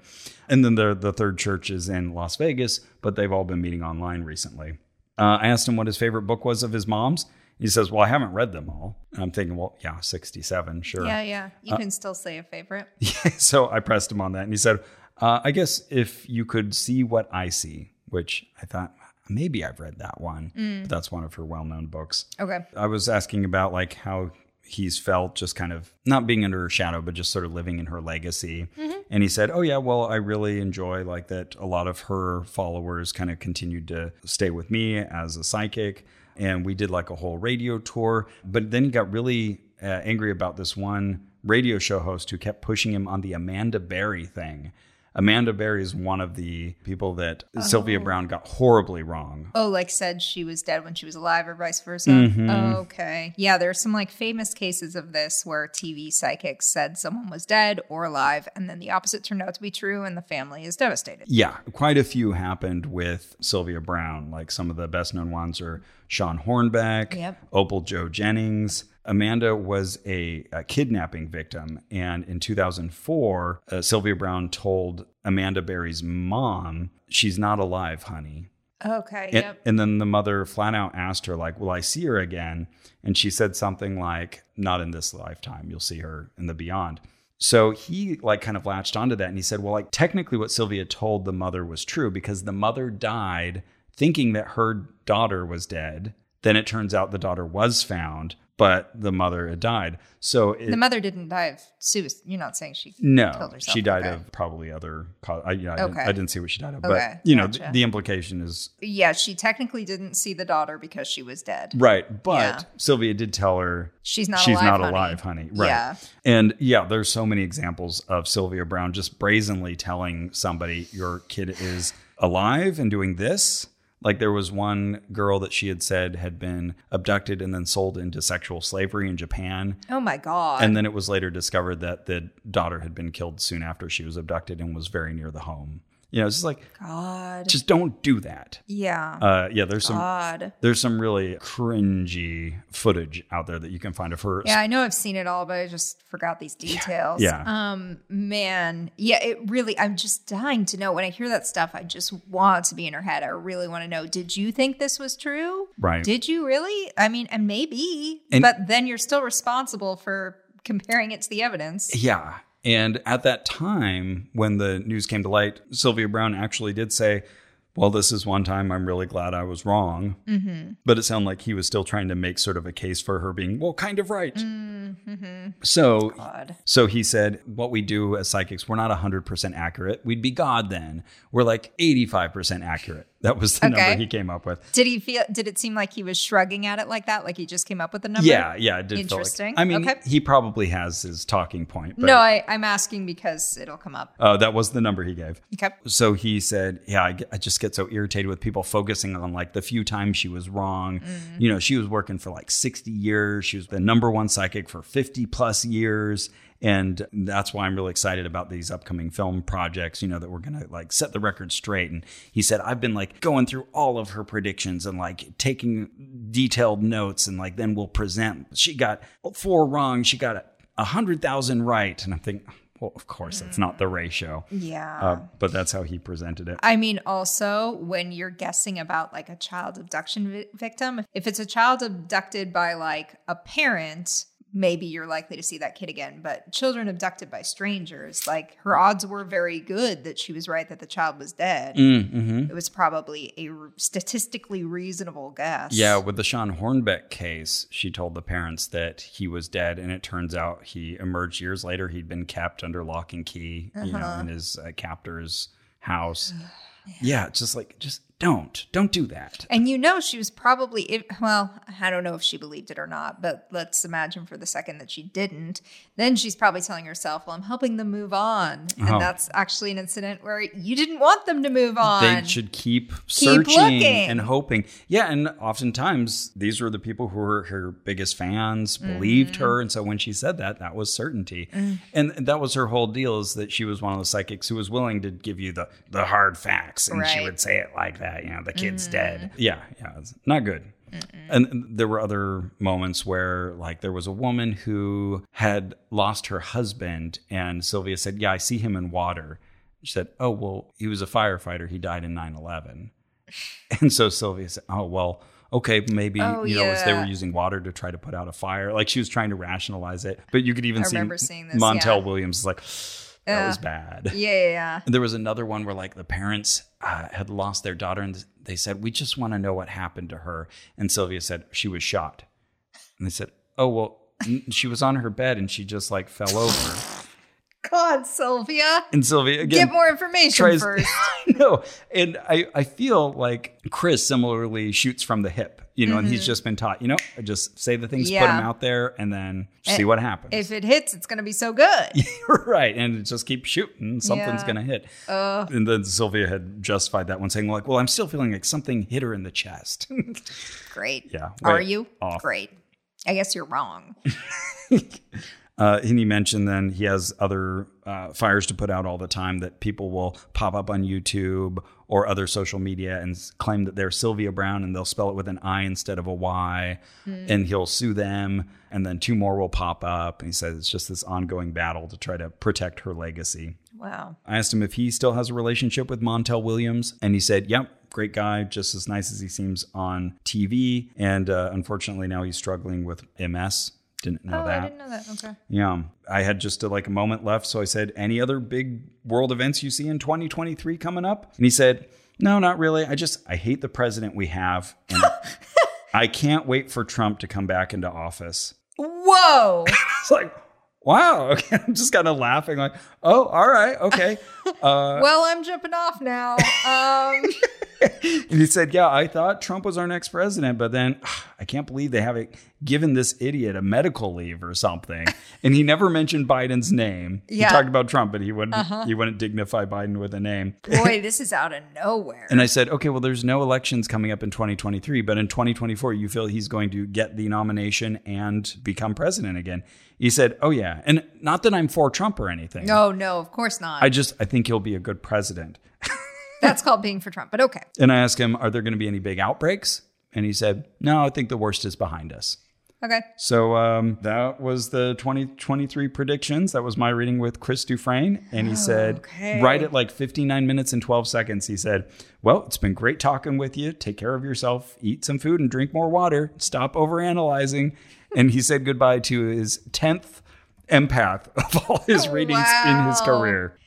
Speaker 2: And then the, the third church is in Las Vegas, but they've all been meeting online recently. Uh, I asked him what his favorite book was of his mom's. He says, Well, I haven't read them all. And I'm thinking, Well, yeah, 67, sure
Speaker 1: yeah, yeah.
Speaker 2: Uh,
Speaker 1: You can still say a favorite.
Speaker 2: so I pressed him on that, and he said, uh, "I guess if you could see what I see," which I thought maybe I've read that one. But that's one of her well-known books.
Speaker 1: Okay.
Speaker 2: I was asking about like how he's felt just kind of not being under her shadow but just sort of living in her legacy and he said oh yeah well i really enjoy like that a lot of her followers kind of continued to stay with me as a psychic and we did like a whole radio tour but then he got really uh, angry about this one radio show host who kept pushing him on the amanda berry thing amanda berry is one of the people that sylvia brown got horribly wrong
Speaker 1: Oh, like said she was dead when she was alive or vice versa.
Speaker 2: Mhm.
Speaker 1: Okay. Yeah, there's some like famous cases of this where TV psychics said someone was dead or alive and then the opposite turned out to be true and the family is devastated.
Speaker 2: Yeah, quite a few happened with Sylvia Brown. Like some of the best known ones are Sean Hornbeck,
Speaker 1: Yep.
Speaker 2: Opal Joe Jennings. Amanda was a, a kidnapping victim. And in 2004, uh, Sylvia Brown told Amanda Berry's mom, She's not alive, honey.
Speaker 1: Okay.
Speaker 2: And,
Speaker 1: yep.
Speaker 2: and then the mother flat out asked her, like, will I see her again? And she said something like, not in this lifetime. You'll see her in the beyond. So he like kind of latched onto that and he said, well, like technically what Sylvia told the mother was true because the mother died thinking that her daughter was dead. Then it turns out the daughter was found, but the mother had died. So it,
Speaker 1: the mother didn't die of suicide. You're not saying she
Speaker 2: no,
Speaker 1: killed herself.
Speaker 2: she died
Speaker 1: Okay.
Speaker 2: of probably other. cau- I, yeah, I, didn't,
Speaker 1: Okay.
Speaker 2: I didn't see what she died of,
Speaker 1: Okay,
Speaker 2: but you know,
Speaker 1: gotcha.
Speaker 2: the, the implication is
Speaker 1: Yeah, she technically didn't see the daughter because she was dead.
Speaker 2: right. But
Speaker 1: Yeah.
Speaker 2: Sylvia did tell her
Speaker 1: She's not
Speaker 2: she's
Speaker 1: alive.
Speaker 2: not
Speaker 1: honey.
Speaker 2: alive, honey. Right.
Speaker 1: Yeah.
Speaker 2: And yeah, there's so many examples of Sylvia Brown just brazenly telling somebody your kid is alive and doing this. Like there was one girl that she had said had been abducted and then sold into sexual slavery in Japan.
Speaker 1: Oh my god.
Speaker 2: And then it was later discovered that the daughter had been killed soon after she was abducted and was very near the home. You know, it's just like,
Speaker 1: god.
Speaker 2: just don't do that.
Speaker 1: yeah.
Speaker 2: Uh, yeah, there's some
Speaker 1: god.
Speaker 2: there's some really cringy footage out there that you can find of her,
Speaker 1: Yeah, I know I've seen it all, but I just forgot these details.
Speaker 2: Yeah.
Speaker 1: Um, man. Yeah, it really I'm just dying to know. When I hear that stuff, I just want to be in her head. I really want to know, did you think this was true?
Speaker 2: right?
Speaker 1: Did you really? I mean, and maybe,
Speaker 2: And-
Speaker 1: but then you're still responsible for comparing it to the evidence.
Speaker 2: Yeah. And at that time, when the news came to light, Sylvia Brown actually did say, Well, this is one time I'm really glad I was wrong.
Speaker 1: Mm-hmm.
Speaker 2: But it sounded like he was still trying to make sort of a case for her being, well, kind of right.
Speaker 1: Mm-hmm.
Speaker 2: So
Speaker 1: God.
Speaker 2: so he said, What we do as psychics, we're not 100% accurate. We'd be God then. We're like 85% accurate. That was the
Speaker 1: Okay.
Speaker 2: number he came up with.
Speaker 1: Did he feel? Did it seem like he was shrugging at it like that? Like he just came up with the number?
Speaker 2: Yeah, yeah, it did feel like-
Speaker 1: Interesting.
Speaker 2: I mean,
Speaker 1: Okay.
Speaker 2: he probably has his talking point, but
Speaker 1: no, I, I'm asking because it'll come up.
Speaker 2: uh, that was the number he gave.
Speaker 1: Okay.
Speaker 2: So he said, Yeah, I, get- I just get so irritated with people focusing on like the few times she was wrong. You know, she was working for like 60 years. She was the number one psychic for 50 plus years. And that's why I'm really excited about these upcoming film projects, you know, that we're going to like set the record straight. And he said, I've been like going through all of her predictions and like taking detailed notes and like then we'll present. She got four wrong. She got a 100,000 right. And I'm thinking, well, of course, that's not the ratio.
Speaker 1: Yeah.
Speaker 2: Uh, but that's how he presented it.
Speaker 1: I mean, also when you're guessing about like a child abduction vi- victim, if it's a child abducted by like a parent, maybe you're likely to see that kid again. But children abducted by strangers, like her odds were very good that she was right that the child was dead.
Speaker 2: Mm-hmm.
Speaker 1: It was probably a r- statistically reasonable guess.
Speaker 2: Yeah, with the Sean Hornbeck case, she told the parents that he was dead, and it turns out he emerged years later. He'd been kept under lock and key, you know,
Speaker 1: Uh-huh.
Speaker 2: in his uh, captor's house. yeah, it's just like, just don't, don't do that.
Speaker 1: And you know, she was probably, if, well, I don't know if she believed it or not, but let's imagine for the second that she didn't. Then she's probably telling herself, well, I'm helping them move on. And
Speaker 2: Oh.
Speaker 1: that's actually an incident where you didn't want them to move on.
Speaker 2: They should keep, searching
Speaker 1: looking.
Speaker 2: and hoping. Yeah, and oftentimes these were the people who were her biggest fans, believed her, and so when she said that, that was certainty. And that was her whole deal is that she was one of the psychics who was willing to give you the the hard facts, and she
Speaker 1: Right.
Speaker 2: would say it like that. You know, the kid's dead. Yeah, yeah, it's not good. And and there were other moments where, like, there was a woman who had lost her husband, and Sylvia said, Yeah, I see him in water. She said, Oh, well, he was a firefighter. He died in 9 11. And so Sylvia said, Oh, well, okay, maybe,
Speaker 1: Oh,
Speaker 2: you know, as they were
Speaker 1: yeah.
Speaker 2: using water to try to put out a fire. Like, she was trying to rationalize it. But you could even
Speaker 1: I
Speaker 2: see
Speaker 1: remember seeing this,
Speaker 2: Montel
Speaker 1: yeah.
Speaker 2: Williams is like, That
Speaker 1: Yeah.
Speaker 2: was bad.
Speaker 1: yeah, yeah, yeah.
Speaker 2: And there was another one where like the parents uh, had lost their daughter and they said, "We just want to know what happened to her." And Sylvia said she was shot. And they said, "Oh well, n- she was on her bed and she just like fell over."
Speaker 1: God, Sylvia,
Speaker 2: And Sylvia again
Speaker 1: get more information
Speaker 2: tries-
Speaker 1: first.
Speaker 2: no, and I I feel like Chris similarly shoots from the hip, you know, and he's just been taught, you know, just say the things, put 'em put
Speaker 1: Mm-hmm. Yeah.
Speaker 2: them out there, and then
Speaker 1: Eh,
Speaker 2: see what happens.
Speaker 1: if it hits, it's going to be so good.
Speaker 2: right, and just keep shooting, something's
Speaker 1: Yeah.
Speaker 2: gonna hit.
Speaker 1: Ugh.
Speaker 2: And then Sylvia had justified that one, saying like, "Well, I'm still feeling like something hit her in the chest."
Speaker 1: great.
Speaker 2: Yeah,
Speaker 1: Are
Speaker 2: way
Speaker 1: you?
Speaker 2: off.
Speaker 1: Great. I guess you're wrong.
Speaker 2: uh, and he mentioned then he has other uh, fires to put out all the time that people will pop up on YouTube or other social media and s- claim that they're Sylvia Brown and they'll spell it with an I instead of a Y,
Speaker 1: Hmm.
Speaker 2: and he'll sue them. And then two more will pop up. And he says it's just this ongoing battle to try to protect her legacy.
Speaker 1: Wow.
Speaker 2: I asked him if he still has a relationship with Montel Williams, and he said, "Yep, great guy, just as nice as he seems on TV." And uh, unfortunately, now he's struggling with MS. Didn't know
Speaker 1: oh,
Speaker 2: that.
Speaker 1: I didn't know that. Okay.
Speaker 2: Yeah, I had just uh like a moment left, so I said, "Any other big world events you see in 2023 coming up?" And he said, "No, not really. I just I hate the president we have, and I can't wait for Trump to come back into office."
Speaker 1: Whoa.
Speaker 2: It's like, wow. Okay, I'm just kind of laughing, like, "Oh, all right, okay." Uh,
Speaker 1: well, I'm jumping off now. Um,
Speaker 2: And he said, Yeah, I thought Trump was our next president, but then I can't believe they haven't given this idiot a medical leave or something. And he never mentioned Biden's name.
Speaker 1: Yeah. Uh-huh.
Speaker 2: He talked about Trump, but he wouldn't he wouldn't dignify Biden with a name.
Speaker 1: boy, this is out of nowhere.
Speaker 2: And I said, Okay, well, there's no elections coming up in 2023, but in 2024, you feel he's going to get the nomination and become president again. He said, Oh yeah. And not that I'm for Trump or anything.
Speaker 1: no, Oh, no, of course not.
Speaker 2: I just I think he'll be a good president.
Speaker 1: That's called being for Trump, but okay.
Speaker 2: And I asked him, Are there going to be any big outbreaks? And he said, No, I think the worst is behind us.
Speaker 1: Okay.
Speaker 2: So um, that was the 2023 predictions. That was my reading with Chris Dufresne. And he said,
Speaker 1: Okay.
Speaker 2: right at like 59 minutes and 12 seconds, he said, Well, it's been great talking with you. Take care of yourself. Eat some food and drink more water. Stop overanalyzing. and he said goodbye to his 10th empath of all his readings in his
Speaker 1: Oh, Wow.
Speaker 2: career.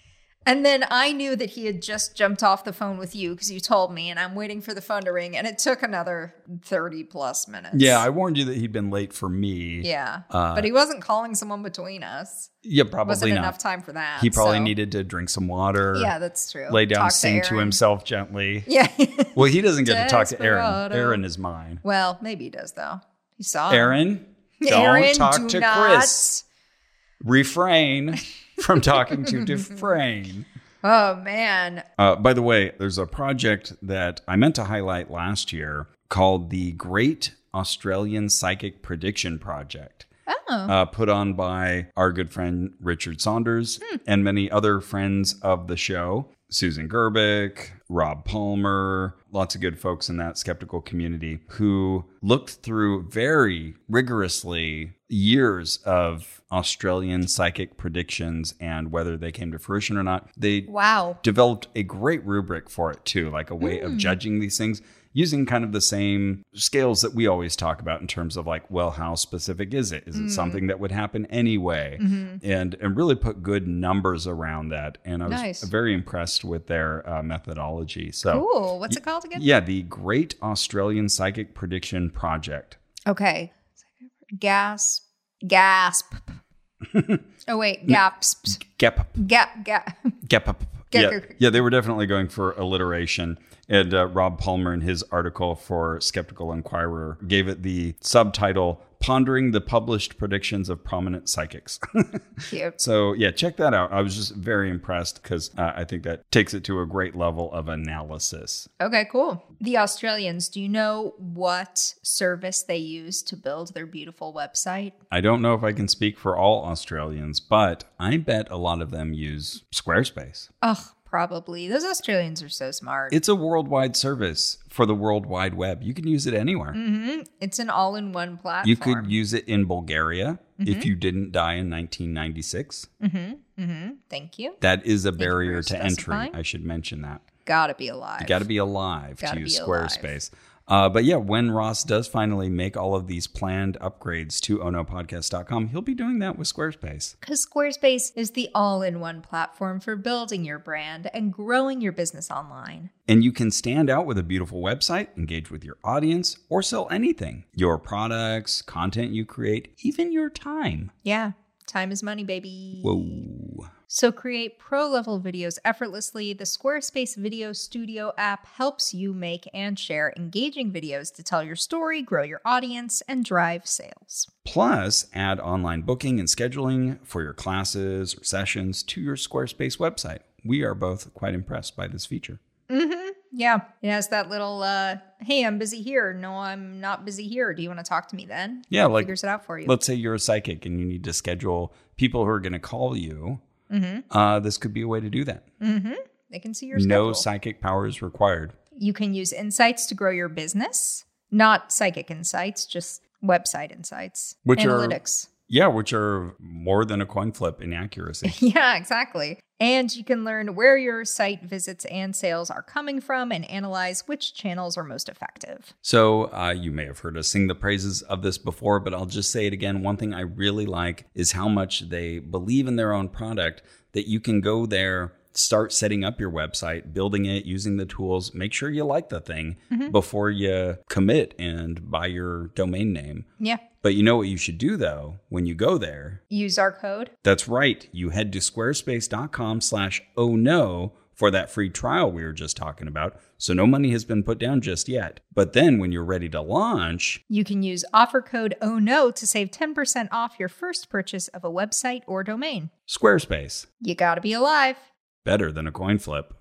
Speaker 1: And then I knew that he had just jumped off the phone with you because you told me, and I'm waiting for the phone to ring, and it took another 30 plus minutes.
Speaker 2: Yeah, I warned you that he'd been late for me.
Speaker 1: yeah.
Speaker 2: Uh,
Speaker 1: but he wasn't calling someone between us.
Speaker 2: Yeah, probably
Speaker 1: wasn't
Speaker 2: not.
Speaker 1: enough time for that.
Speaker 2: He probably
Speaker 1: so-
Speaker 2: needed to drink some water,
Speaker 1: Yeah, that's true.
Speaker 2: lay down,
Speaker 1: Talk
Speaker 2: sing to
Speaker 1: Aaron.
Speaker 2: himself gently.
Speaker 1: Yeah.
Speaker 2: Well, he doesn't get to talk to Aaron.
Speaker 1: Desperado.
Speaker 2: Aaron is mine.
Speaker 1: well, maybe he does, though. He saw him.
Speaker 2: Aaron, don't
Speaker 1: Aaron,
Speaker 2: talk
Speaker 1: do
Speaker 2: to
Speaker 1: not.
Speaker 2: Chris. Refrain from talking to Dufresne.
Speaker 1: Oh, man.
Speaker 2: Uh, by the way, there's a project that I meant to highlight last year called the Great Australian Psychic Prediction Project.
Speaker 1: Oh.
Speaker 2: uh, put on by our good friend Richard Saunders and many other friends of the show. Susan Gerbic, Rob Palmer, lots of good folks in that skeptical community who looked through very rigorously years of Australian psychic predictions and whether they came to fruition or not. They
Speaker 1: Wow.
Speaker 2: developed a great rubric for it too, like a way
Speaker 1: Hmm.
Speaker 2: of judging these things using kind of the same scales that we always talk about in terms of like, well, how specific is it? Is
Speaker 1: Hmm.
Speaker 2: it something that would happen anyway?
Speaker 1: Mm-hmm.
Speaker 2: And and really put good numbers around that. And I was
Speaker 1: Nice.
Speaker 2: very impressed with their uh, methodology. So.
Speaker 1: Cool. What's it called again?
Speaker 2: Yeah, the Great Australian Psychic Prediction Project.
Speaker 1: Okay. Gasp. Gasp. oh, wait. Gasp.
Speaker 2: Gep,
Speaker 1: Gap. Gap.
Speaker 2: Gep up.
Speaker 1: Gep-
Speaker 2: Yeah, yeah, they were definitely going for alliteration. And uh, Rob Palmer, in his article for Skeptical Inquirer, gave it the subtitle Pondering the Published Predictions of Prominent Psychics.
Speaker 1: Cute.
Speaker 2: so, yeah, check that out. I was just very impressed because uh, I think that takes it to a great level of analysis.
Speaker 1: Okay, cool. The Australians, do you know what service they use to build their beautiful website?
Speaker 2: I don't know if I can speak for all Australians, but I bet a lot of them use Squarespace.
Speaker 1: Ugh, probably. Those Australians are so smart.
Speaker 2: It's a worldwide service for the World Wide Web. You can use it anywhere.
Speaker 1: hmm It's an all in one platform.
Speaker 2: You could use it in Bulgaria if you didn't die in 1996.
Speaker 1: Mm-hmm, mm-hmm. Thank you.
Speaker 2: That is a
Speaker 1: you for
Speaker 2: barrier to entry.
Speaker 1: specifying.
Speaker 2: I should mention that.
Speaker 1: Gotta be alive.
Speaker 2: You got to be alive
Speaker 1: Gotta
Speaker 2: to use
Speaker 1: be alive.
Speaker 2: Squarespace. Uh, but yeah, when Ross does finally make all of these planned upgrades to onopodcast.com, he'll be doing that with Squarespace.
Speaker 1: Because Squarespace is the all in one platform for building your brand and growing your business online.
Speaker 2: And you can stand out with a beautiful website, engage with your audience, or sell anything your products, content you create, even your time.
Speaker 1: Yeah, time is money, baby.
Speaker 2: Whoa.
Speaker 1: So create pro level videos effortlessly. The Squarespace Video Studio app helps you make and share engaging videos to tell your story, grow your audience, and drive sales.
Speaker 2: Plus, add online booking and scheduling for your classes or sessions to your Squarespace website. We are both quite impressed by this feature.
Speaker 1: Mm-hmm. Yeah. It has that little uh, hey, I'm busy here. No, I'm not busy here. Do you want to talk to me then?
Speaker 2: Yeah, like
Speaker 1: Figures it out for you.
Speaker 2: let's say you're a psychic and you need to schedule people who are going to call you.
Speaker 1: Mhm.
Speaker 2: Uh, this could be a way to do that.
Speaker 1: Mm-hmm. They can see your
Speaker 2: No
Speaker 1: schedule.
Speaker 2: psychic power is required.
Speaker 1: You can use insights to grow your business, not psychic insights, just website insights,
Speaker 2: Which are-
Speaker 1: analytics.
Speaker 2: Yeah, which are more than a coin flip in accuracy.
Speaker 1: Yeah, exactly. And you can learn where your site visits and sales are coming from and analyze which channels are most effective.
Speaker 2: So, uh, you may have heard us sing the praises of this before, but I'll just say it again. One thing I really like is how much they believe in their own product that you can go there, start setting up your website, building it, using the tools, make sure you like the thing before you commit and buy your domain name.
Speaker 1: Yeah.
Speaker 2: But you know what you should do though when you go there?
Speaker 1: Use our code.
Speaker 2: That's right. You head to squarespace.com slash oh no for that free trial we were just talking about. So no money has been put down just yet. But then when you're ready to launch,
Speaker 1: You can use offer code oh no to save 10% off your first purchase of a website or domain.
Speaker 2: Squarespace,
Speaker 1: You gotta be alive.
Speaker 2: better than a coin flip.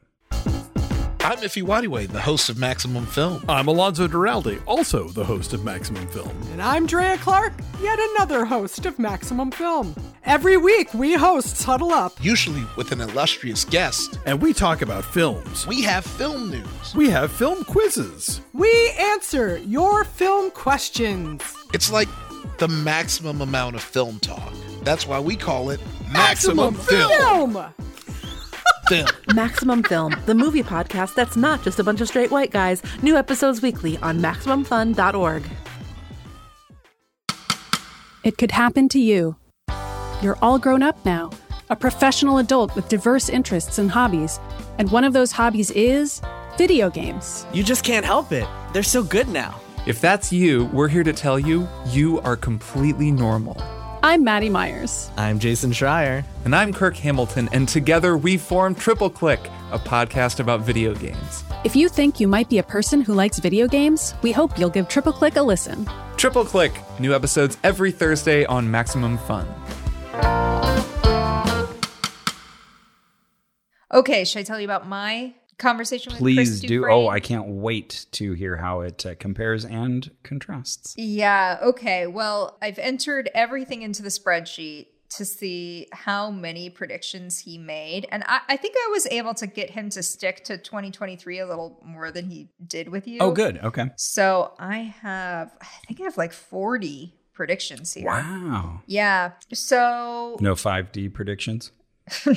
Speaker 5: I'm Iffy Wadiway, the host of Maximum Film.
Speaker 6: I'm Alonzo Duraldi, also the host of Maximum Film.
Speaker 7: And I'm Drea Clark, yet another host of Maximum Film. Every week, we hosts huddle up.
Speaker 5: Usually with an illustrious guest,
Speaker 6: And we talk about films.
Speaker 5: we have film news.
Speaker 6: We have film quizzes.
Speaker 7: We answer your film questions.
Speaker 5: It's like the maximum amount of film talk. That's why we call it
Speaker 6: Maximum Film.
Speaker 7: Film!
Speaker 5: Film.
Speaker 8: Maximum Film, the movie podcast that's not just a bunch of straight white guys. New episodes weekly on MaximumFun.org.
Speaker 9: It could happen to you. You're all grown up now, a professional adult with diverse interests and hobbies. And one of those hobbies is video games.
Speaker 10: You just can't help it. They're so good now.
Speaker 11: If that's you, we're here to tell you you are completely normal.
Speaker 9: I'm Maddie Myers.
Speaker 10: I'm Jason Schreier.
Speaker 11: And I'm Kirk Hamilton, and together we form Triple Click, a podcast about video games.
Speaker 9: If you think you might be a person who likes video games, we hope you'll give Triple Click a listen.
Speaker 11: Triple Click, new episodes every Thursday on Maximum Fun.
Speaker 1: Okay, should I tell you about my conversation with
Speaker 2: Please
Speaker 1: Chris
Speaker 2: do.
Speaker 1: Dufresne?
Speaker 2: Oh, I can't wait to hear how it uh, compares and contrasts.
Speaker 1: Yeah, okay. Well, I've entered everything into the spreadsheet to see how many predictions he made. And I, I think I was able to get him to stick to 2023 a little more than he did with you.
Speaker 2: Oh, good. Okay.
Speaker 1: So I have, I think I have like 40 predictions here.
Speaker 2: Wow.
Speaker 1: Yeah. So
Speaker 2: No 5D predictions.
Speaker 1: no.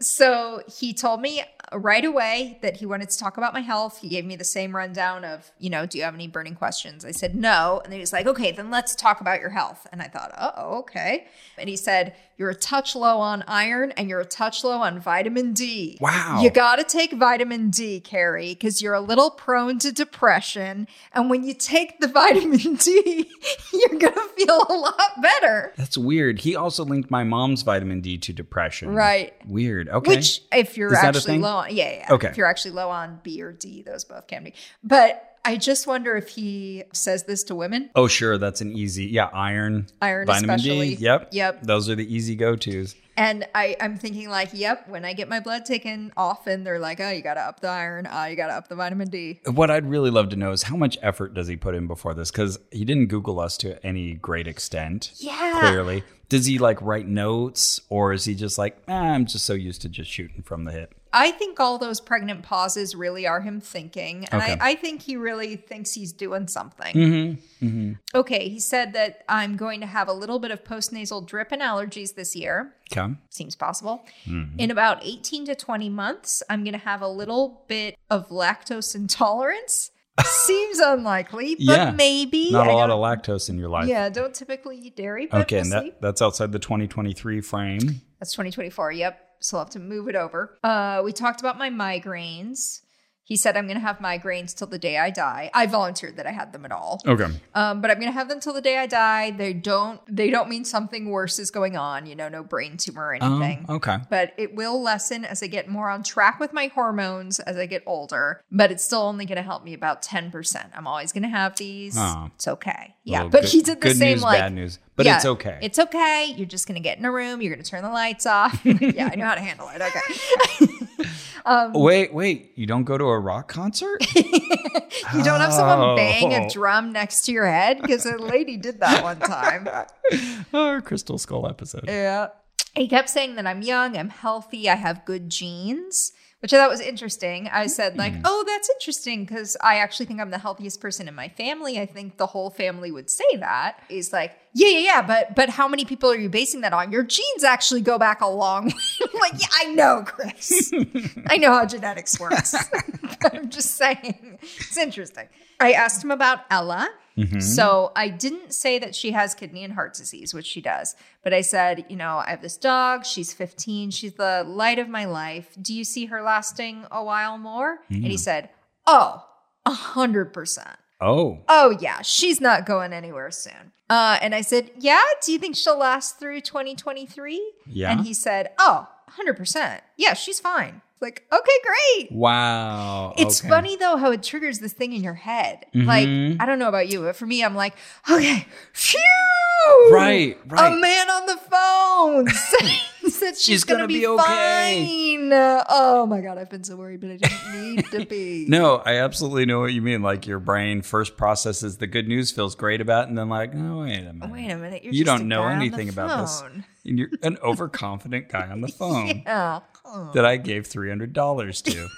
Speaker 1: So he told me right away that he wanted to talk about my health. He gave me the same rundown of, you know, do you have any burning questions? I said no. And then he was like, okay, then let's talk about your health. And I thought, oh, okay. And he said, you're a touch low on iron and you're a touch low on vitamin D.
Speaker 2: Wow.
Speaker 1: You got to take vitamin D, Carrie, because you're a little prone to depression. And when you take the vitamin D, you're going to feel a lot better.
Speaker 2: That's weird. He also linked my mom's vitamin D to depression.
Speaker 1: Right.
Speaker 2: Weird. Okay.
Speaker 1: Which, if you're
Speaker 2: Is that a
Speaker 1: actually
Speaker 2: thing?
Speaker 1: low on, yeah, yeah.
Speaker 2: Okay.
Speaker 1: If you're actually low on B or D, those both can be. But I just wonder if he says this to women,
Speaker 2: Oh, sure. That's an easy. Yeah, iron,
Speaker 1: iron
Speaker 2: vitamin
Speaker 1: especially.
Speaker 2: D. Yep.
Speaker 1: Yep.
Speaker 2: Those are the easy go tos.
Speaker 1: And I, I'm thinking, like, yep, when I get my blood taken, often they're like, oh, you got to up the iron. Oh, you got to up the vitamin D.
Speaker 2: What I'd really love to know is how much effort does he put in before this? Because he didn't Google us to any great extent.
Speaker 1: Yeah.
Speaker 2: Clearly. Does he like write notes or is he just like, "Ah, I'm just so used to just shooting from the hip?
Speaker 1: I think all those pregnant pauses really are him thinking. And
Speaker 2: Okay.
Speaker 1: I, I think he really thinks he's doing something.
Speaker 2: Mm-hmm. Mm-hmm.
Speaker 1: Okay. He said that I'm going to have a little bit of postnasal drip and allergies this year.
Speaker 2: Okay.
Speaker 1: seems possible.
Speaker 2: Mm-hmm.
Speaker 1: In about 18 to 20 months, I'm going to have a little bit of lactose intolerance. seems unlikely, but
Speaker 2: Yeah.
Speaker 1: maybe.
Speaker 2: Not
Speaker 1: I
Speaker 2: a lot of
Speaker 1: don't-
Speaker 2: lactose in your life.
Speaker 1: Yeah, don't typically eat dairy, but
Speaker 2: Okay, and
Speaker 1: we'll see.
Speaker 2: that, that's outside the 2023 frame.
Speaker 1: That's 2024. Yep. So I'll have to move it over. Uh, we talked about my migraines. He said, I'm going to have migraines till the day I die. I volunteered that I had them at all.
Speaker 2: Okay.
Speaker 1: Um, but I'm gonna have them till the day I die. They don't. They don't mean something worse is going on. You know, no brain tumor or
Speaker 2: Um,
Speaker 1: anything.
Speaker 2: okay.
Speaker 1: But it will lessen as I get more on track with my hormones as I get older. But it's still only gonna help me about ten percent. I'm always gonna have these.
Speaker 2: Oh.
Speaker 1: It's okay. Yeah.
Speaker 2: Well,
Speaker 1: but
Speaker 2: good-
Speaker 1: he did the
Speaker 2: good
Speaker 1: same
Speaker 2: news,
Speaker 1: like
Speaker 2: bad news. But
Speaker 1: yeah,
Speaker 2: it's okay.
Speaker 1: It's okay. You're just gonna get in a room. You're gonna turn the lights off. yeah, I know how to handle it. Okay. um,
Speaker 2: Wait, wait. You don't go to a rock concert?
Speaker 1: you don't have someone bang
Speaker 2: Oh.
Speaker 1: a drum next to your head because a lady did that one time.
Speaker 2: oh, Crystal Skull episode.
Speaker 1: Yeah. He kept saying that I'm young, I'm healthy, I have good genes, which I thought was interesting. I said, like, oh, that's interesting because I actually think I'm the healthiest person in my family. I think the whole family would say that. He's like, yeah, yeah, yeah, but but how many people are you basing that on? Your genes actually go back a long way. I'm like, yeah, I know, Chris. I know how genetics works. I'm just saying, it's interesting. I asked him about Ella. So I didn't say that she has kidney and heart disease, which she does, but I said, you know, I have this dog. She's 15. She's the light of my life. Do you see her lasting a while more? And he said, oh, a 100%.
Speaker 2: Oh,
Speaker 1: Oh, yeah, she's not going anywhere soon. Uh, and I said, yeah, do you think she'll last through 2023?
Speaker 2: Yeah.
Speaker 1: And he said, oh, 100%. Yeah, she's fine. Like, okay, great.
Speaker 2: wow.
Speaker 1: It's
Speaker 2: Okay. Mm-hmm.
Speaker 1: funny though how it triggers this thing in your head. Like I don't know about you, but for me, I'm like, okay, phew,
Speaker 2: Right, right.
Speaker 1: A man on the phone said- said she's,
Speaker 2: She's
Speaker 1: gonna,
Speaker 2: gonna
Speaker 1: be,
Speaker 2: be okay.
Speaker 1: fine. Oh my god, I've been so worried, but I didn't need to be.
Speaker 2: No, I absolutely know what you mean. Like your brain first processes the good news feels great about, and then like, oh wait a minute,
Speaker 1: Wait a minute, you're
Speaker 2: you
Speaker 1: just
Speaker 2: don't
Speaker 1: a
Speaker 2: know
Speaker 1: guy on the
Speaker 2: anything about this.
Speaker 1: phone.
Speaker 2: And you're an overconfident guy on the phone
Speaker 1: Yeah.
Speaker 2: that I gave three hundred dollars to.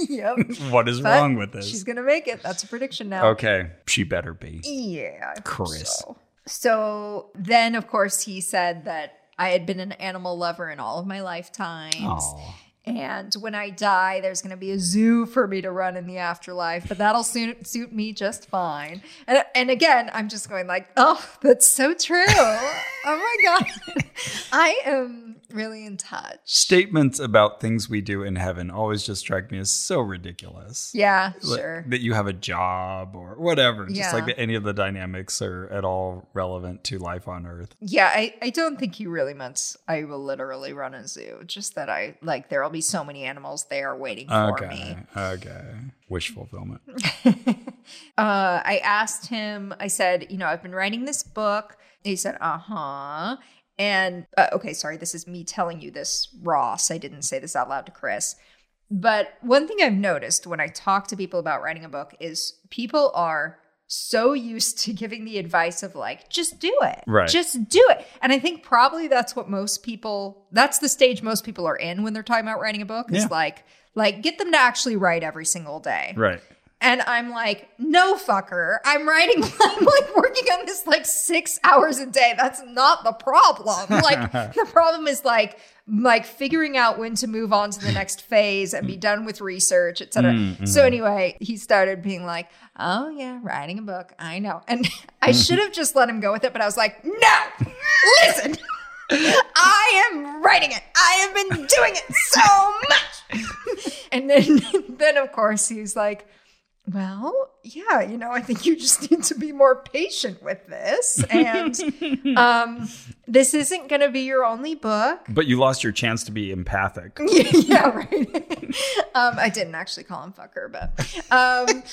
Speaker 1: Yep.
Speaker 2: what is
Speaker 1: But
Speaker 2: wrong with this?
Speaker 1: She's gonna make it. That's a prediction now.
Speaker 2: okay, she better be.
Speaker 1: Yeah. I hope
Speaker 2: Chris.
Speaker 1: So. So then, of course, he said that I had been an animal lover in all of my lifetimes.
Speaker 2: Aw.
Speaker 1: And when I die, there's going to be a zoo for me to run in the afterlife, but that'll suit, suit me just fine. And, and again, I'm just going like, oh, that's so true. Oh my God. I am really in touch.
Speaker 2: Statements about things we do in heaven always just strike me as so ridiculous.
Speaker 1: Yeah,
Speaker 2: Like,
Speaker 1: sure.
Speaker 2: That you have a job or whatever.
Speaker 1: Yeah.
Speaker 2: Just like that any of the dynamics are at all relevant to life on earth.
Speaker 1: Yeah, I, I don't think he really meant I will literally run a zoo. Just that I, like, there will be so many animals there waiting for me.
Speaker 2: Okay. Okay. Wish fulfillment.
Speaker 1: Uh, I asked him, I said, you know, I've been writing this book. He said, uh huh. And uh, okay, sorry, this is me telling you this, Ross. I didn't say this out loud to Chris. But one thing I've noticed when I talk to people about writing a book is people are so used to giving the advice of like, just do it.
Speaker 12: Right.
Speaker 1: Just do it. And I think probably that's what most people, that's the stage most people are in when they're talking about writing a book is
Speaker 12: Yeah.
Speaker 1: like, like get them to actually write every single day.
Speaker 2: Right.
Speaker 1: And I'm like, no fucker. I'm writing, I'm like working on this like six hours a day. That's not the problem. Like the problem is like, like figuring out when to move on to the next phase and be done with research, et cetera.
Speaker 12: Mm,
Speaker 1: So
Speaker 12: mhm.
Speaker 1: anyway, he started being like, oh yeah, writing a book. I know. And I
Speaker 12: Mm.
Speaker 1: should have just let him go with it, but I was like, no, listen, I am writing it. I have been doing it so much. and then, then of course he's like, well, yeah, you know, I think you just need to be more patient with this. And um, this isn't going to be your only book.
Speaker 2: But you lost your chance to be empathic.
Speaker 1: yeah, right. um, I didn't actually call him fucker, but um,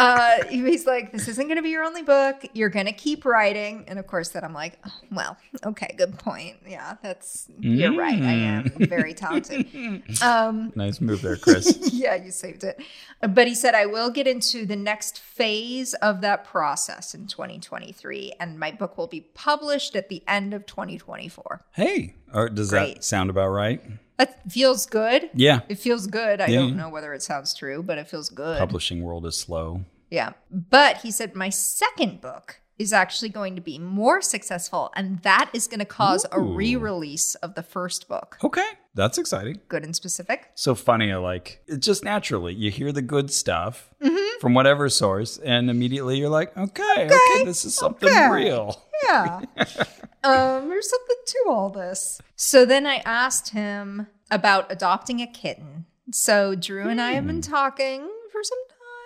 Speaker 1: uh, he's like, "This isn't going to be your only book. You're going to keep writing." And of course, that I'm like, oh, "Well, okay, good point. Yeah, that's you're right. I am
Speaker 2: Mm.
Speaker 1: very talented." Um,
Speaker 2: Nice move there, Chris.
Speaker 1: yeah, you saved it. But he said, I will get into the next phase of that process in 2023, and my book will be published at the end of 2024.
Speaker 2: hey, or does that sound about right?
Speaker 1: That feels good.
Speaker 2: Yeah.
Speaker 1: It feels good. I
Speaker 2: Yeah.
Speaker 1: don't know whether it sounds true, but it feels good.
Speaker 2: Publishing world is slow.
Speaker 1: Yeah. But he said, my second book is actually going to be more successful, and that is going to cause a
Speaker 2: Ooh.
Speaker 1: re release of the first book.
Speaker 2: Okay. That's exciting.
Speaker 1: Good and specific.
Speaker 2: So funny, I like it just naturally. You hear the good stuff
Speaker 1: Mhm.
Speaker 2: from whatever source, and immediately you're like, okay, okay, this is something
Speaker 1: okay.
Speaker 2: real.
Speaker 1: Yeah. um, there's something to all this. So then I asked him about adopting a kitten. So Drew and I have been talking for some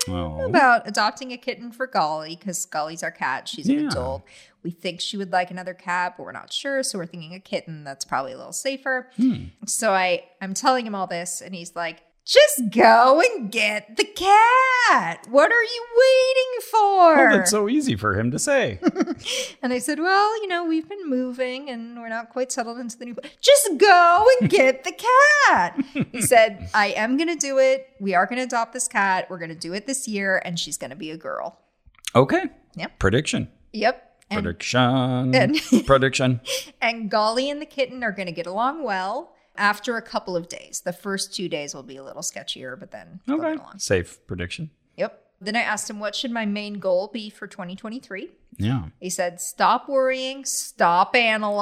Speaker 2: Hmm. Oh.
Speaker 1: about adopting a kitten for Golly because Golly's our cat. She's an
Speaker 12: Yeah.
Speaker 1: adult. We think she would like another cat, but we're not sure. So we're thinking a kitten. That's probably a little safer.
Speaker 12: Hmm.
Speaker 1: So I, I'm telling him all this, and he's like, just go and get the cat. What are you waiting
Speaker 2: Oh,
Speaker 1: for?
Speaker 2: that's so easy for him to say.
Speaker 1: and I said, well, you know, we've been moving and we're not quite settled into the new place. Just go and get the cat. He said, I am going to do it. We are going to adopt this cat. We're going to do it this year, and she's going to be a girl.
Speaker 2: Okay.
Speaker 1: Yep.
Speaker 2: Prediction.
Speaker 1: Yep. And
Speaker 2: Prediction.
Speaker 1: and-
Speaker 2: Prediction.
Speaker 1: and Golly and the kitten are going to get along well after a couple of days. The first two days will be a little sketchier, but then they'll get along.
Speaker 2: Safe prediction.
Speaker 1: Yep. Then I asked him, what should my main goal be for 2023?
Speaker 2: Yeah.
Speaker 1: He said, stop worrying, stop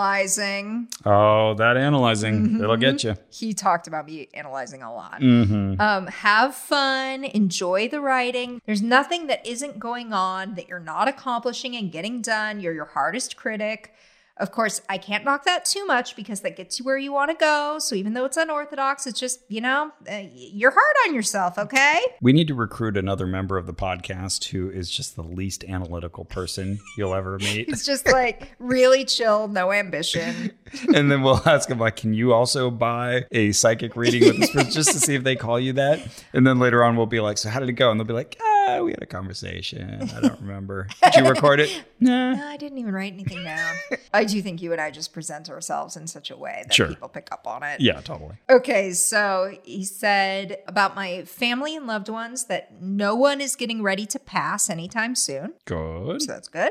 Speaker 1: analyzing.
Speaker 2: Oh, that analyzing.
Speaker 1: Mm-hmm,
Speaker 2: It'll get you.
Speaker 1: He talked about me analyzing a lot.
Speaker 2: Mhm.
Speaker 1: Um, have fun, enjoy the writing. There's nothing that isn't going on that you're not accomplishing and getting done. You're your hardest critic. Of course, I can't knock that too much because that gets you where you want to go. So even though it's unorthodox, it's just, you know, uh, y- you're hard on yourself, okay?
Speaker 2: We need to recruit another member of the podcast who is just the least analytical person you'll ever meet.
Speaker 1: It's just like really chill, no ambition.
Speaker 2: and then we'll ask them like, "Can you also buy a psychic reading with this person just to see if they call you that?" And then later on, we'll be like, "So how did it go?" And they'll be like, "Ah, we had a conversation. I don't remember. Did you record it?" No,
Speaker 1: I didn't even write anything down. I do think you and I just present ourselves in such a way that
Speaker 2: Sure.
Speaker 1: people pick up on it.
Speaker 2: Yeah, totally.
Speaker 1: Okay, so he said about my family and loved ones that no one is getting ready to pass anytime soon.
Speaker 2: Good.
Speaker 1: So that's good.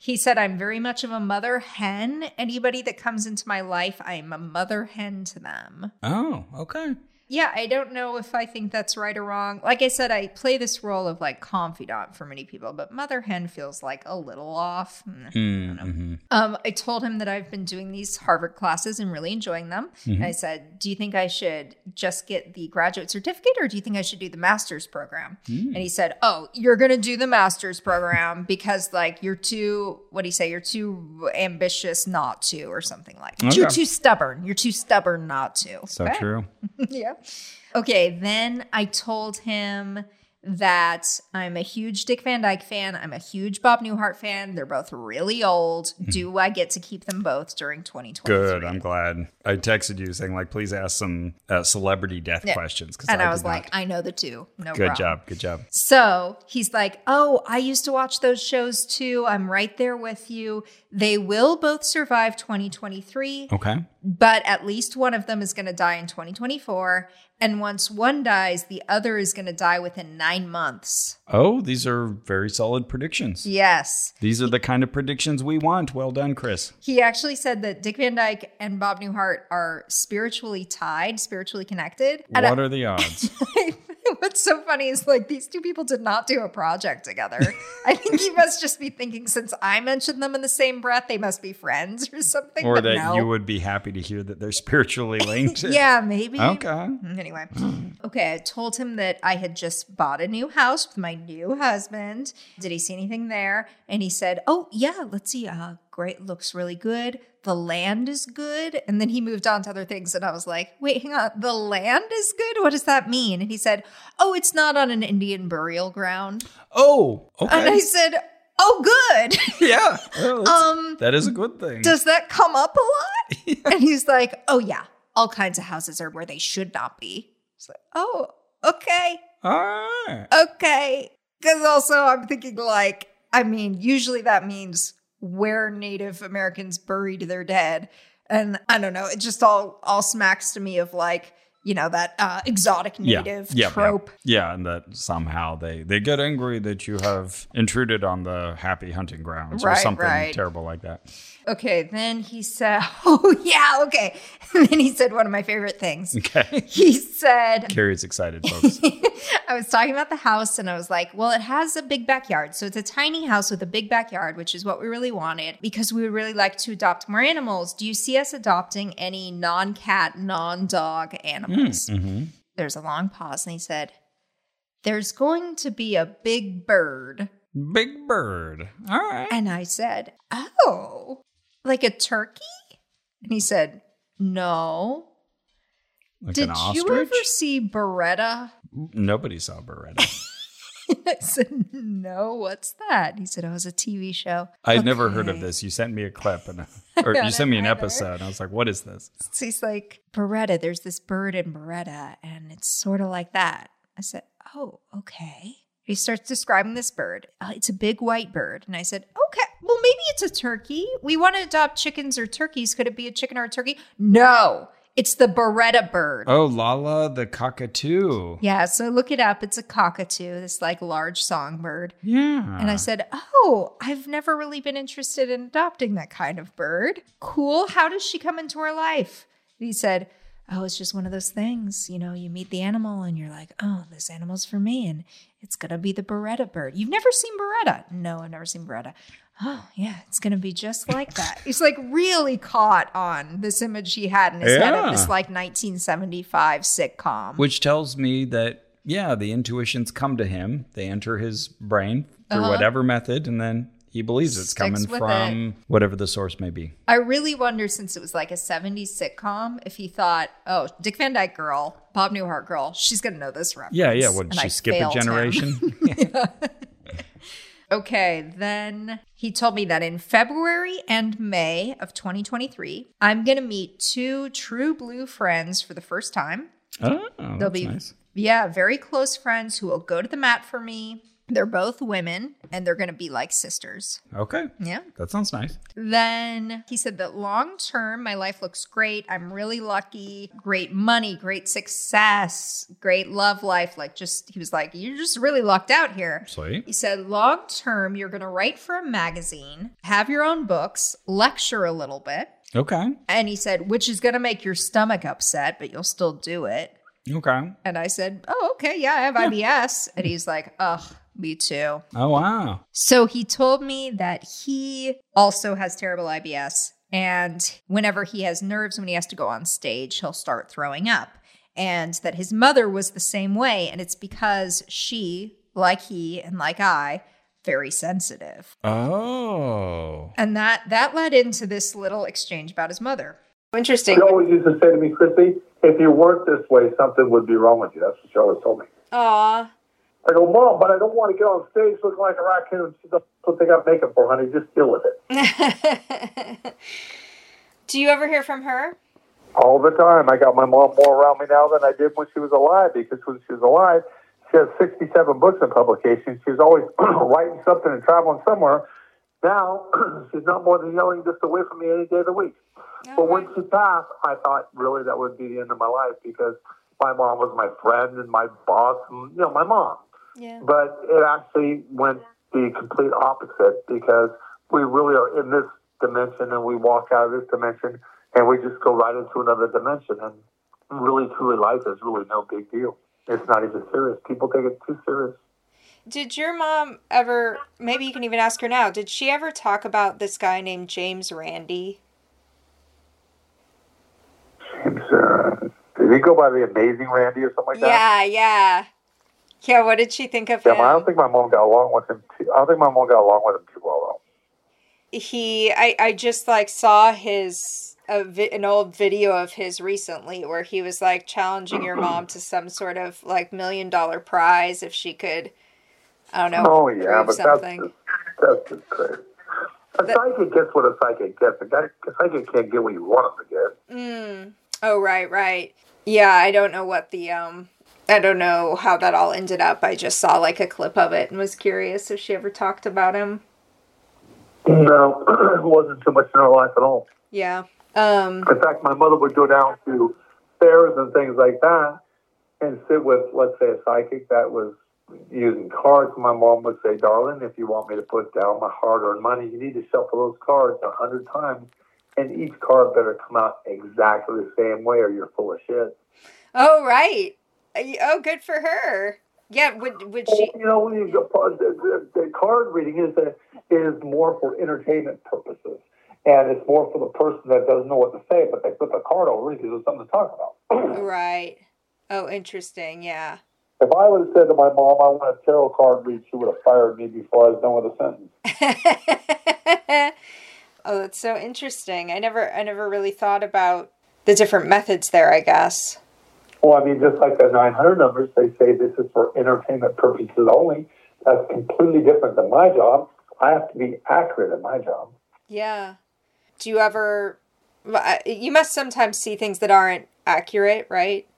Speaker 1: He said, I'm very much of a mother hen. Anybody that comes into my life, I am a mother hen to them.
Speaker 2: Oh, okay.
Speaker 1: Yeah, I don't know if I think that's right or wrong. Like I said, I play this role of like confidant for many people, but Mother Hen feels like a little off. Mm.
Speaker 2: Mm-hmm.
Speaker 1: Um, I told him that I've been doing these Harvard classes and really enjoying them.
Speaker 2: Mhm.
Speaker 1: And I said, Do you think I should just get the graduate certificate or do you think I should do the master's program?
Speaker 2: Hmm.
Speaker 1: And he said, Oh, you're going to do the master's program because, like, you're too, what do you say? You're too ambitious not to, or something like that. You're
Speaker 2: Okay.
Speaker 1: too stubborn. You're too stubborn not to.
Speaker 2: So
Speaker 1: Okay.
Speaker 2: true.
Speaker 1: yeah. Okay, then I told him that I'm a huge Dick Van Dyke fan. I'm a huge Bob Newhart fan. They're both really old. Do I get to keep them both during 2020?
Speaker 2: Hmm. Good. I'm glad. I texted you saying like, please ask some uh, celebrity death
Speaker 1: Yeah.
Speaker 2: questions because
Speaker 1: And I, was
Speaker 2: did not-
Speaker 1: like, I know the two. No
Speaker 2: good
Speaker 1: problem.
Speaker 2: job, good job.
Speaker 1: So he's like, Oh, I used to watch those shows too. I'm right there with you. They will both survive 2023.
Speaker 2: Okay.
Speaker 1: but at least one of them is going to die in 2024. And once one dies, the other is going to die within nine months.
Speaker 2: Oh, these are very solid predictions.
Speaker 1: Yes.
Speaker 2: These are the kind of predictions we want. Well done, Chris.
Speaker 1: He actually said that Dick Van Dyke and Bob Newhart are spiritually tied, spiritually connected. And I-
Speaker 2: What are the odds?
Speaker 1: what's so funny is like these two people did not do a project together. I think he must just be thinking since I mentioned them in the same breath, they must be friends or something.
Speaker 2: or
Speaker 1: but
Speaker 2: that
Speaker 1: no.
Speaker 2: you would be happy to hear that they're spiritually linked?
Speaker 1: Yeah, maybe.
Speaker 2: Okay.
Speaker 1: Mm-hmm. Anyway, okay. I told him that I had just bought a new house with my new husband. Did he see anything there? And he said, "Oh yeah, let's see. Uh, great, looks really good. The land is good." And then he moved on to other things, and I was like, "Wait, hang on. The land is good. What does that mean?" And he said, "Oh, it's not on an Indian burial ground."
Speaker 2: Oh, okay.
Speaker 1: And I said, "Oh, good."
Speaker 2: yeah. Well, that's-
Speaker 1: Um,
Speaker 2: that is a good thing.
Speaker 1: Does that come up a lot? And he's like, Oh, yeah, all kinds of houses are where they should not be. It's like, Oh, okay,
Speaker 2: All right.
Speaker 1: okay. Because also, I'm thinking, like, I mean, usually that means where Native Americans buried their dead. And I don't know, it just all all smacks to me of like, you know, that uh, exotic native
Speaker 2: yeah,
Speaker 1: trope.
Speaker 2: Yeah. yeah, and that somehow they they get angry that you have intruded on the happy hunting grounds or
Speaker 1: Right,
Speaker 2: something
Speaker 1: right.
Speaker 2: terrible like that.
Speaker 1: Okay, then he said, Oh, yeah, okay. And then he said one of my favorite things.
Speaker 2: Okay,
Speaker 1: He said,
Speaker 2: Carrie's excited, folks.
Speaker 1: I was talking about the house and I was like, well, it has a big backyard. So it's a tiny house with a big backyard, which is what we really wanted because we would really like to adopt more animals. Do you see us adopting any non cat, non dog animals?
Speaker 2: Mhm.
Speaker 1: There's a long pause and he said, there's going to be a big bird.
Speaker 2: Big bird. All right.
Speaker 1: And I said, oh, like a turkey? And he said, no.
Speaker 2: Like
Speaker 1: Did
Speaker 2: an
Speaker 1: you
Speaker 2: ostrich?
Speaker 1: ever see Beretta?
Speaker 2: Nobody saw Beretta.
Speaker 1: I said, No, what's that? He said, Oh, it's a TV show.
Speaker 2: I had never heard of this. You sent me a clip and or you sent me an episode. And I was like, what is this?
Speaker 1: So he's like, Beretta, there's this bird in Beretta, and it's sort of like that. I said, Oh, okay. He starts describing this bird. "Uh, it's a big white bird. And I said, Okay, well, maybe it's a turkey. We want to adopt chickens or turkeys. Could it be a chicken or a turkey? No, it's the Beretta bird.
Speaker 2: Oh, Lala the cockatoo.
Speaker 1: Yeah, so look it up. It's a cockatoo, this like large songbird.
Speaker 2: Yeah.
Speaker 1: And I said, Oh, I've never really been interested in adopting that kind of bird. Cool. How does she come into our life? And he said, Oh, it's just one of those things. You know, you meet the animal and you're like, Oh, this animal's for me. And it's going to be the Beretta bird. You've never seen Beretta? No, I've never seen Beretta. Oh, yeah, it's going to be just like that. He's like really caught on this image he had in his head of this
Speaker 2: Yeah.
Speaker 1: like 1975 sitcom.
Speaker 2: Which tells me that, yeah, the intuitions come to him. They enter his brain through
Speaker 1: Uh-huh.
Speaker 2: whatever method, and then he believes it's
Speaker 1: Sticks
Speaker 2: coming
Speaker 1: with
Speaker 2: from whatever the source may be.
Speaker 1: I really wonder since it was like a 70s sitcom if he thought, oh, Dick Van Dyke girl, Bob Newhart girl, she's going to know this reference.
Speaker 2: Yeah, yeah. Would
Speaker 1: And
Speaker 2: she
Speaker 1: I
Speaker 2: skip a
Speaker 1: failed him.
Speaker 2: generation?
Speaker 1: Okay, then he told me that in February and May of 2023, I'm going to meet two true blue friends for the first time.
Speaker 2: oh,
Speaker 1: They'll
Speaker 2: that's
Speaker 1: be
Speaker 2: nice.
Speaker 1: yeah, very close friends who will go to the mat for me. They're both women and they're going to be like sisters.
Speaker 2: Okay.
Speaker 1: Yeah.
Speaker 2: That sounds nice.
Speaker 1: Then he said that long term, my life looks great. I'm really lucky. Great money, great success, great love life. Like, just, he was like, you're just really lucked out here.
Speaker 2: Sweet.
Speaker 1: He said, long term, you're going to write for a magazine, have your own books, lecture a little bit.
Speaker 2: Okay.
Speaker 1: And he said, which is going to make your stomach upset, but you'll still do it.
Speaker 2: Okay.
Speaker 1: And I said, Oh, okay, yeah, I have IBS. And he's like, Ugh, me too.
Speaker 2: Oh, wow.
Speaker 1: So he told me that he also has terrible IBS. And whenever he has nerves, when he has to go on stage, he'll start throwing up. And that his mother was the same way. And it's because she, like he and like I, very sensitive.
Speaker 2: Oh.
Speaker 1: And that that led into this little exchange about his mother. Interesting.
Speaker 12: She always used to say to me, Chrissy, if you weren't this way, something would be wrong with you. That's what she always told me.
Speaker 13: Aw.
Speaker 12: I go, Mom, but I don't want to get on stage looking like a raccoon. She goes, That's what they got makeup for, honey. Just deal with it.
Speaker 13: Do you ever hear from her?
Speaker 12: All the time. I got my mom more around me now than I did when she was alive because when she was alive, she had 67 books in publication. She was always writing something and traveling somewhere. Now, she's not more than yelling just away from me any day of the week. but when she passed, I thought really that would be the end of my life because my mom was my friend and my boss, and, you know, my mom.
Speaker 13: Yeah.
Speaker 12: But it actually went the complete opposite because we really are in this dimension and we walk out of this dimension and we just go right into another dimension. And really, truly, life is really no big deal. It's not even serious. People take it too serious.
Speaker 13: Did your mom ever, maybe you can even ask her now, did she ever talk about this guy named James Randy?
Speaker 12: uh, Did he go by the Amazing Randy or something like
Speaker 13: yeah,
Speaker 12: that?
Speaker 13: yeah. Yeah, what did she think of
Speaker 12: Yeah,
Speaker 13: him?
Speaker 12: I don't think my mom got along with him. Too, I don't think my mom got along with him too well, though.
Speaker 13: he I, I just like saw his a vi- an old video of his recently where he was like challenging your mom to some sort of like million dollar prize if she could I don't know
Speaker 12: oh yeah,
Speaker 13: prove
Speaker 12: but
Speaker 13: something.
Speaker 12: that's just, that's just crazy. A psychic gets what a psychic gets. A, guy, a psychic can't get what you want him to get.
Speaker 13: Mm. Oh right, right. Yeah, I don't know what the um I don't know how that all ended up. I just saw like a clip of it and was curious if she ever talked about him.
Speaker 12: No, it wasn't too much in her life at all.
Speaker 13: Yeah. Um
Speaker 12: In fact, my mother would go down to fairs and things like that and sit with, let's say, a psychic that was using cards. My mom would say, Darling, if you want me to put down my hard earned money, you need to shuffle those cards a hundred times. And each card better come out exactly the same way, or you're full of shit.
Speaker 13: oh right. Uh, Oh good for her. Yeah, would would she
Speaker 12: You know, when you go, the, the, the card reading is a, is more for entertainment purposes, and it's more for the person that doesn't know what to say, but they flip a card over because there's something to talk about.
Speaker 13: Right. Oh, interesting. Yeah.
Speaker 12: If I would have said to my mom, I want a tarot card read, she would have fired me before I was done with a sentence.
Speaker 13: Oh, that's so interesting. I never I never really thought about the different methods there, I guess.
Speaker 12: Well, I mean, just like the 900 numbers, they say this is for entertainment purposes only. That's completely different than my job. I have to be accurate in my job.
Speaker 13: Yeah. Do you ever well, I- you must sometimes see things that aren't accurate, right?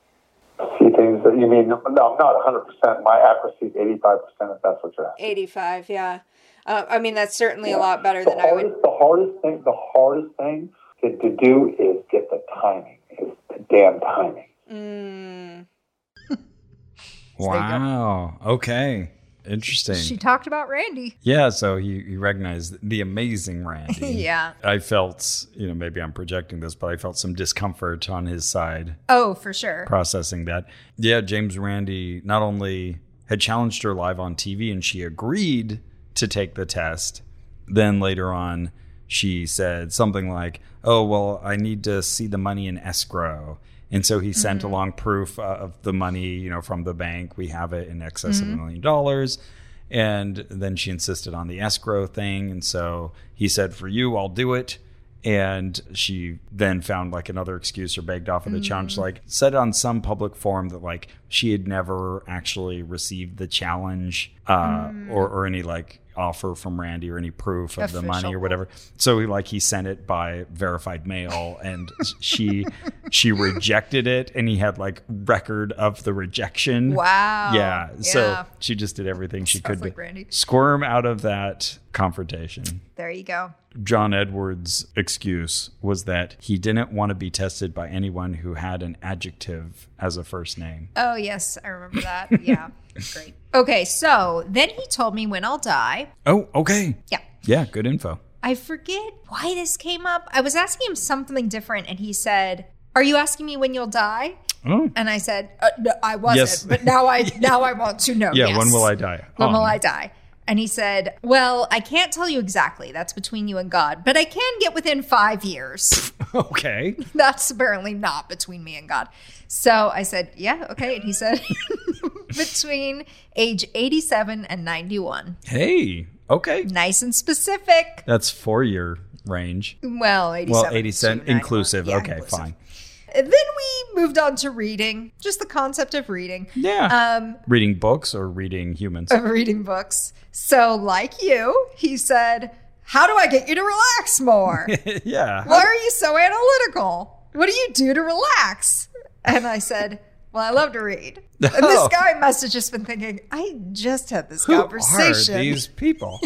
Speaker 12: See things that you mean, no, not 100%. My accuracy is 85% if that's what you're asking.
Speaker 13: 85, yeah. Uh, I mean, that's certainly a lot better than I would.
Speaker 12: The hardest thing, the hardest thing to, to do is get the timing, is the damn timing.
Speaker 13: Mm.
Speaker 2: Wow. Okay. Interesting.
Speaker 1: She talked about Randy.
Speaker 2: yeah, so he, he recognized the amazing Randy.
Speaker 1: yeah.
Speaker 2: I felt, you know, maybe I'm projecting this, but I felt some discomfort on his side
Speaker 1: Oh, for sure.
Speaker 2: processing that. Yeah, James Randy not only had challenged her live on TV and she agreed to take the test, then later on she said something like, "Oh, well, I need to see the money in escrow." And so he sent along proof uh, of the money, you know, from the bank. We have it in excess of
Speaker 14: Mhm.
Speaker 2: a million dollars. And then she insisted on the escrow thing. And so he said, For you, I'll do it. And she then found like another excuse or begged off of the
Speaker 1: Mm-hmm.
Speaker 2: challenge,
Speaker 14: Mm.
Speaker 2: like said on some public forum that like she had never actually received the challenge uh,
Speaker 1: Mm.
Speaker 2: or, or any like offer from Randy or any proof of the money
Speaker 14: Official.
Speaker 2: or whatever. So he like he sent it by verified mail and she she rejected it and he had like record of the rejection.
Speaker 1: Wow.
Speaker 2: Yeah.
Speaker 1: Yeah.
Speaker 2: So she just did everything she could
Speaker 1: like
Speaker 2: to
Speaker 1: Randy.
Speaker 2: squirm out of that confrontation.
Speaker 1: There you go.
Speaker 2: John Edwards' excuse was that he didn't want to be tested by anyone who had an adjective as a first name.
Speaker 1: Oh, yes, I remember that. Yeah. Great. Okay, so then he told me when I'll die.
Speaker 2: Oh, okay.
Speaker 1: Yeah.
Speaker 2: Yeah, good info.
Speaker 1: I forget why this came up. I was asking him something different, and he said, Are you asking me when you'll die?
Speaker 2: Oh.
Speaker 1: And I said, uh, no, I wasn't,
Speaker 2: Yes.
Speaker 1: but now I now I want to know.
Speaker 2: Yeah,
Speaker 1: yes.
Speaker 2: when will I die?
Speaker 1: When will
Speaker 2: Um,
Speaker 1: I die? And he said, Well, I can't tell you exactly. That's between you and God, but I can get within five years.
Speaker 2: Okay.
Speaker 1: That's apparently not between me and God. So I said, Yeah, okay. And he said, Between age 87 and 91.
Speaker 2: Hey. Okay.
Speaker 1: Nice and specific.
Speaker 2: That's four year range.
Speaker 1: Well, 87.
Speaker 2: Well, 87 inclusive.
Speaker 1: Yeah,
Speaker 2: okay, fine.
Speaker 1: Then we moved on to reading, just the concept of reading.
Speaker 2: Yeah.
Speaker 1: Um,
Speaker 2: Uh, Reading books or reading humans?
Speaker 1: of reading books. So, like you, he said, How do I get you to relax more?
Speaker 2: yeah.
Speaker 1: Why are you so analytical? What do you do to relax? And I said, Well, I love to read. And this
Speaker 2: Oh.
Speaker 1: guy must have just been thinking, I just had this
Speaker 2: Who
Speaker 1: conversation.
Speaker 2: are these people?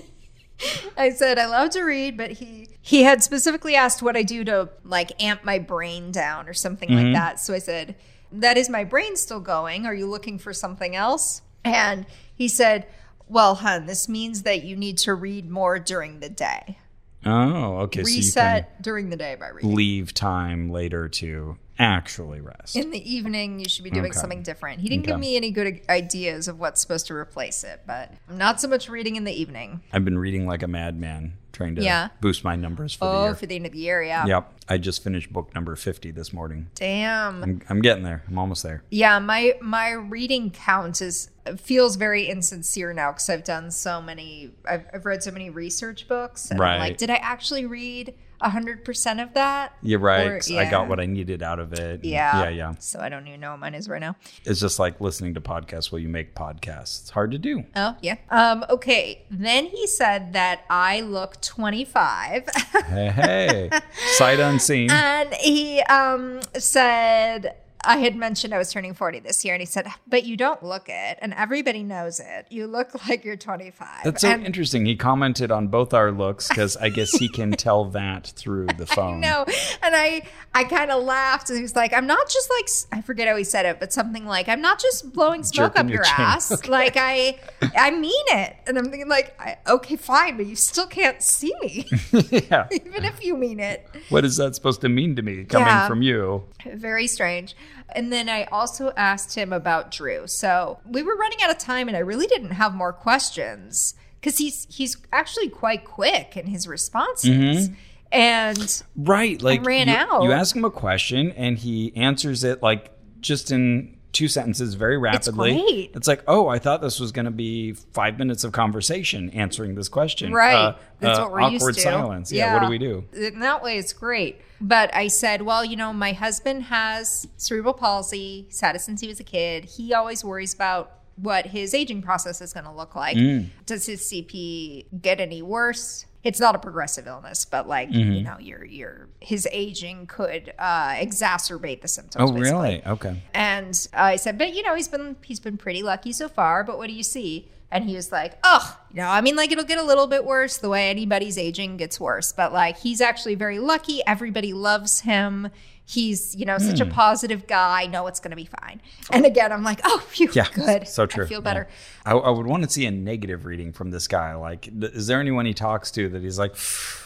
Speaker 1: I said, I love to read, but he he had specifically asked what I do to like amp my brain down or something
Speaker 14: Mhm.
Speaker 1: like
Speaker 2: Mm-hmm.
Speaker 1: that. So I said, That is my brain still going. Are you looking for something else? And he said, Well, hun, this means that you need to read more during the day.
Speaker 2: Oh, okay.
Speaker 1: Reset during the day by
Speaker 2: So you
Speaker 1: reading.
Speaker 2: can leave time later to actually rest.
Speaker 1: In the evening, you should be doing
Speaker 2: Okay.
Speaker 1: something different. He didn't give
Speaker 2: Okay.
Speaker 1: me any good ideas of what's supposed to replace it, but not so much reading in the evening.
Speaker 2: I've been reading like a madman, trying to
Speaker 1: Yeah.
Speaker 2: boost my numbers for
Speaker 1: oh,
Speaker 2: the year.
Speaker 1: for the end of the year, yeah.
Speaker 2: Yep. I just finished book number 50 this morning.
Speaker 1: Damn.
Speaker 2: I'm, I'm getting there. I'm almost there.
Speaker 1: Yeah, my my reading count is feels very insincere now because I've done so many. I've, I've read so many research books. And I'm like,
Speaker 2: Right.
Speaker 1: did I actually read hundred percent of that?
Speaker 2: You're right.
Speaker 1: Or-
Speaker 2: 'cause I got
Speaker 1: yeah.
Speaker 2: what I needed out of it. and-
Speaker 1: Yeah.
Speaker 2: Yeah. Yeah.
Speaker 1: So I don't even know what mine is right now.
Speaker 2: It's just like listening to podcasts while you make podcasts. It's hard to do.
Speaker 1: Oh yeah. Um. Okay. Then he said that I look twenty five.
Speaker 2: hey, hey. Sight unseen.
Speaker 1: And he um, said, I had mentioned I was turning 40 this year. And he said, But you don't look it. And everybody knows it. You look like you're 25.
Speaker 2: That's so
Speaker 1: and
Speaker 2: interesting. He commented on both our looks because I guess he can tell that through the phone.
Speaker 1: no. And I, I kind of laughed. And he was like, I'm not just like, s- I forget how he said it, but something like, I'm not just blowing smoke
Speaker 2: Jerking
Speaker 1: up
Speaker 2: your
Speaker 1: your,
Speaker 2: chin.
Speaker 1: ass.
Speaker 2: Okay.
Speaker 1: Like, I, I mean it. And I'm thinking, like, I, okay, fine, but you still can't see me,
Speaker 2: yeah.
Speaker 1: even if you mean it.
Speaker 2: What is that supposed to mean to me coming
Speaker 1: Yeah.
Speaker 2: from you?
Speaker 1: Very strange. And then I also asked him about Drew. So we were running out of time, and I really didn't have more questions because he's he's actually quite quick in his responses.
Speaker 2: Mhm.
Speaker 1: And
Speaker 2: Right. Like
Speaker 1: ran
Speaker 2: you,
Speaker 1: out.
Speaker 2: You ask him a question and he answers it like just in two sentences very rapidly.
Speaker 1: great.
Speaker 2: It's like, oh, I thought this was going to be five minutes of conversation answering this question.
Speaker 1: right,
Speaker 2: Uh,
Speaker 1: that's
Speaker 2: uh,
Speaker 1: what we're
Speaker 2: awkward
Speaker 1: used to.
Speaker 2: silence. Yeah. What do we do?
Speaker 1: In that way, it's great. But I said, well, you know, my husband has cerebral palsy. He's had it since he was a kid. He always worries about what his aging process is going to look like.
Speaker 14: Mm.
Speaker 1: Does his CP get any worse? It's not a progressive illness, but like you
Speaker 2: Mhm.
Speaker 1: know, your your his aging could uh, exacerbate the symptoms.
Speaker 2: Oh,
Speaker 1: basically.
Speaker 2: really? Okay.
Speaker 1: And I said, but you know, he's been he's been pretty lucky so far. But what do you see? And he was like, oh, you know, I mean, like it'll get a little bit worse. The way anybody's aging gets worse, but like he's actually very lucky. Everybody loves him. He's you know such a
Speaker 2: Hmm.
Speaker 1: positive guy. No, it's gonna be fine. And again, I'm like, oh, phew,
Speaker 2: Yeah.
Speaker 1: good.
Speaker 2: So true.
Speaker 1: I feel
Speaker 2: Yeah.
Speaker 1: better.
Speaker 2: I, I would want to see a negative reading from this guy. Like, th- is there anyone he talks to that he's like,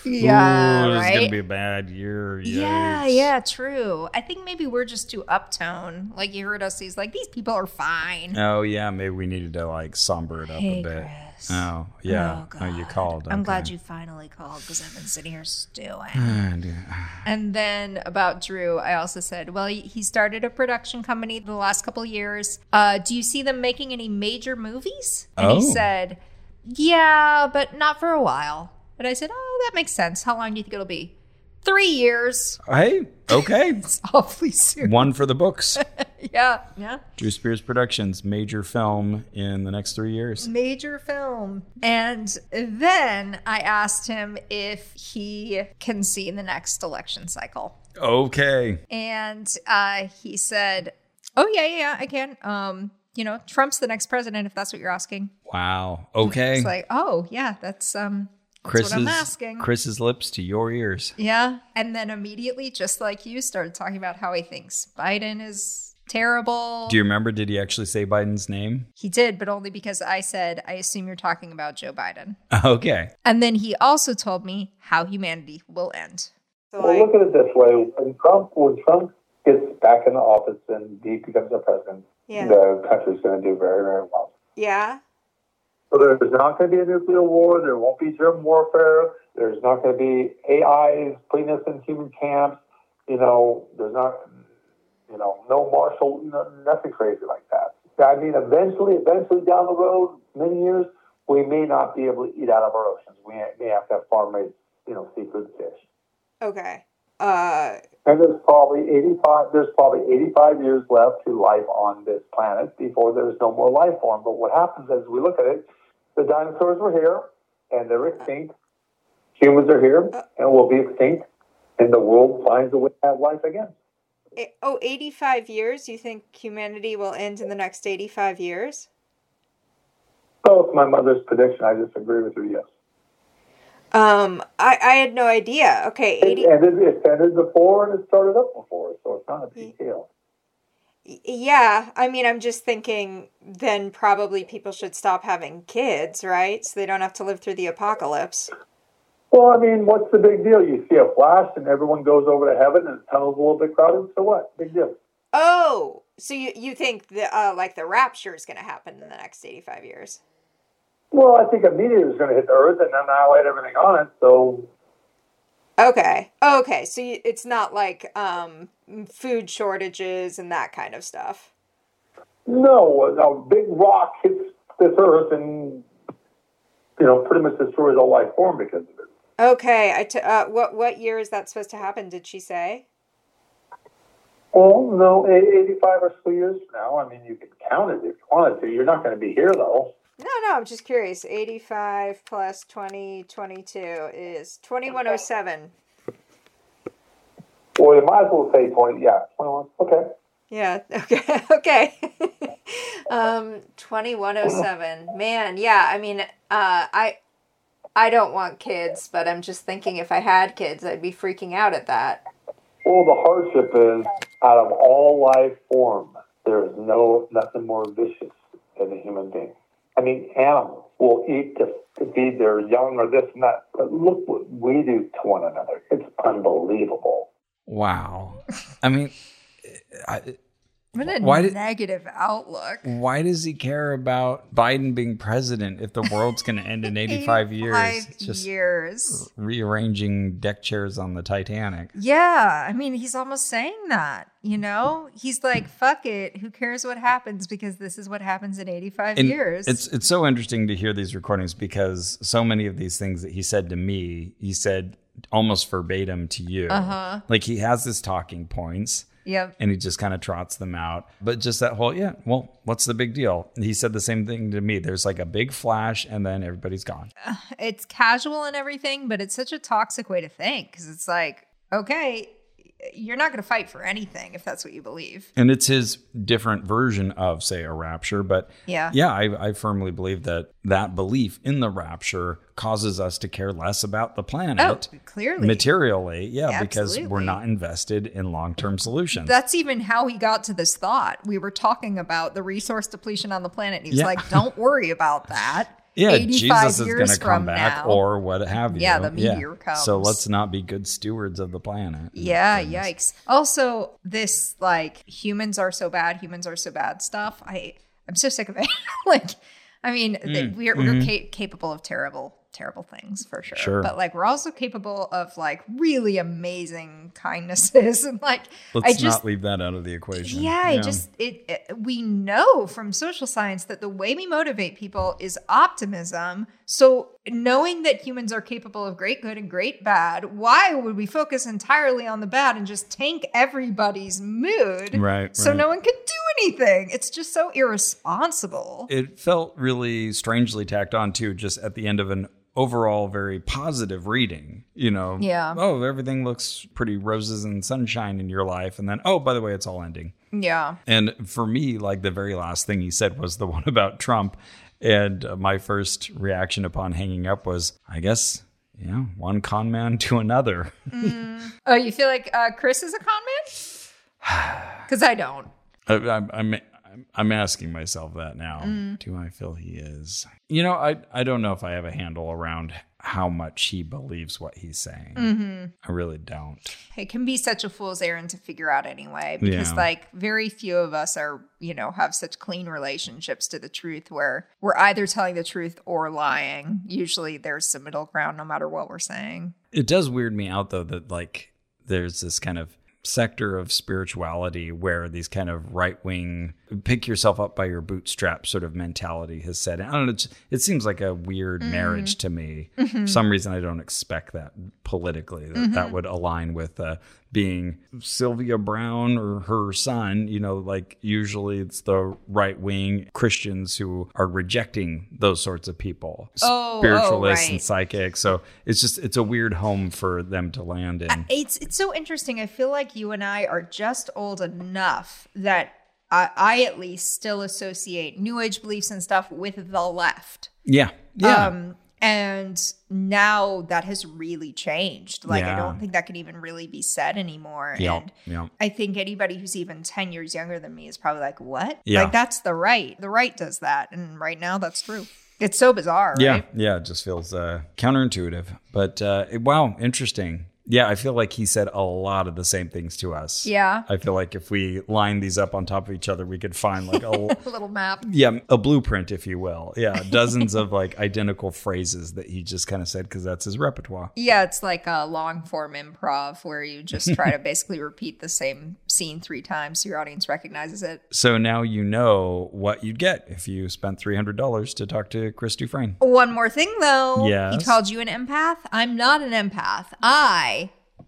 Speaker 2: "Ooh,
Speaker 1: Yeah,
Speaker 2: this is
Speaker 1: right?
Speaker 2: gonna be a bad year.
Speaker 1: Yeah,
Speaker 2: yikes."
Speaker 1: yeah, true. I think maybe we're just too uptone. Like you heard us, he's like, these people are fine.
Speaker 2: Oh yeah, maybe we needed to like somber it up
Speaker 1: Hey,
Speaker 2: a bit. Oh yeah. Oh, you called.
Speaker 1: I'm
Speaker 2: okay.
Speaker 1: glad you finally called because I've been sitting here stewing.
Speaker 2: Ah, dear.
Speaker 1: and then about Drew, I also said, well, he- he started a production company the last couple of years. Uh, do you see them making any major movies? And he
Speaker 14: Oh.
Speaker 1: said, yeah, but not for a while. But I said, oh, that makes sense. How long do you think it'll be? Three years.
Speaker 2: Hey, okay.
Speaker 1: it's awfully soon.
Speaker 2: One for the books.
Speaker 1: yeah, yeah.
Speaker 2: Drew Spears Productions, major film in the next three years.
Speaker 1: Major film. And then I asked him if he can see the next election cycle.
Speaker 2: Okay.
Speaker 1: And uh, he said, Oh, yeah, yeah, yeah, I can. Um, you know, Trump's the next president, if that's what you're asking.
Speaker 2: Wow. Okay.
Speaker 1: It's like, Oh, yeah, that's, um, that's
Speaker 2: Chris's,
Speaker 1: what I'm asking.
Speaker 2: Chris's lips to your ears.
Speaker 1: Yeah. And then immediately, just like you, started talking about how he thinks Biden is terrible.
Speaker 2: Do you remember? Did he actually say Biden's name?
Speaker 1: he did, but only because I said, I assume you're talking about Joe Biden.
Speaker 2: Okay.
Speaker 1: And then he also told me how humanity will end.
Speaker 12: Well, look at it this way: when Trump, when Trump gets back in the office and he becomes the president,
Speaker 13: Yeah.
Speaker 12: the country's going to do very, very well.
Speaker 13: Yeah.
Speaker 12: So there's not going to be a nuclear war. There won't be germ warfare. There's not going to be AIs putting us in human camps. You know, there's not, you know, no martial, no, nothing crazy like that. I mean, eventually, eventually down the road, many years, we may not be able to eat out of our oceans. We may have to have farm-raised, you know, seafood fish.
Speaker 13: Okay. Uh,
Speaker 12: And there's probably 85, there's probably 85 years left to life on this planet before there's no more life form. But what happens as we look at it, the dinosaurs were here and they're extinct. Humans are here and will be extinct. And the world finds a way to have life again.
Speaker 13: i- oh, 85 years? You think humanity will end in the next 85 years?
Speaker 12: So it's my mother's prediction. I disagree with her, yes.
Speaker 13: Um, I, I had no idea. Okay,
Speaker 12: It
Speaker 13: 80,
Speaker 12: ended, it's ended before and it started up before, so it's not a big deal.
Speaker 13: yeah. I mean, I'm just thinking then probably people should stop having kids, right? So they don't have to live through the apocalypse.
Speaker 12: Well, I mean, what's the big deal? You see a flash and everyone goes over to heaven and the tunnel's a little bit crowded, so what? Big deal.
Speaker 13: Oh, so you, you think the uh, like the rapture is going to happen in the next 85 years?
Speaker 12: Well, I think a meteor is going to hit the Earth and annihilate everything on it. So,
Speaker 13: Okay. Okay. So you, it's not like um food shortages and that kind of stuff.
Speaker 12: no, a big rock hits this Earth and, you know, pretty much destroys all life form because of it.
Speaker 13: Okay. I t- uh, what what year is that supposed to happen? Did she say?
Speaker 12: Well, no, e- 85 or so years from now. I mean, you could count it if you wanted to. You're not going to be here, though.
Speaker 13: No, no. I'm just curious. 85 plus 2022 is 2107.
Speaker 12: Well, you might as well say 20. Yeah, 21. Okay.
Speaker 13: Yeah. Okay. Okay. um 2107. Man, yeah. I mean, uh I I don't want kids, but I'm just thinking if I had kids, I'd be freaking out at that.
Speaker 12: Well, the hardship is out of all life form, there is no nothing more vicious than a human being. I mean, animals will eat to, to feed their young or this and that, but look what we do to one another. It's unbelievable.
Speaker 2: Wow. I mean, I,
Speaker 1: What a
Speaker 2: Why did-
Speaker 1: negative outlook.
Speaker 2: why does he care about Biden being president if the world's going to end in 85 years?
Speaker 1: Five
Speaker 2: It's Just
Speaker 1: years.
Speaker 2: rearranging deck chairs on the Titanic.
Speaker 1: Yeah, I mean, he's almost saying that, you know? He's like, fuck it. Who cares what happens? Because this is what happens in 85
Speaker 2: And
Speaker 1: years.
Speaker 2: It's it's so interesting to hear these recordings because so many of these things that he said to me, he said almost verbatim to you.
Speaker 1: Uh-huh.
Speaker 2: Like he has his talking points.
Speaker 1: Yep.
Speaker 2: And he just kind of trots them out. But just that whole, yeah, well, what's the big deal? He said the same thing to me. There's like a big flash and then everybody's gone.
Speaker 1: it's casual and everything, but it's such a toxic way to think because it's like, okay, you're not going to fight for anything if that's what you believe.
Speaker 2: And it's his different version of, say, a rapture. But
Speaker 1: Yeah.
Speaker 2: yeah, I, I firmly believe that that belief in the rapture causes us to care less about the planet.
Speaker 1: Oh, clearly.
Speaker 2: Materially, yeah, because we're
Speaker 1: Absolutely.
Speaker 2: not invested in long term solutions.
Speaker 1: That's even how he got to this thought. We were talking about the resource depletion on the planet. and He's
Speaker 2: Yeah.
Speaker 1: like, don't worry about that.
Speaker 2: yeah,
Speaker 1: 85
Speaker 2: Jesus is
Speaker 1: years
Speaker 2: going to come
Speaker 1: from
Speaker 2: back
Speaker 1: now.
Speaker 2: or what have you.
Speaker 1: Yeah, the meteor comes.
Speaker 2: So let's not be good stewards of the planet.
Speaker 1: Yeah, yikes. Also, this like humans are so bad, humans are so bad stuff. I I'm so sick of it. like, I mean, th-
Speaker 2: Mm,
Speaker 1: we're we're
Speaker 2: mhm.
Speaker 1: ca- capable of terrible, terrible things for sure.
Speaker 2: Sure.
Speaker 1: But like, we're also capable of like really amazing kindnesses and like
Speaker 2: Let's
Speaker 1: I just
Speaker 2: not leave that out of the equation.
Speaker 1: yeah, I just it, it- we know from social science that the way we motivate people is optimism. So knowing that humans are capable of great good and great bad, why would we focus entirely on the bad and just tank everybody's mood?
Speaker 2: Right,
Speaker 1: So
Speaker 2: right.
Speaker 1: no one can do anything. It's just so irresponsible.
Speaker 2: It felt really strangely tacked on too, just at the end of an overall very positive reading. You know,
Speaker 1: Yeah.
Speaker 2: Oh, everything looks pretty roses and sunshine in your life, and then oh, by the way, it's all ending.
Speaker 1: Yeah.
Speaker 2: And for me, like the very last thing he said was the one about Trump, and uh, my first reaction upon hanging up was, I guess, yeah, one con man to another.
Speaker 1: Oh, you feel like uh, Chris is a con man? Because I don't.
Speaker 2: I, I, I'm- I'm, I'm asking myself that now.
Speaker 1: Mm.
Speaker 2: Do I feel he is? You know, I, I don't know if I have a handle around how much he believes what he's saying.
Speaker 1: Mhm.
Speaker 2: I really don't.
Speaker 1: It can be such a fool's errand to figure out anyway, because
Speaker 2: Yeah.
Speaker 1: like very few of us are, you know, have such clean relationships to the truth where we're either telling the truth or lying. Usually there's some middle ground no matter what we're saying.
Speaker 2: It does weird me out though that like there's this kind of sector of spirituality where these kind of right wing pick yourself up by your bootstraps sort of mentality has said. I don't know. It's, it seems like a weird
Speaker 1: Mm.
Speaker 2: marriage to me. For
Speaker 1: Mhm.
Speaker 2: some reason, I don't expect that politically that that
Speaker 1: Mhm.
Speaker 2: would align with uh, being Sylvia Brown or her son. You know, like usually it's the right wing Christians who are rejecting those sorts of people,
Speaker 1: Oh, oh,
Speaker 2: spiritualists and
Speaker 1: right.
Speaker 2: psychic. So it's just it's a weird home for them to land in.
Speaker 1: It's it's so interesting. I feel like you and I are just old enough that I, I at least still associate new age beliefs and stuff with the left.
Speaker 2: yeah, yeah.
Speaker 1: Um, and now that has really changed. Like I
Speaker 2: Yeah.
Speaker 1: don't think that can even really be said anymore.
Speaker 2: yeah,
Speaker 1: And
Speaker 2: yeah.
Speaker 1: I think anybody who's even 10 years younger than me is probably like, what?
Speaker 2: Yeah.
Speaker 1: Like that's the right. The right does that. And right now that's true. It's so bizarre.
Speaker 2: Yeah,
Speaker 1: Right?
Speaker 2: yeah, it just feels uh, counterintuitive, but uh, it- wow, interesting. Yeah, I feel like he said a lot of the same things to us.
Speaker 1: Yeah.
Speaker 2: I feel like if we lined these up on top of each other, we could find like a
Speaker 1: Little map.
Speaker 2: yeah a blueprint, if you will. Yeah, dozens of like identical phrases that he just kind of said because that's his repertoire.
Speaker 1: Yeah, it's like a long form improv where you just try to basically repeat the same scene three times so your audience recognizes it.
Speaker 2: So now you know what you'd get if you spent three hundred dollars to talk to Chris Dufresne.
Speaker 1: One more thing though. He
Speaker 2: Yes.
Speaker 1: called you an empath. I'm not an empath. I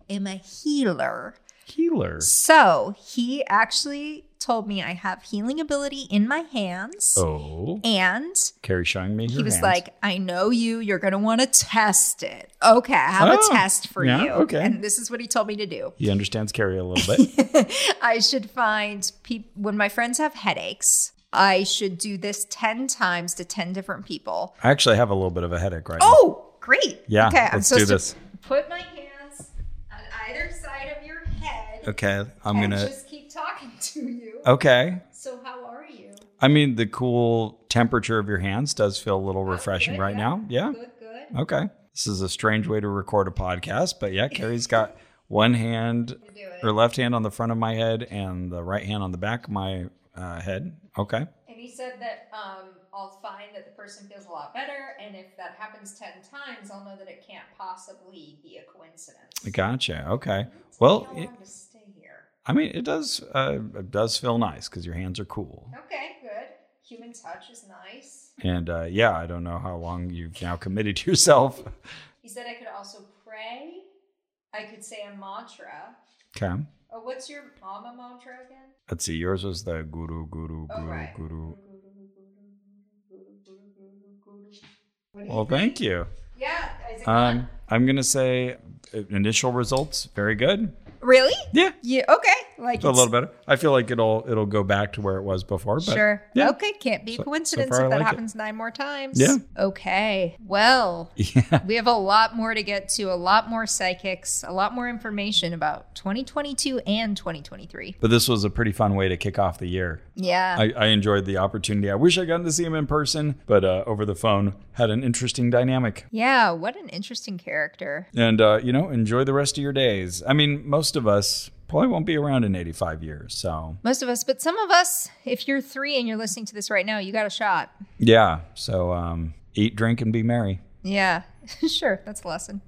Speaker 1: am a healer.
Speaker 2: Healer.
Speaker 1: So he actually told me I have healing ability in my hands.
Speaker 2: Oh,
Speaker 1: And
Speaker 2: Carrie showing me.
Speaker 1: he
Speaker 2: her
Speaker 1: was
Speaker 2: hands.
Speaker 1: like, I know you. You're going to want to test it. Okay, I have
Speaker 2: Oh,
Speaker 1: a test for
Speaker 2: yeah,
Speaker 1: you.
Speaker 2: okay.
Speaker 1: And this is what he told me to do.
Speaker 2: He understands Carrie a little bit.
Speaker 1: I should find people when my friends have headaches. I should do this 10 times to 10 different people.
Speaker 2: I actually have a little bit of a headache right now.
Speaker 1: Oh, great.
Speaker 2: Yeah,
Speaker 1: Okay, I'm
Speaker 2: let's do
Speaker 1: supposed
Speaker 2: this.
Speaker 1: to put my hands on either side of your head.
Speaker 2: Okay, I'm
Speaker 1: and
Speaker 2: gonna. Oh.
Speaker 1: just keep talking to you.
Speaker 2: Okay.
Speaker 1: So, how are you?
Speaker 2: I mean, the cool temperature of your hands does feel a little refreshing right now. Yeah.
Speaker 1: Oh, Good, good.
Speaker 2: Okay. This is a strange way to record a podcast, but yeah, Carrie's got one hand, her left hand on the front of my head, and the right hand on the back of my uh, head. Okay.
Speaker 1: And he said that um, I'll find that the person feels a lot better. And if that happens 10 times, I'll know that it can't possibly be a coincidence.
Speaker 2: Gotcha. Okay. Well, it,
Speaker 1: I'm just stay here.
Speaker 2: I mean, it does uh, it does feel nice because your hands are cool.
Speaker 1: Okay, good. Human touch is nice.
Speaker 2: And uh, yeah, I don't know how long you've now committed yourself.
Speaker 1: He said I could also pray. I could say a mantra.
Speaker 2: Okay.
Speaker 1: Oh, what's your mama mantra again?
Speaker 2: Let's see. Yours was the guru, guru, guru,
Speaker 1: Oh, right.
Speaker 2: guru.
Speaker 1: What do you
Speaker 2: Well,
Speaker 1: think?
Speaker 2: thank you.
Speaker 1: Yeah, is it
Speaker 2: Um, I'm gonna say uh, initial results very good.
Speaker 1: Really?
Speaker 2: Yeah.
Speaker 1: Yeah. Okay. Like
Speaker 2: It's a little better. I feel like it'll it'll go back to where it was before. But
Speaker 1: Sure.
Speaker 2: Yeah.
Speaker 1: Okay. Can't be
Speaker 2: So-
Speaker 1: a
Speaker 2: so
Speaker 1: coincidence
Speaker 2: far I
Speaker 1: if that
Speaker 2: like it.
Speaker 1: happens nine more times.
Speaker 2: Yeah.
Speaker 1: Okay. Well, we have a lot more to get to, a lot more psychics, a lot more information about 2022 and 2023.
Speaker 2: But this was a pretty fun way to kick off the year.
Speaker 1: Yeah.
Speaker 2: I, I enjoyed the opportunity. I wish I gotten to see him in person, but uh, over the phone had an interesting dynamic.
Speaker 1: yeah. What an interesting character.
Speaker 2: And uh, you know, enjoy the rest of your days. I mean, most of us probably won't be around in 85 years, so
Speaker 1: Most of us, but some of us, if you're three and you're listening to this right now, you got a shot.
Speaker 2: yeah. So um, eat, drink, and be merry.
Speaker 1: Yeah. sure. That's a lesson.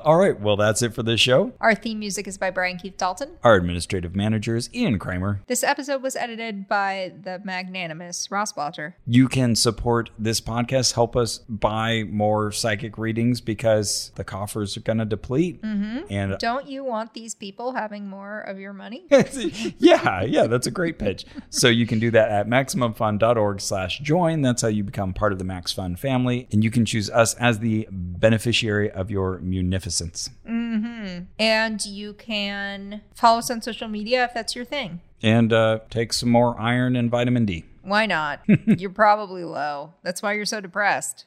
Speaker 2: All right. Well, that's it for this show.
Speaker 1: Our theme music is by Brian Keith Dalton.
Speaker 2: Our administrative manager is Ian Kramer.
Speaker 1: This episode was edited by the magnanimous Ross Blotcher.
Speaker 2: You can support this podcast, help us buy more psychic readings because the coffers are going to deplete.
Speaker 1: Mm-hmm.
Speaker 2: And-
Speaker 1: don't you want these people having more of your money?
Speaker 2: yeah, yeah, that's a great pitch. So you can do that at MaximumFund.org slash join. That's how you become part of the Max Fund family. And you can choose us as the beneficiary of your munificence.
Speaker 1: hmm And you can follow us on social media if that's your thing.
Speaker 2: And uh, take some more iron and vitamin D.
Speaker 1: Why not? you're probably low. That's why you're so depressed.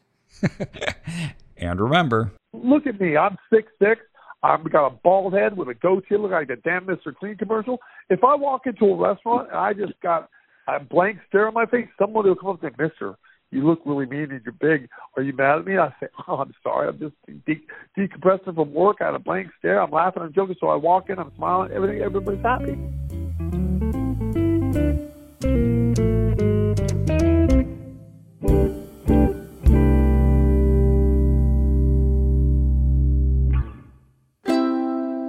Speaker 2: And remember,
Speaker 4: Look at me. I'm six six. I've got a bald head with a goatee, look like the damn Mr. Clean commercial. If I walk into a restaurant and I just got a blank stare on my face, someone will come up and say, Mister, you look really mean and you're big. Are you mad at me? I say, oh, I'm sorry. I'm just de- decompressing from work. I had a blank stare. I'm laughing. I'm joking. So I walk in. I'm smiling. Everything. Everybody's happy.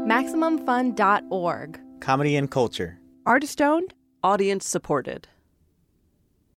Speaker 9: MaximumFun.org.
Speaker 15: Comedy and culture.
Speaker 9: Artist owned, audience supported.